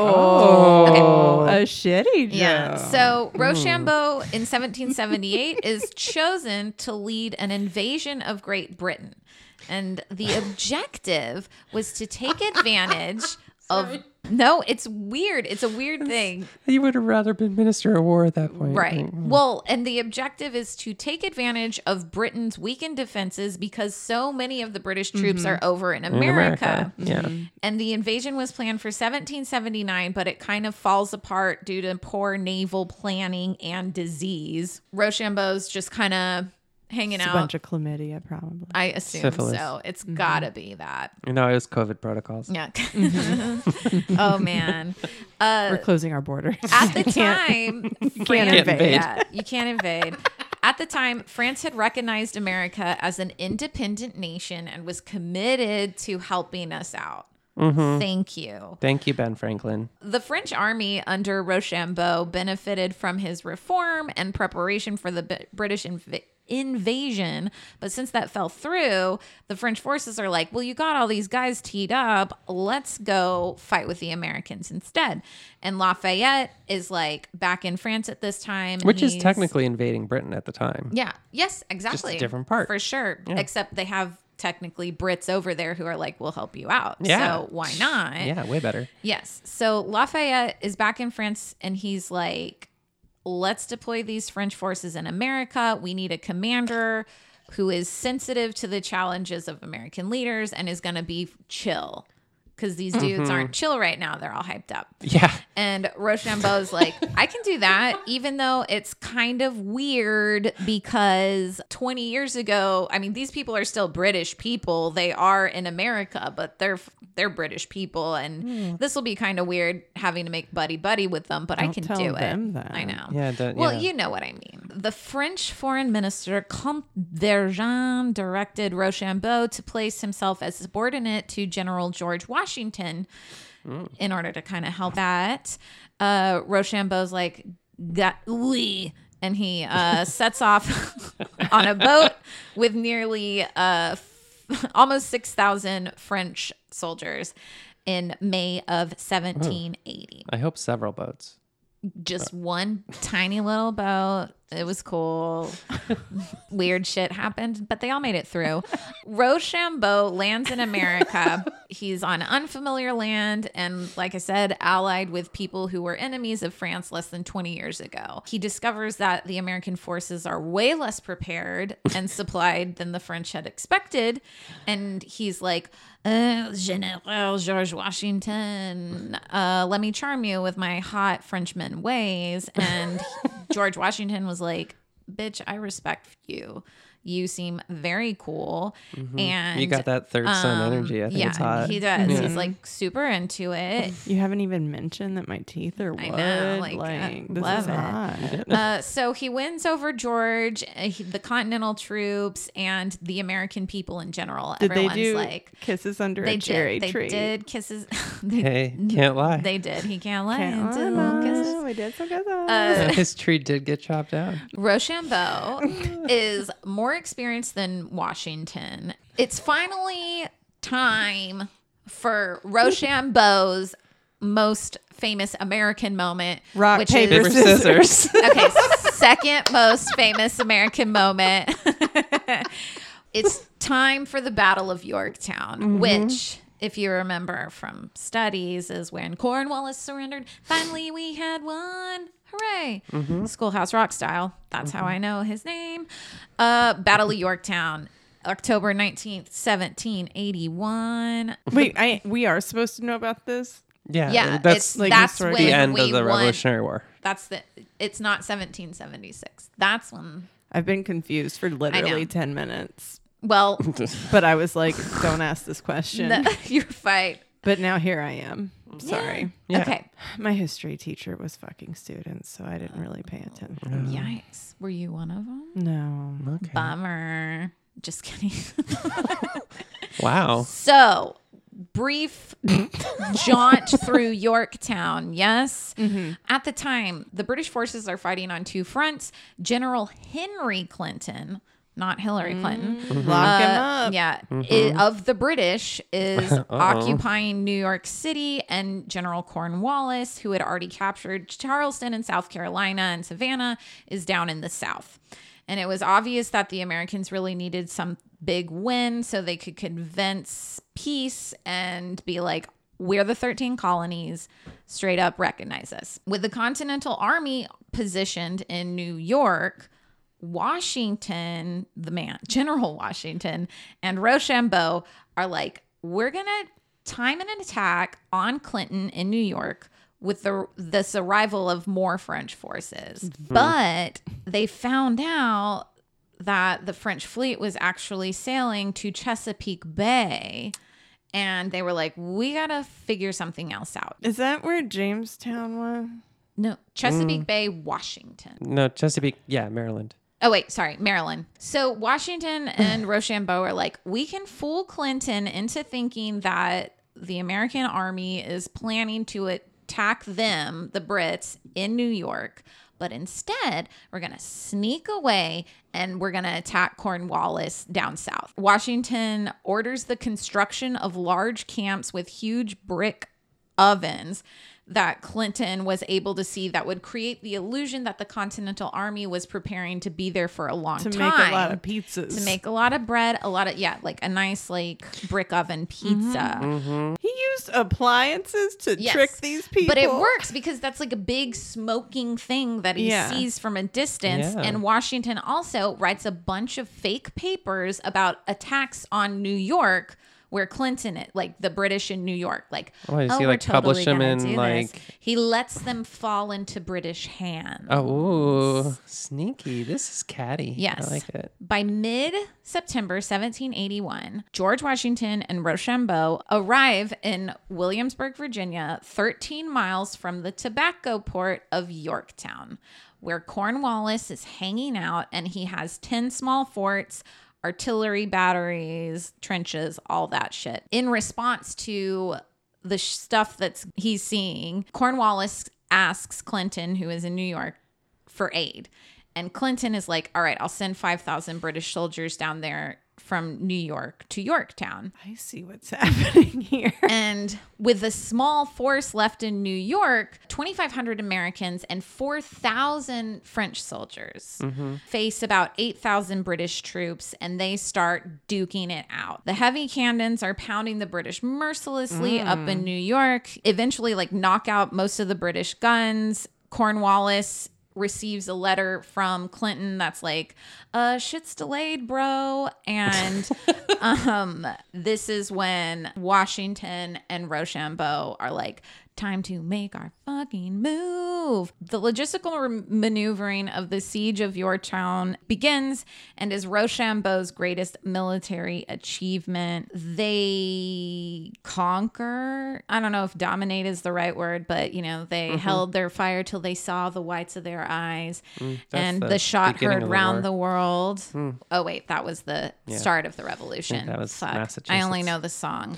Speaker 1: Oh, a shitty joke.
Speaker 2: Yeah. So Rochambeau in 1778 is chosen to lead an invasion of Great Britain. And the objective was to take advantage of. No, it's weird. It's a weird thing.
Speaker 3: You would have rather been Minister of War at that point,
Speaker 2: Right. Well, and the objective is to take advantage of Britain's weakened defenses because so many of the British troops are over in
Speaker 3: In
Speaker 2: America. Mm-hmm.
Speaker 3: America, yeah.
Speaker 2: And the invasion was planned for 1779, but it kind of falls apart due to poor naval planning and disease. Rochambeau's just kind of hanging
Speaker 1: It's a
Speaker 2: out.
Speaker 1: bunch of chlamydia, probably.
Speaker 2: I assume
Speaker 3: Syphilis.
Speaker 2: so. It's gotta be that.
Speaker 3: You know, it was COVID protocols.
Speaker 2: Yeah. oh man. Uh,
Speaker 1: We're closing our borders.
Speaker 2: at the time, France,
Speaker 1: invade.
Speaker 3: invade.
Speaker 2: Yeah, you can't invade. At the time, France had recognized America as an independent nation and was committed to helping us out. Thank you
Speaker 3: Thank you, Ben Franklin.
Speaker 2: the French army under Rochambeau benefited from his reform and preparation for the B- British inv- invasion. But since that fell through, the French forces are like, well, you got all these guys teed up. Let's go fight with the Americans instead. And Lafayette is like back in France at this time. and
Speaker 3: Which is
Speaker 2: he's-
Speaker 3: technically invading Britain at the time.
Speaker 2: Yeah. Yes, exactly.
Speaker 3: different part.
Speaker 2: For sure. Except they have technically Brits over there who are like, we'll help you out.
Speaker 3: Yeah.
Speaker 2: So why not?
Speaker 3: Yeah, way better.
Speaker 2: Yes. So Lafayette is back in France and he's like, let's deploy these French forces in America. We need a commander who is sensitive to the challenges of American leaders and is going to be chill because these dudes aren't chill right now. They're all hyped up.
Speaker 3: Yeah.
Speaker 2: And Rochambeau's like, I can do that, even though it's kind of weird because 20 years ago, I mean, these people are still British people. They are in America, but they're they're British people, and
Speaker 1: Hmm.
Speaker 2: this will be kind of weird having to make buddy buddy with them. But I can
Speaker 1: tell
Speaker 2: do it.
Speaker 1: them that.
Speaker 2: I know.
Speaker 3: Yeah, don't-
Speaker 2: well,
Speaker 3: yeah.
Speaker 2: you know what I mean. The French Foreign Minister Comte d'Argent directed Rochambeau to place himself as subordinate to General George Washington
Speaker 3: Mm.
Speaker 2: in order to kind of help that. Uh, Rochambeau's like, that we. And he uh, sets off on a boat with nearly uh, f- almost 6,000 French soldiers in May of 1780.
Speaker 3: I hope several boats.
Speaker 2: Just one tiny little boat It was cool. Weird shit happened, but they all made it through. Rochambeau lands in America. He's on unfamiliar land and, like I said, allied with people who were enemies of France less than 20 years ago. He discovers that the American forces are way less prepared and supplied than the French had expected. And he's like, uh, General George Washington, uh, let me charm you with my hot Frenchman ways. And George Washington was like, Bitch, I respect you. You seem very cool. And
Speaker 3: Mm-hmm. You got that third son
Speaker 2: um,
Speaker 3: energy. I think
Speaker 2: yeah,
Speaker 3: it's hot.
Speaker 2: he does. He's like super into it.
Speaker 1: You haven't even mentioned that my teeth are wood.
Speaker 2: I
Speaker 1: I
Speaker 2: know,
Speaker 1: know,
Speaker 2: like,
Speaker 1: like,
Speaker 2: I
Speaker 1: this
Speaker 2: love
Speaker 1: is
Speaker 2: it.
Speaker 1: hot.
Speaker 2: Uh, so he wins over George, uh, he- the Continental troops, and the American people in general.
Speaker 1: Did
Speaker 2: Everyone's
Speaker 1: they do
Speaker 2: like,
Speaker 1: kisses under
Speaker 2: they
Speaker 1: a cherry
Speaker 2: did. They
Speaker 1: tree?
Speaker 2: did kisses. they,
Speaker 3: Hey, can't lie.
Speaker 2: they did. He can't lie.
Speaker 1: Can't
Speaker 2: Did
Speaker 1: lie,
Speaker 2: kisses.
Speaker 1: we did some kisses.
Speaker 3: Uh, His tree did get chopped down.
Speaker 2: Rochambeau is more experienced than Washington. It's finally time for Rochambeau's most famous American moment,
Speaker 1: Rock, paper,
Speaker 3: Paper
Speaker 2: is
Speaker 3: scissors.
Speaker 2: okay, second most famous American moment. it's time for the Battle of Yorktown,
Speaker 3: Mm-hmm.
Speaker 2: which, if you remember from studies, is when Cornwallis surrendered. Finally, we had one. Hooray!
Speaker 3: Mm-hmm.
Speaker 2: Schoolhouse Rock style. That's how I know his name. Uh, Battle of Yorktown, October 19th, 1781.
Speaker 3: Uh,
Speaker 1: Wait, I we are supposed to know about this.
Speaker 3: Yeah,
Speaker 2: Yeah,
Speaker 3: that's
Speaker 2: it's,
Speaker 1: like
Speaker 2: that's when
Speaker 1: historical.
Speaker 3: the end
Speaker 2: we
Speaker 3: of the
Speaker 2: won.
Speaker 3: Revolutionary War.
Speaker 2: That's the. It's not 1776. That's when.
Speaker 1: I've been confused for literally ten minutes,
Speaker 2: Well,
Speaker 1: but I was like, "Don't ask this question."
Speaker 2: No, you're fine.
Speaker 1: But now here I am. I'm sorry.
Speaker 3: Yeah.
Speaker 2: Okay.
Speaker 1: My history teacher was fucking students, so I didn't really pay attention.
Speaker 2: Yikes. Were you one of them?
Speaker 1: No.
Speaker 3: Okay.
Speaker 2: Bummer. Just kidding.
Speaker 3: Wow.
Speaker 2: so, brief jaunt through Yorktown. Yes.
Speaker 1: Mm-hmm.
Speaker 2: At the time, the British forces are fighting on two fronts. General Henry Clinton, not Hillary Clinton,
Speaker 1: Mm-hmm. Lock him
Speaker 2: uh,
Speaker 1: up.
Speaker 2: Yeah, i- of the British is occupying New York City, and General Cornwallis, who had already captured Charleston and South Carolina and Savannah, is down in the South. And it was obvious that the Americans really needed some big win so they could convince peace and be like, we're the 13 colonies, straight up recognize us. With the Continental Army positioned in New York, Washington, the man, General Washington, and Rochambeau are like, we're gonna time an attack on Clinton in New York with the this arrival of more French forces. But they found out that the French fleet was actually sailing to Chesapeake Bay. And they were like, we gotta figure something else out.
Speaker 1: Is that where Jamestown was?
Speaker 2: No, Chesapeake Bay, Washington.
Speaker 3: No, Chesapeake. Yeah, Maryland.
Speaker 2: Oh wait, sorry, Maryland. So Washington and Rochambeau are like, we can fool Clinton into thinking that the American army is planning to attack them, the Brits, in New York. But instead, we're going to sneak away and we're going to attack Cornwallis down south. Washington orders the construction of large camps with huge brick ovens that Clinton was able to see that would create the illusion that the Continental Army was preparing to be there for a long
Speaker 1: To
Speaker 2: time.
Speaker 1: make a lot of pizzas.
Speaker 2: to make a lot of bread, a lot of yeah, like a nice like brick oven pizza.
Speaker 1: He used appliances to
Speaker 2: Yes.
Speaker 1: trick these people.
Speaker 2: But it works because that's like a big smoking thing that he
Speaker 1: Yeah.
Speaker 2: sees from a distance.
Speaker 3: Yeah.
Speaker 2: And Washington also writes a bunch of fake papers about attacks on New York where Clinton, like the British in New York, like,
Speaker 3: Oh, does he,
Speaker 2: we're
Speaker 3: like, publish them
Speaker 2: gonna
Speaker 3: in,
Speaker 2: do this."
Speaker 3: like-
Speaker 2: he lets them fall into British hands.
Speaker 3: Oh, ooh, sneaky. This is catty.
Speaker 2: Yes.
Speaker 3: I like it.
Speaker 2: By mid September 1781, George Washington and Rochambeau arrive in Williamsburg, Virginia, 13 miles from the tobacco port of Yorktown, where Cornwallis is hanging out and he has 10 small forts. Artillery batteries, trenches, all that shit. In response to the sh- stuff that's he's seeing, Cornwallis asks Clinton, who is in New York, for aid. And Clinton is like, all right, I'll send 5,000 British soldiers down there from New York to Yorktown.
Speaker 1: I see what's happening here.
Speaker 2: And with the small force left in New York, 2,500 Americans and 4,000 French soldiers face about 8,000 British troops and they start duking it out. The heavy cannons are pounding the British mercilessly up in New York, eventually, like, knock out most of the British guns. Cornwallis receives a letter from Clinton that's like, uh, shit's delayed, bro. And um, this is when Washington and Rochambeau are like, time to make our fucking move. The logistical re- maneuvering of the siege of Yorktown begins and is Rochambeau's greatest military achievement. They conquer, I don't know if dominate is the right word, but you know, they
Speaker 3: Mm-hmm.
Speaker 2: held their fire till they saw the whites of their eyes
Speaker 3: Mm, that's
Speaker 2: and
Speaker 3: the
Speaker 2: the, shot
Speaker 3: beginning
Speaker 2: heard
Speaker 3: of the
Speaker 2: round
Speaker 3: war.
Speaker 2: the world.
Speaker 3: Hmm.
Speaker 2: Oh wait, that was the start of the revolution.
Speaker 3: that was
Speaker 2: Fuck. I
Speaker 3: Massachusetts.
Speaker 2: only know the song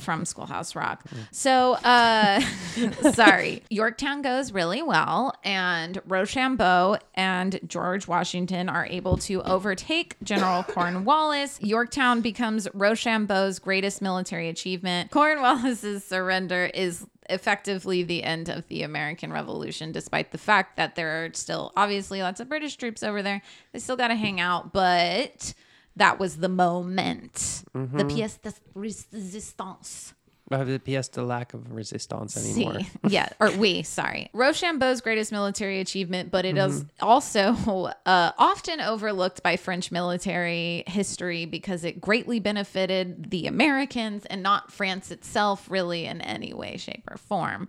Speaker 2: from Schoolhouse Rock. So, uh, sorry. Yorktown goes really well, and Rochambeau and George Washington are able to overtake General Cornwallis. Yorktown becomes Rochambeau's greatest military achievement. Cornwallis's surrender is effectively the end of the American Revolution, despite the fact that there are still obviously lots of British troops over there. They still got to hang out, but that was the moment. The pièce de résistance.
Speaker 3: I have the PS to lack of resistance anymore.
Speaker 2: See, yeah, or we, sorry. Rochambeau's greatest military achievement, but it is also uh, often overlooked by French military history because it greatly benefited the Americans and not France itself, really, in any way, shape, or form.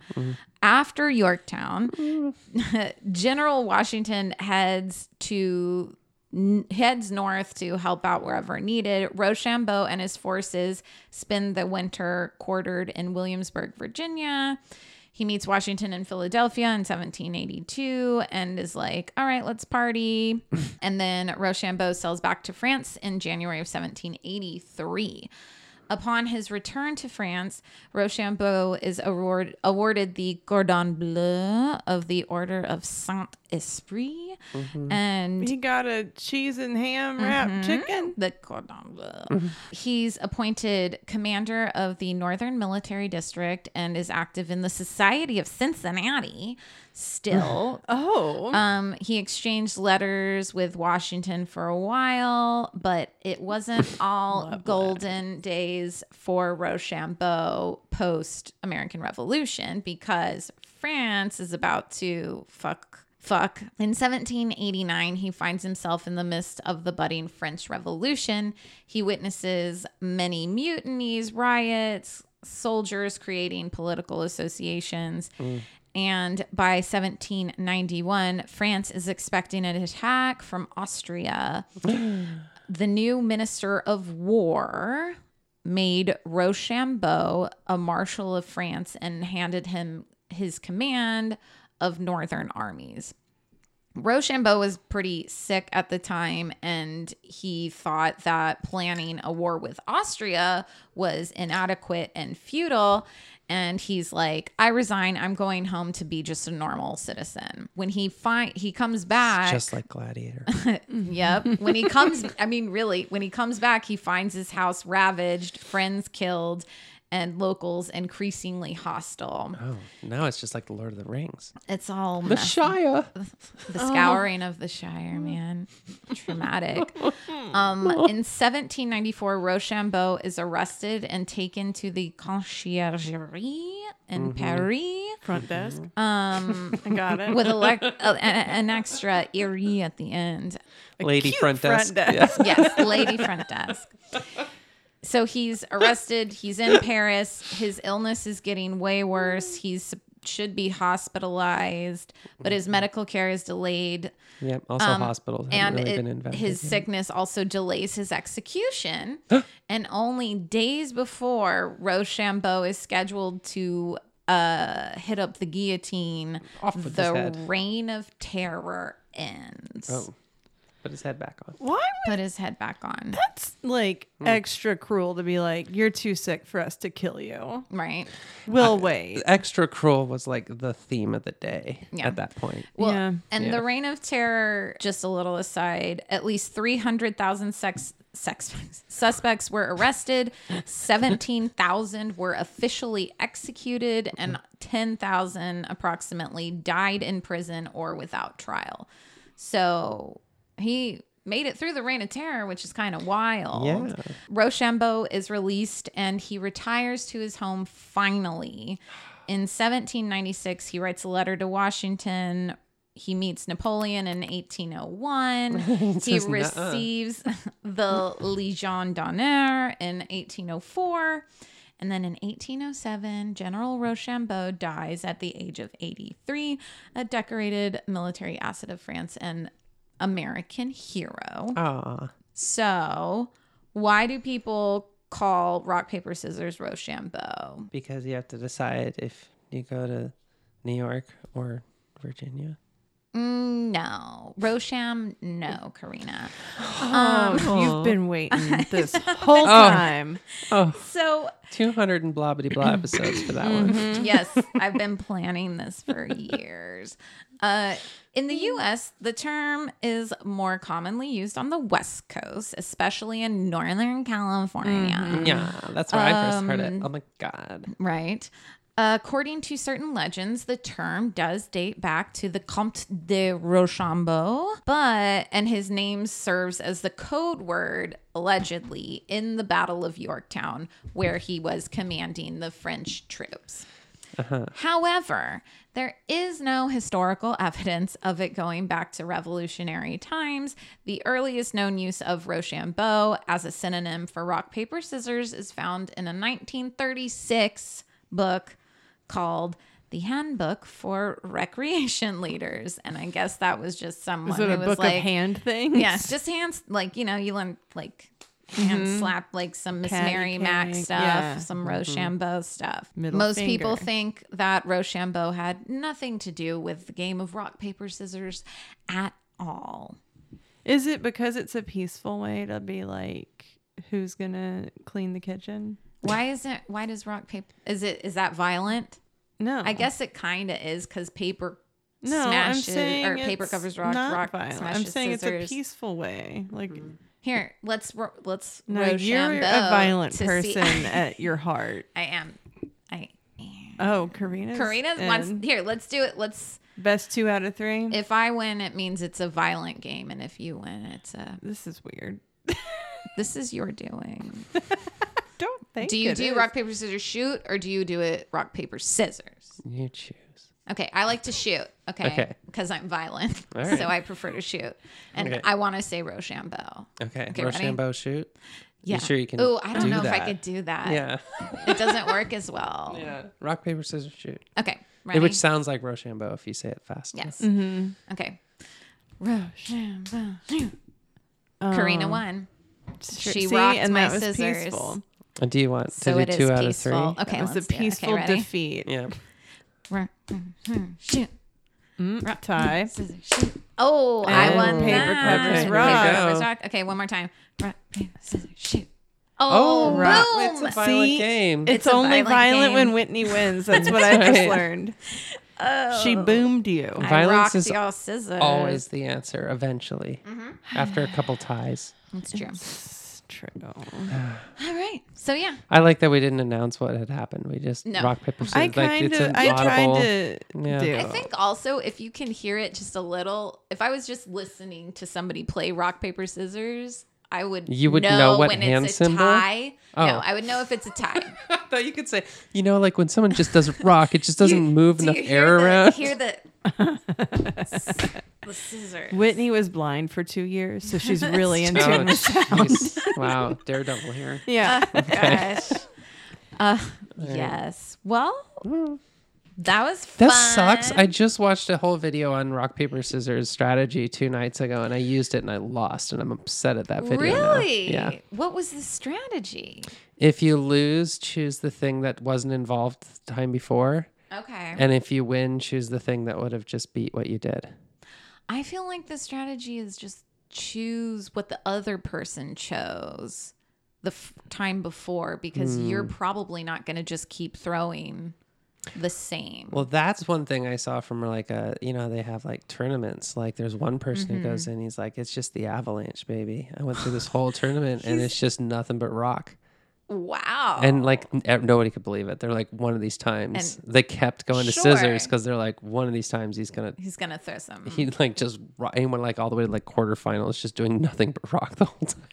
Speaker 2: After Yorktown, General Washington heads to n- heads north to help out wherever needed. Rochambeau and his forces spend the winter quartered in Williamsburg, Virginia. He meets Washington in Philadelphia in 1782 and is like, "All right, let's party." and then Rochambeau sails back to France in January of 1783. Upon his return to France, Rochambeau is award, awarded the Cordon Bleu of the Order of Saint Esprit, and
Speaker 1: Mm-hmm. he got a cheese and ham wrap
Speaker 2: Mm-hmm.
Speaker 1: chicken.
Speaker 2: the cordon
Speaker 1: Mm-hmm.
Speaker 2: bleu. He's appointed commander of the Northern Military District and is active in the Society of Cincinnati still.
Speaker 1: Oh,
Speaker 2: um, he exchanged letters with Washington for a while, but it wasn't all golden days for Rochambeau post American Revolution because France is about to fuck fuck. In 1789, he finds himself in the midst of the budding French Revolution. He witnesses many mutinies, riots, soldiers creating political associations. And by 1791, France is expecting an attack from Austria. the new minister of war made Rochambeau a marshal of France and handed him his command of northern armies. Rochambeau was pretty sick at the time, and he thought that planning a war with Austria was inadequate and futile. And he's like, "I resign. I'm going home to be just a normal citizen." When he find he comes back,
Speaker 3: Just like Gladiator.
Speaker 2: Yep. When he comes, I mean, really, when he comes back, he finds his house ravaged, friends killed, and locals increasingly hostile.
Speaker 3: oh, now it's just like the Lord of the Rings.
Speaker 2: It's all
Speaker 3: The
Speaker 2: messed
Speaker 3: Shire.
Speaker 2: the scouring of the Shire, man. Traumatic. Um, in 1794, Rochambeau is arrested and taken to the conciergerie in Paris
Speaker 1: front desk.
Speaker 2: um,
Speaker 1: I got it.
Speaker 2: with elec- uh, an extra eerie at the end.
Speaker 3: Lady
Speaker 1: cute
Speaker 3: front
Speaker 1: front
Speaker 3: desk.
Speaker 1: desk.
Speaker 2: yes, lady front desk. So he's arrested. He's in Paris. His illness is getting way worse. He's should be hospitalized, but his medical care is delayed,
Speaker 3: Yeah. Yep. Also, hospitals haven't
Speaker 2: Um, and
Speaker 3: really
Speaker 2: it-
Speaker 3: been invented.
Speaker 2: his
Speaker 3: yet.
Speaker 2: sickness also delays his execution. and only days before Rochambeau is scheduled to uh, hit up the guillotine,
Speaker 3: Off with his
Speaker 2: the
Speaker 3: head.
Speaker 2: reign of terror ends.
Speaker 3: Oh, put his head back on.
Speaker 1: Why would
Speaker 2: Put his head back on.
Speaker 1: that's like extra cruel to be like, you're too sick for us to kill you.
Speaker 2: Right.
Speaker 1: We'll wait.
Speaker 3: Extra cruel was like the theme of the day
Speaker 2: Yeah.
Speaker 3: at that point.
Speaker 2: Well,
Speaker 1: Yeah.
Speaker 2: and
Speaker 3: Yeah.
Speaker 2: the Reign of Terror, just a little aside, at least 300,000 sex sex, suspects were arrested, 17,000 were officially executed, and 10,000 approximately died in prison or without trial. So he made it through the reign of terror, which is kind of wild.
Speaker 3: Yeah.
Speaker 2: Rochambeau is released and he retires to his home finally. In 1796, he writes a letter to Washington. He meets Napoleon in 1801. he
Speaker 3: says, "Nuh-uh."
Speaker 2: receives the Legion d'honneur in 1804. And then in 1807, General Rochambeau dies at the age of 83, a decorated military asset of France and American hero.
Speaker 3: Aw.
Speaker 2: So, why do people call rock paper scissors Rochambeau?
Speaker 3: Because you have to decide if you go to New York or Virginia.
Speaker 2: Mm, No, Rocham, no, Karina.
Speaker 1: You've been waiting this whole time.
Speaker 2: So,
Speaker 3: 200 and blah blah blah episodes for that
Speaker 2: Mm-hmm.
Speaker 3: one.
Speaker 2: yes, I've been planning this for years. Uh, in the US, the term is more commonly used on the West Coast, especially in Northern California.
Speaker 3: Yeah, that's where I first heard it. Oh my god.
Speaker 2: Right. According to certain legends, the term does date back to the Comte de Rochambeau, but and his name serves as the code word allegedly in the Battle of Yorktown, where he was commanding the French troops. However, there is no historical evidence of it going back to revolutionary times. The earliest known use of Rochambeau as a synonym for rock, paper, scissors is found in a 1936 book called The Handbook for Recreation Leaders. And I guess that was just someone
Speaker 1: Is it
Speaker 2: who
Speaker 1: a
Speaker 2: was
Speaker 1: book
Speaker 2: like,
Speaker 1: of hand things?
Speaker 2: yeah, just hands like you know you learn like hand slap like some Miss
Speaker 1: Mm-hmm. Patty
Speaker 2: Mary Mac
Speaker 1: cake,
Speaker 2: stuff,
Speaker 1: yeah. Mm-hmm.
Speaker 2: some Rochambeau stuff.
Speaker 1: Middle
Speaker 2: Most
Speaker 1: finger.
Speaker 2: people think that Rochambeau had nothing to do with the game of rock paper scissors at all.
Speaker 1: Is it because it's a peaceful way to be like, who's gonna clean the kitchen?
Speaker 2: Why isn't why does rock paper is it is that violent?
Speaker 1: No,
Speaker 2: I guess it kind of is because paper
Speaker 1: no. I'm
Speaker 2: smashes
Speaker 1: saying
Speaker 2: or paper
Speaker 1: it's
Speaker 2: covers rock,
Speaker 1: not
Speaker 2: rock
Speaker 1: violent.
Speaker 2: smashes
Speaker 1: I'm saying
Speaker 2: scissors.
Speaker 1: it's a peaceful way. Like,
Speaker 2: Here, let's ro- let's
Speaker 1: no,
Speaker 2: Rochambeau.
Speaker 1: you're a violent
Speaker 2: to see-
Speaker 1: person at your heart.
Speaker 2: I am. I am.
Speaker 1: Oh, Karina's
Speaker 2: Karina wants
Speaker 1: in.
Speaker 2: here. Let's do it. Let's.
Speaker 1: best two out of three.
Speaker 2: If I win, it means it's a violent game, and if you win, it's a.
Speaker 1: this is weird.
Speaker 2: This is your doing.
Speaker 1: Don't think.
Speaker 2: Do you
Speaker 1: it
Speaker 2: do
Speaker 1: is.
Speaker 2: rock paper scissors shoot, or do you do it rock paper scissors?
Speaker 3: You choose.
Speaker 2: Okay, I like to shoot. Okay,
Speaker 3: Okay.
Speaker 2: because I'm violent,
Speaker 3: All right.
Speaker 2: so I prefer to shoot, and
Speaker 3: Okay.
Speaker 2: I want to say Rochambeau.
Speaker 3: Okay,
Speaker 2: Okay, ready?
Speaker 3: Rochambeau shoot.
Speaker 2: Yeah.
Speaker 3: You sure you can?
Speaker 2: Ooh, I don't
Speaker 3: do
Speaker 2: know if I
Speaker 3: that?
Speaker 2: could do that.
Speaker 3: Yeah.
Speaker 2: It doesn't work as well.
Speaker 3: yeah. Rock paper scissors shoot.
Speaker 2: Okay. Ready?
Speaker 3: Which sounds like Rochambeau if you say it fast.
Speaker 2: yes.
Speaker 1: Mhm.
Speaker 3: Mm-hmm.
Speaker 2: Okay. Rochambeau. Karina
Speaker 1: Um,
Speaker 2: won.
Speaker 1: Sure.
Speaker 2: She
Speaker 1: See,
Speaker 2: rocked
Speaker 1: and
Speaker 2: my
Speaker 1: that was
Speaker 2: scissors.
Speaker 1: peaceful.
Speaker 3: And Uh, do you want to
Speaker 2: So
Speaker 3: do
Speaker 2: it is
Speaker 3: two out
Speaker 2: peaceful.
Speaker 3: of three?
Speaker 2: Okay,
Speaker 1: It was a
Speaker 2: let's do it. Okay,
Speaker 1: peaceful
Speaker 2: ready?
Speaker 1: defeat.
Speaker 3: Yeah.
Speaker 2: Rock, mm, mm, Shoot.
Speaker 1: Mm, tie.
Speaker 2: scissors, shoot. Oh, I
Speaker 1: And
Speaker 2: won
Speaker 1: paper
Speaker 2: that.
Speaker 3: covers
Speaker 2: Paper
Speaker 1: rock.
Speaker 2: covers rock. Okay, one more time. Rock, paper, scissors, shoot.
Speaker 3: Oh,
Speaker 2: Oh,
Speaker 3: rock.
Speaker 2: boom.
Speaker 3: It's a violent
Speaker 1: See?
Speaker 3: game.
Speaker 1: It's,
Speaker 2: It's a
Speaker 1: only
Speaker 2: violent
Speaker 1: violent
Speaker 2: game.
Speaker 1: when Whitney wins. That's what I just learned. She
Speaker 3: Oh.
Speaker 1: boomed you.
Speaker 2: I
Speaker 3: Violence
Speaker 2: rocked
Speaker 3: is
Speaker 2: y'all scissors.
Speaker 3: Always the answer, eventually.
Speaker 2: Mm-hmm.
Speaker 3: After a couple ties.
Speaker 2: That's true.
Speaker 1: It's true.
Speaker 2: All right. So, yeah.
Speaker 3: I like that we didn't announce what had happened. We just
Speaker 2: No.
Speaker 3: rock, paper, scissors.
Speaker 1: I
Speaker 3: Like,
Speaker 1: kind
Speaker 3: it's
Speaker 1: of,
Speaker 3: an
Speaker 1: I
Speaker 3: audible-
Speaker 1: tried to
Speaker 3: Yeah.
Speaker 1: do.
Speaker 2: I think also if you can hear it just a little, if I was just listening to somebody play rock, paper, scissors, I would
Speaker 3: You would know what
Speaker 2: when
Speaker 3: hand
Speaker 2: it's a
Speaker 3: symbol?
Speaker 2: tie. No,
Speaker 3: Oh.
Speaker 2: I would know if it's a tie.
Speaker 3: I thought you could say, you know, like when someone just does rock, it just doesn't move
Speaker 2: Do
Speaker 3: enough
Speaker 2: you hear
Speaker 3: air
Speaker 2: the,
Speaker 3: around.
Speaker 2: Hear the, the scissors.
Speaker 1: Whitney was blind for two years, so she's really in
Speaker 3: Oh,
Speaker 1: tune with sound.
Speaker 3: jeez. wow, daredevil here.
Speaker 1: Yeah.
Speaker 2: Oh, Gosh. Uh, yes. Well, that was fun.
Speaker 3: Mm. That sucks. I just watched a whole video on rock paper scissors strategy two nights ago, and I used it and I lost, and I'm upset at that video. now.
Speaker 2: really.
Speaker 3: Yeah.
Speaker 2: What was the strategy?
Speaker 3: If you lose, choose the thing that wasn't involved the time before,
Speaker 2: Okay.
Speaker 3: and if you win, choose the thing that would have just beat what you did.
Speaker 2: I feel like the strategy is just choose what the other person chose
Speaker 3: Hmm.
Speaker 2: the f- time before because you're probably not going to just keep throwing the same.
Speaker 3: Well, that's one thing I saw from like a you know they have like tournaments. Like there's one person who
Speaker 2: Mm-hmm.
Speaker 3: goes in, he's like, it's just the avalanche, baby. I went through this whole tournament and it's just nothing but rock.
Speaker 2: Wow.
Speaker 3: And
Speaker 1: Oh.
Speaker 3: like n- ev- nobody could believe it. They're like, one of these times they kept going to
Speaker 2: Sure.
Speaker 3: scissors because they're like, one of these times he's gonna
Speaker 2: He's gonna throw some.
Speaker 1: Mm.
Speaker 3: he like just ro- anyone like all the way to like quarterfinals, just doing nothing but rock the whole time.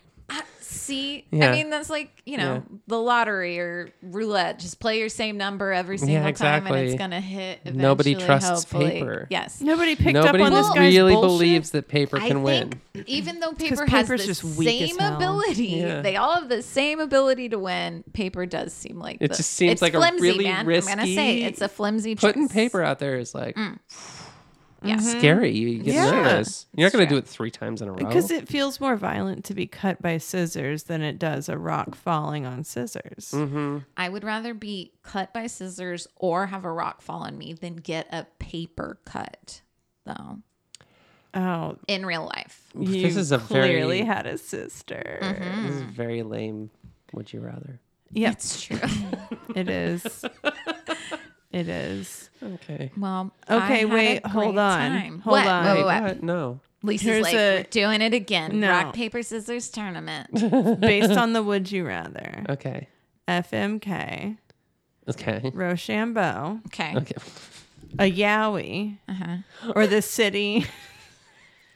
Speaker 2: See,
Speaker 3: Yeah.
Speaker 2: I mean that's like you know
Speaker 3: Yeah.
Speaker 2: the lottery or roulette. Just play your same number every single time, and
Speaker 3: exactly.
Speaker 2: it's gonna hit. Eventually,
Speaker 3: Nobody trusts
Speaker 2: hopefully.
Speaker 3: paper.
Speaker 2: Yes.
Speaker 1: Nobody picked
Speaker 3: Nobody
Speaker 1: up on this guy's
Speaker 3: really
Speaker 1: bullshit.
Speaker 3: believes that paper can win.
Speaker 2: even though paper
Speaker 1: 'Cause
Speaker 2: has the
Speaker 1: paper's just weak as
Speaker 2: same
Speaker 1: hell.
Speaker 2: ability,
Speaker 3: Yeah.
Speaker 2: they all have the same ability to win. Paper does seem like
Speaker 3: It
Speaker 2: the-
Speaker 3: just seems
Speaker 2: it's
Speaker 3: like a
Speaker 2: flimsy,
Speaker 3: really
Speaker 2: man. I'm gonna say
Speaker 3: risky-
Speaker 2: it's a flimsy
Speaker 3: Putting
Speaker 2: choice.
Speaker 3: paper out there is like
Speaker 2: Yeah.
Speaker 3: scary. You
Speaker 1: Mm.
Speaker 3: get
Speaker 1: Yeah.
Speaker 3: nervous. You're not gonna do it three times in a row.
Speaker 1: Because it feels more violent to be cut by scissors than it does a rock falling on scissors.
Speaker 2: I would rather be cut by scissors or have a rock fall on me than get a paper cut, though,
Speaker 1: Oh,
Speaker 2: in real life.
Speaker 1: you
Speaker 3: this is a
Speaker 1: clearly mm.
Speaker 3: very Mm-hmm.
Speaker 1: had a sister.
Speaker 3: this is very lame. Would you rather?
Speaker 1: Yeah,
Speaker 2: It's true.
Speaker 1: it is. it is.
Speaker 3: Okay.
Speaker 2: well,
Speaker 1: Okay,
Speaker 2: I had a
Speaker 1: wait, hold
Speaker 2: great
Speaker 1: on.
Speaker 2: time.
Speaker 1: Hold
Speaker 2: What?
Speaker 1: on.
Speaker 2: Wait,
Speaker 1: Oh,
Speaker 3: Wait,
Speaker 2: wait, wait.
Speaker 3: what? No.
Speaker 2: Lisa's
Speaker 1: Here's
Speaker 2: like,
Speaker 1: a-
Speaker 2: we're doing it again.
Speaker 1: No.
Speaker 2: Rock paper scissors tournament.
Speaker 1: Based on the Would You Rather,
Speaker 3: Okay.
Speaker 1: FMK,
Speaker 3: Okay.
Speaker 1: Rochambeau,
Speaker 2: Okay.
Speaker 3: Okay.
Speaker 1: a Yowie,
Speaker 2: Uh-huh.
Speaker 1: or the city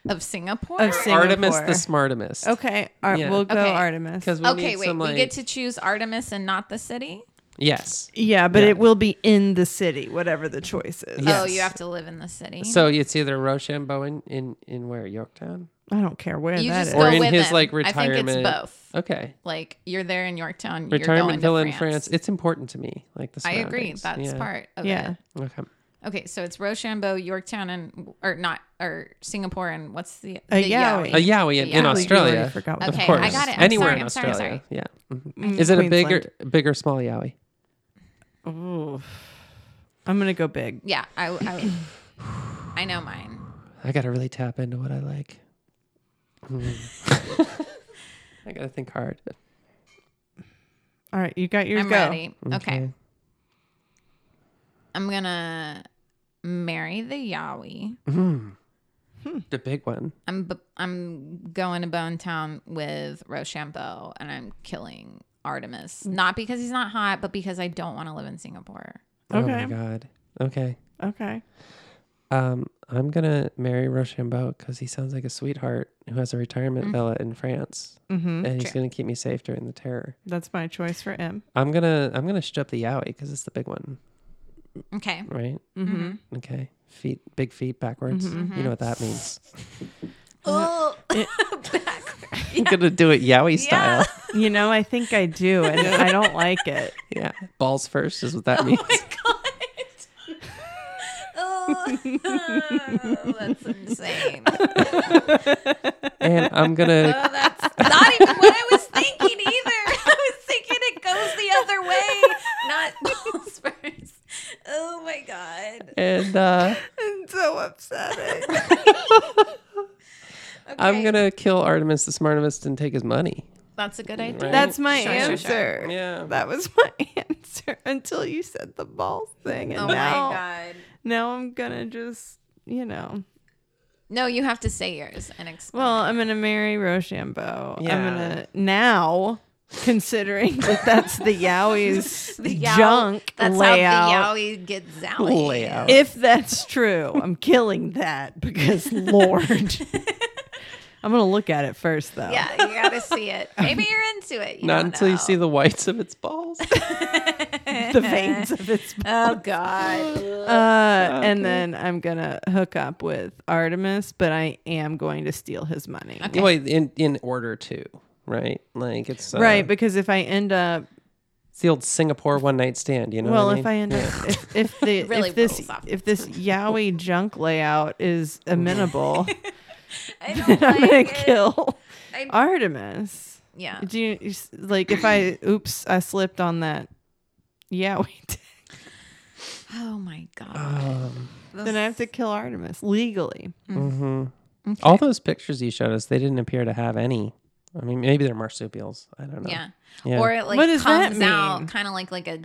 Speaker 2: Of Singapore.
Speaker 1: of Singapore.
Speaker 3: Artemis the Smartimus.
Speaker 1: Okay, Ar-
Speaker 3: Yeah.
Speaker 1: we'll go
Speaker 2: Okay.
Speaker 1: Artemis.
Speaker 3: Because we
Speaker 2: okay,
Speaker 3: need
Speaker 2: wait.
Speaker 3: some,
Speaker 2: we
Speaker 3: like-
Speaker 2: get to choose Artemis and not the city.
Speaker 3: yes.
Speaker 1: Yeah, but
Speaker 3: Yeah.
Speaker 1: it will be in the city, whatever the choice is.
Speaker 3: Yeah.
Speaker 2: Oh,
Speaker 3: Yes.
Speaker 2: you have to live in the city.
Speaker 3: So it's either Rochambeau in in, in where Yorktown
Speaker 1: I don't care where
Speaker 2: you
Speaker 1: that
Speaker 2: just
Speaker 1: is.
Speaker 2: go
Speaker 3: Or in
Speaker 2: with
Speaker 3: his,
Speaker 2: him.
Speaker 3: like,
Speaker 2: I think
Speaker 3: retirement-
Speaker 2: it's both.
Speaker 3: Okay.
Speaker 2: Like you're there in Yorktown.
Speaker 3: Retirement
Speaker 2: you're
Speaker 3: villa
Speaker 2: going
Speaker 3: in
Speaker 2: to
Speaker 3: France. It's important to me. Like the
Speaker 2: I agree.
Speaker 3: surroundings.
Speaker 2: That's
Speaker 3: Yeah.
Speaker 2: part of
Speaker 1: Yeah.
Speaker 2: it.
Speaker 3: Okay.
Speaker 2: Okay, so it's Rochambeau, Yorktown, and or not or Singapore, and what's the,
Speaker 1: A
Speaker 2: the
Speaker 1: Yowie.
Speaker 3: Uh, yeah, we in, in
Speaker 1: Yeah. Completely
Speaker 3: Australia.
Speaker 1: already forgot what
Speaker 3: Of
Speaker 1: Okay, I
Speaker 3: course.
Speaker 2: got it. I'm
Speaker 3: Anywhere
Speaker 2: sorry,
Speaker 3: in
Speaker 2: I'm sorry,
Speaker 3: Australia.
Speaker 2: I'm
Speaker 3: Yeah. Mhm.
Speaker 1: Mm,
Speaker 3: Is it a
Speaker 1: Queensland.
Speaker 3: bigger bigger small Yowie?
Speaker 1: Ooh. I'm gonna go big.
Speaker 2: Yeah, I, I, would- I know mine.
Speaker 3: I gotta really tap into what I like. Hmm. I gotta think hard.
Speaker 1: All right, you got yours.
Speaker 2: I'm
Speaker 1: go.
Speaker 2: ready. Okay. I'm gonna marry the Yowie.
Speaker 3: The big one.
Speaker 2: I'm b- I'm going to Bone Town with Rochambeau, and I'm killing Artemis.
Speaker 1: Mm.
Speaker 2: Not because he's not hot, but because I don't want to live in Singapore.
Speaker 3: Oh my
Speaker 1: Okay.
Speaker 3: god. Okay.
Speaker 1: Okay.
Speaker 3: Um, I'm gonna marry Rochambeau because he sounds like a sweetheart who has a retirement villa in France,
Speaker 1: Mm-hmm.
Speaker 3: and he's
Speaker 2: True.
Speaker 3: gonna keep me safe during the terror.
Speaker 1: That's my choice for M.
Speaker 3: I'm gonna I'm gonna strip the Yowie because it's the big one,
Speaker 2: Okay.
Speaker 3: right?
Speaker 1: Mm-hmm.
Speaker 3: Okay, feet, big feet backwards. You know what that means.
Speaker 1: Uh,
Speaker 2: Oh,
Speaker 3: I'm gonna do it Yowie style.
Speaker 1: You know, I think I do, and I don't like it.
Speaker 3: Yeah, balls first is what that means.
Speaker 2: oh that's insane.
Speaker 3: and I'm gonna
Speaker 2: Oh, that's not even what I was thinking either. I was thinking it goes the other way, not balls first. Oh my god.
Speaker 3: and uh,
Speaker 1: I'm so upset.
Speaker 3: I'm gonna kill Artemis the Smartimus and take his money.
Speaker 2: That's a good idea.
Speaker 3: Right.
Speaker 1: That's my
Speaker 2: Sure, sure,
Speaker 1: answer.
Speaker 2: sure.
Speaker 3: Yeah.
Speaker 1: That was my answer until you said the ball thing, and
Speaker 2: Oh
Speaker 1: now
Speaker 2: my god.
Speaker 1: now I'm gonna just you know.
Speaker 2: No, you have to say yours and explain.
Speaker 1: Well, I'm gonna marry Rochambeau. I'm
Speaker 3: Yeah.
Speaker 1: gonna now, considering that that's the Yowie's
Speaker 2: The yow-
Speaker 1: junk
Speaker 2: That's
Speaker 1: layout.
Speaker 2: how the yowie gets zowie.
Speaker 3: Layout.
Speaker 1: if that's true, I'm killing that because Lord, I'm gonna look at it first though.
Speaker 2: Yeah, you gotta see it. Maybe you're into it. You
Speaker 3: Not
Speaker 2: don't
Speaker 3: until
Speaker 2: know.
Speaker 3: you see the whites of its balls.
Speaker 1: the veins of its.
Speaker 2: Oh god.
Speaker 1: Uh, and then I'm gonna hook up with Artemis, but I am going to steal his money.
Speaker 3: Well, in in order to right, like it's uh,
Speaker 1: Right, because if I end up
Speaker 3: It's the old Singapore one night stand. You know.
Speaker 1: well,
Speaker 3: what
Speaker 1: if I end up if, if the
Speaker 2: Really
Speaker 1: if this
Speaker 2: rolls off the
Speaker 1: if this Yowie junk layout is amenable,
Speaker 2: I don't
Speaker 1: I'm gonna
Speaker 2: like it.
Speaker 1: kill
Speaker 2: I- Oh.
Speaker 1: Artemis.
Speaker 2: Yeah.
Speaker 1: Do you you s- like if I oops I slipped on that Yowie? tag,
Speaker 2: Oh my god.
Speaker 3: Um,
Speaker 1: Then I have to kill Artemis legally.
Speaker 3: mhm. All those pictures you showed us, they didn't appear to have any. I mean, maybe they're marsupials. I don't know.
Speaker 2: Yeah.
Speaker 3: Yeah.
Speaker 2: Or it like
Speaker 1: What does that
Speaker 2: comes out
Speaker 1: mean?
Speaker 2: kind of like like a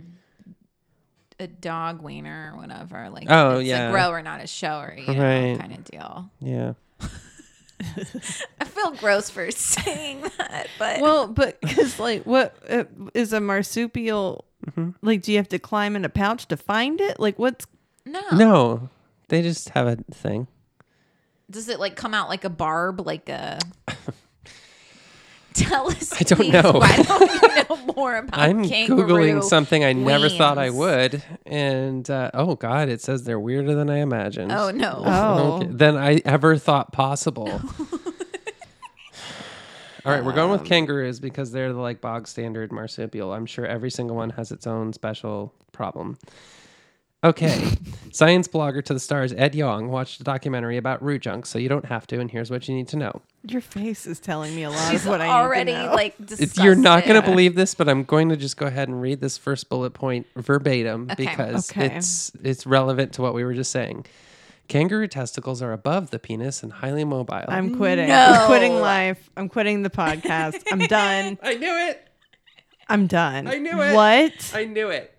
Speaker 2: a dog wiener or whatever. Like,
Speaker 3: Oh,
Speaker 2: it's
Speaker 3: yeah.
Speaker 2: a grower, not a shower, you
Speaker 3: Right.
Speaker 2: know, kind of deal.
Speaker 3: Yeah.
Speaker 2: I feel gross for saying that, but
Speaker 1: Well, but because like, what uh, is a marsupial?
Speaker 3: Mm-hmm.
Speaker 1: Like, do you have to climb in a pouch to find it? Like, what's
Speaker 2: no.
Speaker 3: No, they just have a thing.
Speaker 2: Does it like come out like a barb, like a? Tell us.
Speaker 3: I don't
Speaker 2: please,
Speaker 3: know.
Speaker 2: Why don't you know more about?
Speaker 3: I'm
Speaker 2: kangaroo
Speaker 3: googling something I never thought I
Speaker 2: wings?
Speaker 3: would, and uh, oh god, it says they're weirder than I imagined.
Speaker 2: Oh no.
Speaker 1: oh,
Speaker 3: Okay, than I ever thought possible. All right, we're going
Speaker 1: Um,
Speaker 3: with kangaroos because they're the like bog standard marsupial. I'm sure every single one has its own special problem. Okay, science blogger to the stars Ed Yong watched a documentary about root junk, so you don't have to. And here's what you need to know:
Speaker 1: your face is telling me a lot
Speaker 2: She's
Speaker 1: of what I
Speaker 2: already
Speaker 1: need to know.
Speaker 2: like.
Speaker 3: It's- You're not going
Speaker 2: disgusted.
Speaker 3: to believe this, but I'm going to just go ahead and read this first bullet point verbatim because
Speaker 1: Okay.
Speaker 3: it's it's relevant to what we were just saying. Kangaroo testicles are above the penis and highly mobile.
Speaker 1: I'm quitting.
Speaker 2: No.
Speaker 1: I'm quitting life. I'm quitting the podcast. I'm done.
Speaker 3: I knew it.
Speaker 1: I'm done. I
Speaker 3: knew it.
Speaker 1: What?
Speaker 3: I knew it.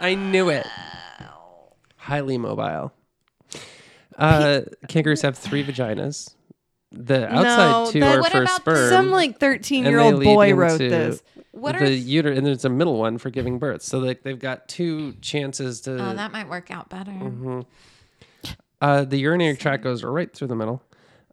Speaker 3: I knew it. Highly mobile. Uh, kangaroos have three vaginas. The outside
Speaker 1: No,
Speaker 3: two
Speaker 1: that-
Speaker 3: are
Speaker 2: What
Speaker 3: for
Speaker 2: about
Speaker 3: sperm.
Speaker 1: Some like 13
Speaker 3: and
Speaker 1: year
Speaker 3: they
Speaker 1: old
Speaker 3: lead
Speaker 1: boy
Speaker 3: into
Speaker 1: wrote this.
Speaker 2: What
Speaker 3: the
Speaker 2: are-
Speaker 3: uterus? And there's a middle one for giving birth. So like they've got two chances to.
Speaker 2: Oh, that might work out better.
Speaker 3: Mm-hmm. uh, the urinary tract goes right through the middle.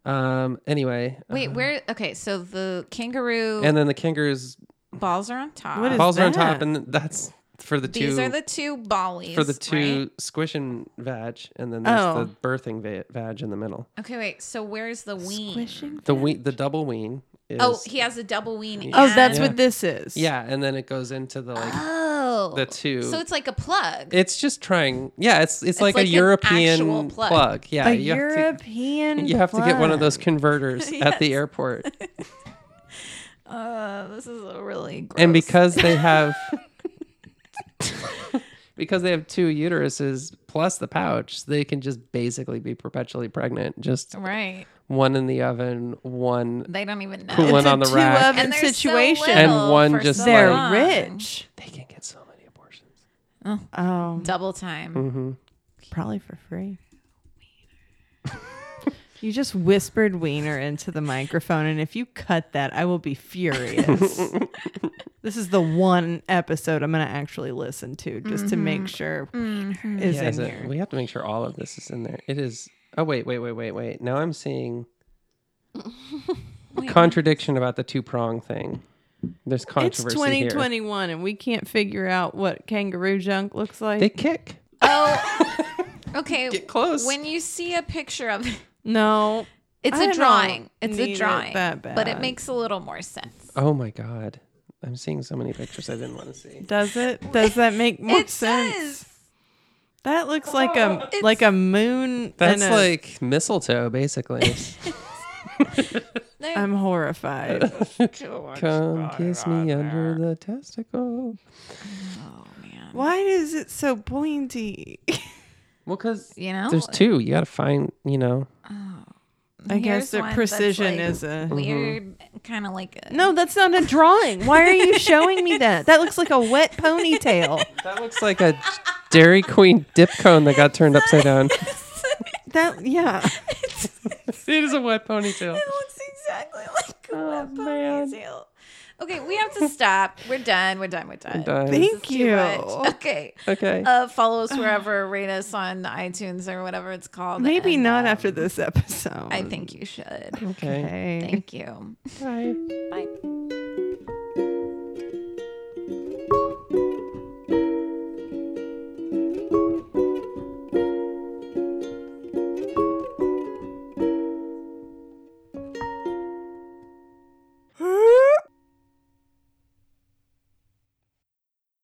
Speaker 3: Um. Anyway,
Speaker 2: Wait, where? Okay, so the kangaroo
Speaker 3: and then the kangaroos
Speaker 2: balls are on top.
Speaker 1: What is-
Speaker 3: balls are on top,
Speaker 1: that?
Speaker 3: and that's for the two.
Speaker 2: These are the two bollies.
Speaker 3: for the two
Speaker 2: right?
Speaker 3: squishing vag, and then there's
Speaker 1: Oh.
Speaker 3: the birthing va- vag in the middle.
Speaker 2: Okay, wait. So where's the ween?
Speaker 1: Squishing.
Speaker 3: The we- the double ween is
Speaker 2: Oh, he has a double ween.
Speaker 1: Oh, that's
Speaker 2: and-
Speaker 1: what this is.
Speaker 3: yeah, and then it goes into the like
Speaker 2: Oh.
Speaker 3: the two.
Speaker 2: So it's like a plug.
Speaker 3: it's just trying. Yeah, it's it's, like,
Speaker 2: like
Speaker 3: a
Speaker 2: an
Speaker 3: European
Speaker 2: actual
Speaker 3: plug.
Speaker 2: plug.
Speaker 3: Yeah,
Speaker 1: A
Speaker 3: you have to
Speaker 1: European.
Speaker 3: you have to get one of those
Speaker 1: plug.
Speaker 3: converters at the airport,
Speaker 2: Uh, this is a really gross.
Speaker 3: and because they have. Because they have two uteruses plus the pouch, they can just basically be perpetually pregnant.
Speaker 2: Oh.
Speaker 3: Just
Speaker 2: right,
Speaker 3: one in the oven, one
Speaker 2: they don't even know.
Speaker 3: Cool one
Speaker 1: It's a
Speaker 3: on the
Speaker 1: two
Speaker 3: rack.
Speaker 1: oven
Speaker 2: and they're
Speaker 1: situation.
Speaker 2: So
Speaker 3: And
Speaker 2: little
Speaker 3: one
Speaker 2: for
Speaker 3: just
Speaker 2: so
Speaker 1: They're
Speaker 2: long.
Speaker 1: rich.
Speaker 3: They can get so many abortions.
Speaker 1: Oh,
Speaker 2: Double time.
Speaker 3: Mm-hmm.
Speaker 1: probably for free. You just whispered wiener into the microphone, and if you cut that, I will be furious. this is the one episode I'm going to actually listen to just to make sure wiener is in here.
Speaker 3: we have to make sure all of this is in there. It is. Oh wait, wait, wait, wait, wait. Now I'm seeing contradiction about the two prong thing. There's
Speaker 1: It's
Speaker 3: controversy here.
Speaker 1: 2021, and we can't figure out what kangaroo junk looks like.
Speaker 3: They kick.
Speaker 2: Oh, okay.
Speaker 3: Get close.
Speaker 2: When you see a picture of it,
Speaker 1: no,
Speaker 2: it's
Speaker 1: I
Speaker 2: a
Speaker 1: don't
Speaker 2: drawing. It's
Speaker 1: need
Speaker 2: a
Speaker 1: it
Speaker 2: drawing.
Speaker 1: that
Speaker 2: But it
Speaker 1: bad.
Speaker 2: makes a little more sense.
Speaker 3: Oh my god, I'm seeing so many pictures I didn't want to see.
Speaker 1: does it? Does that make more sense?
Speaker 2: does.
Speaker 1: That looks like a like a moon.
Speaker 3: That's
Speaker 1: and a-
Speaker 3: like mistletoe, basically.
Speaker 1: I'm horrified.
Speaker 3: Come kiss me under the testicle.
Speaker 2: Oh man.
Speaker 1: Why is it so pointy?
Speaker 3: Well, because
Speaker 2: You know,
Speaker 3: there's two. You got to find. You know.
Speaker 1: I
Speaker 2: Here's
Speaker 1: guess the
Speaker 2: one that's,
Speaker 1: precision
Speaker 2: like,
Speaker 1: is a.
Speaker 2: Mm-hmm. weird, kind of like a.
Speaker 1: No, that's not a drawing. Why are you showing me that? That looks like a wet ponytail.
Speaker 3: That looks like a Dairy Queen dip cone that got turned upside down.
Speaker 1: That yeah.
Speaker 3: It is a wet ponytail.
Speaker 2: It looks exactly like a web
Speaker 3: man.
Speaker 2: ponytail. Okay, we have to stop. We're done. We're done. We're done.
Speaker 3: Done.
Speaker 1: Thank
Speaker 2: Too
Speaker 1: you.
Speaker 2: much. Okay.
Speaker 3: Okay.
Speaker 2: Uh, follow us wherever, rate us on iTunes or whatever it's called.
Speaker 1: Maybe
Speaker 2: and,
Speaker 1: not
Speaker 2: um,
Speaker 1: after this episode.
Speaker 2: I think you should.
Speaker 3: okay.
Speaker 1: Okay.
Speaker 2: Thank you.
Speaker 3: Bye.
Speaker 2: Bye.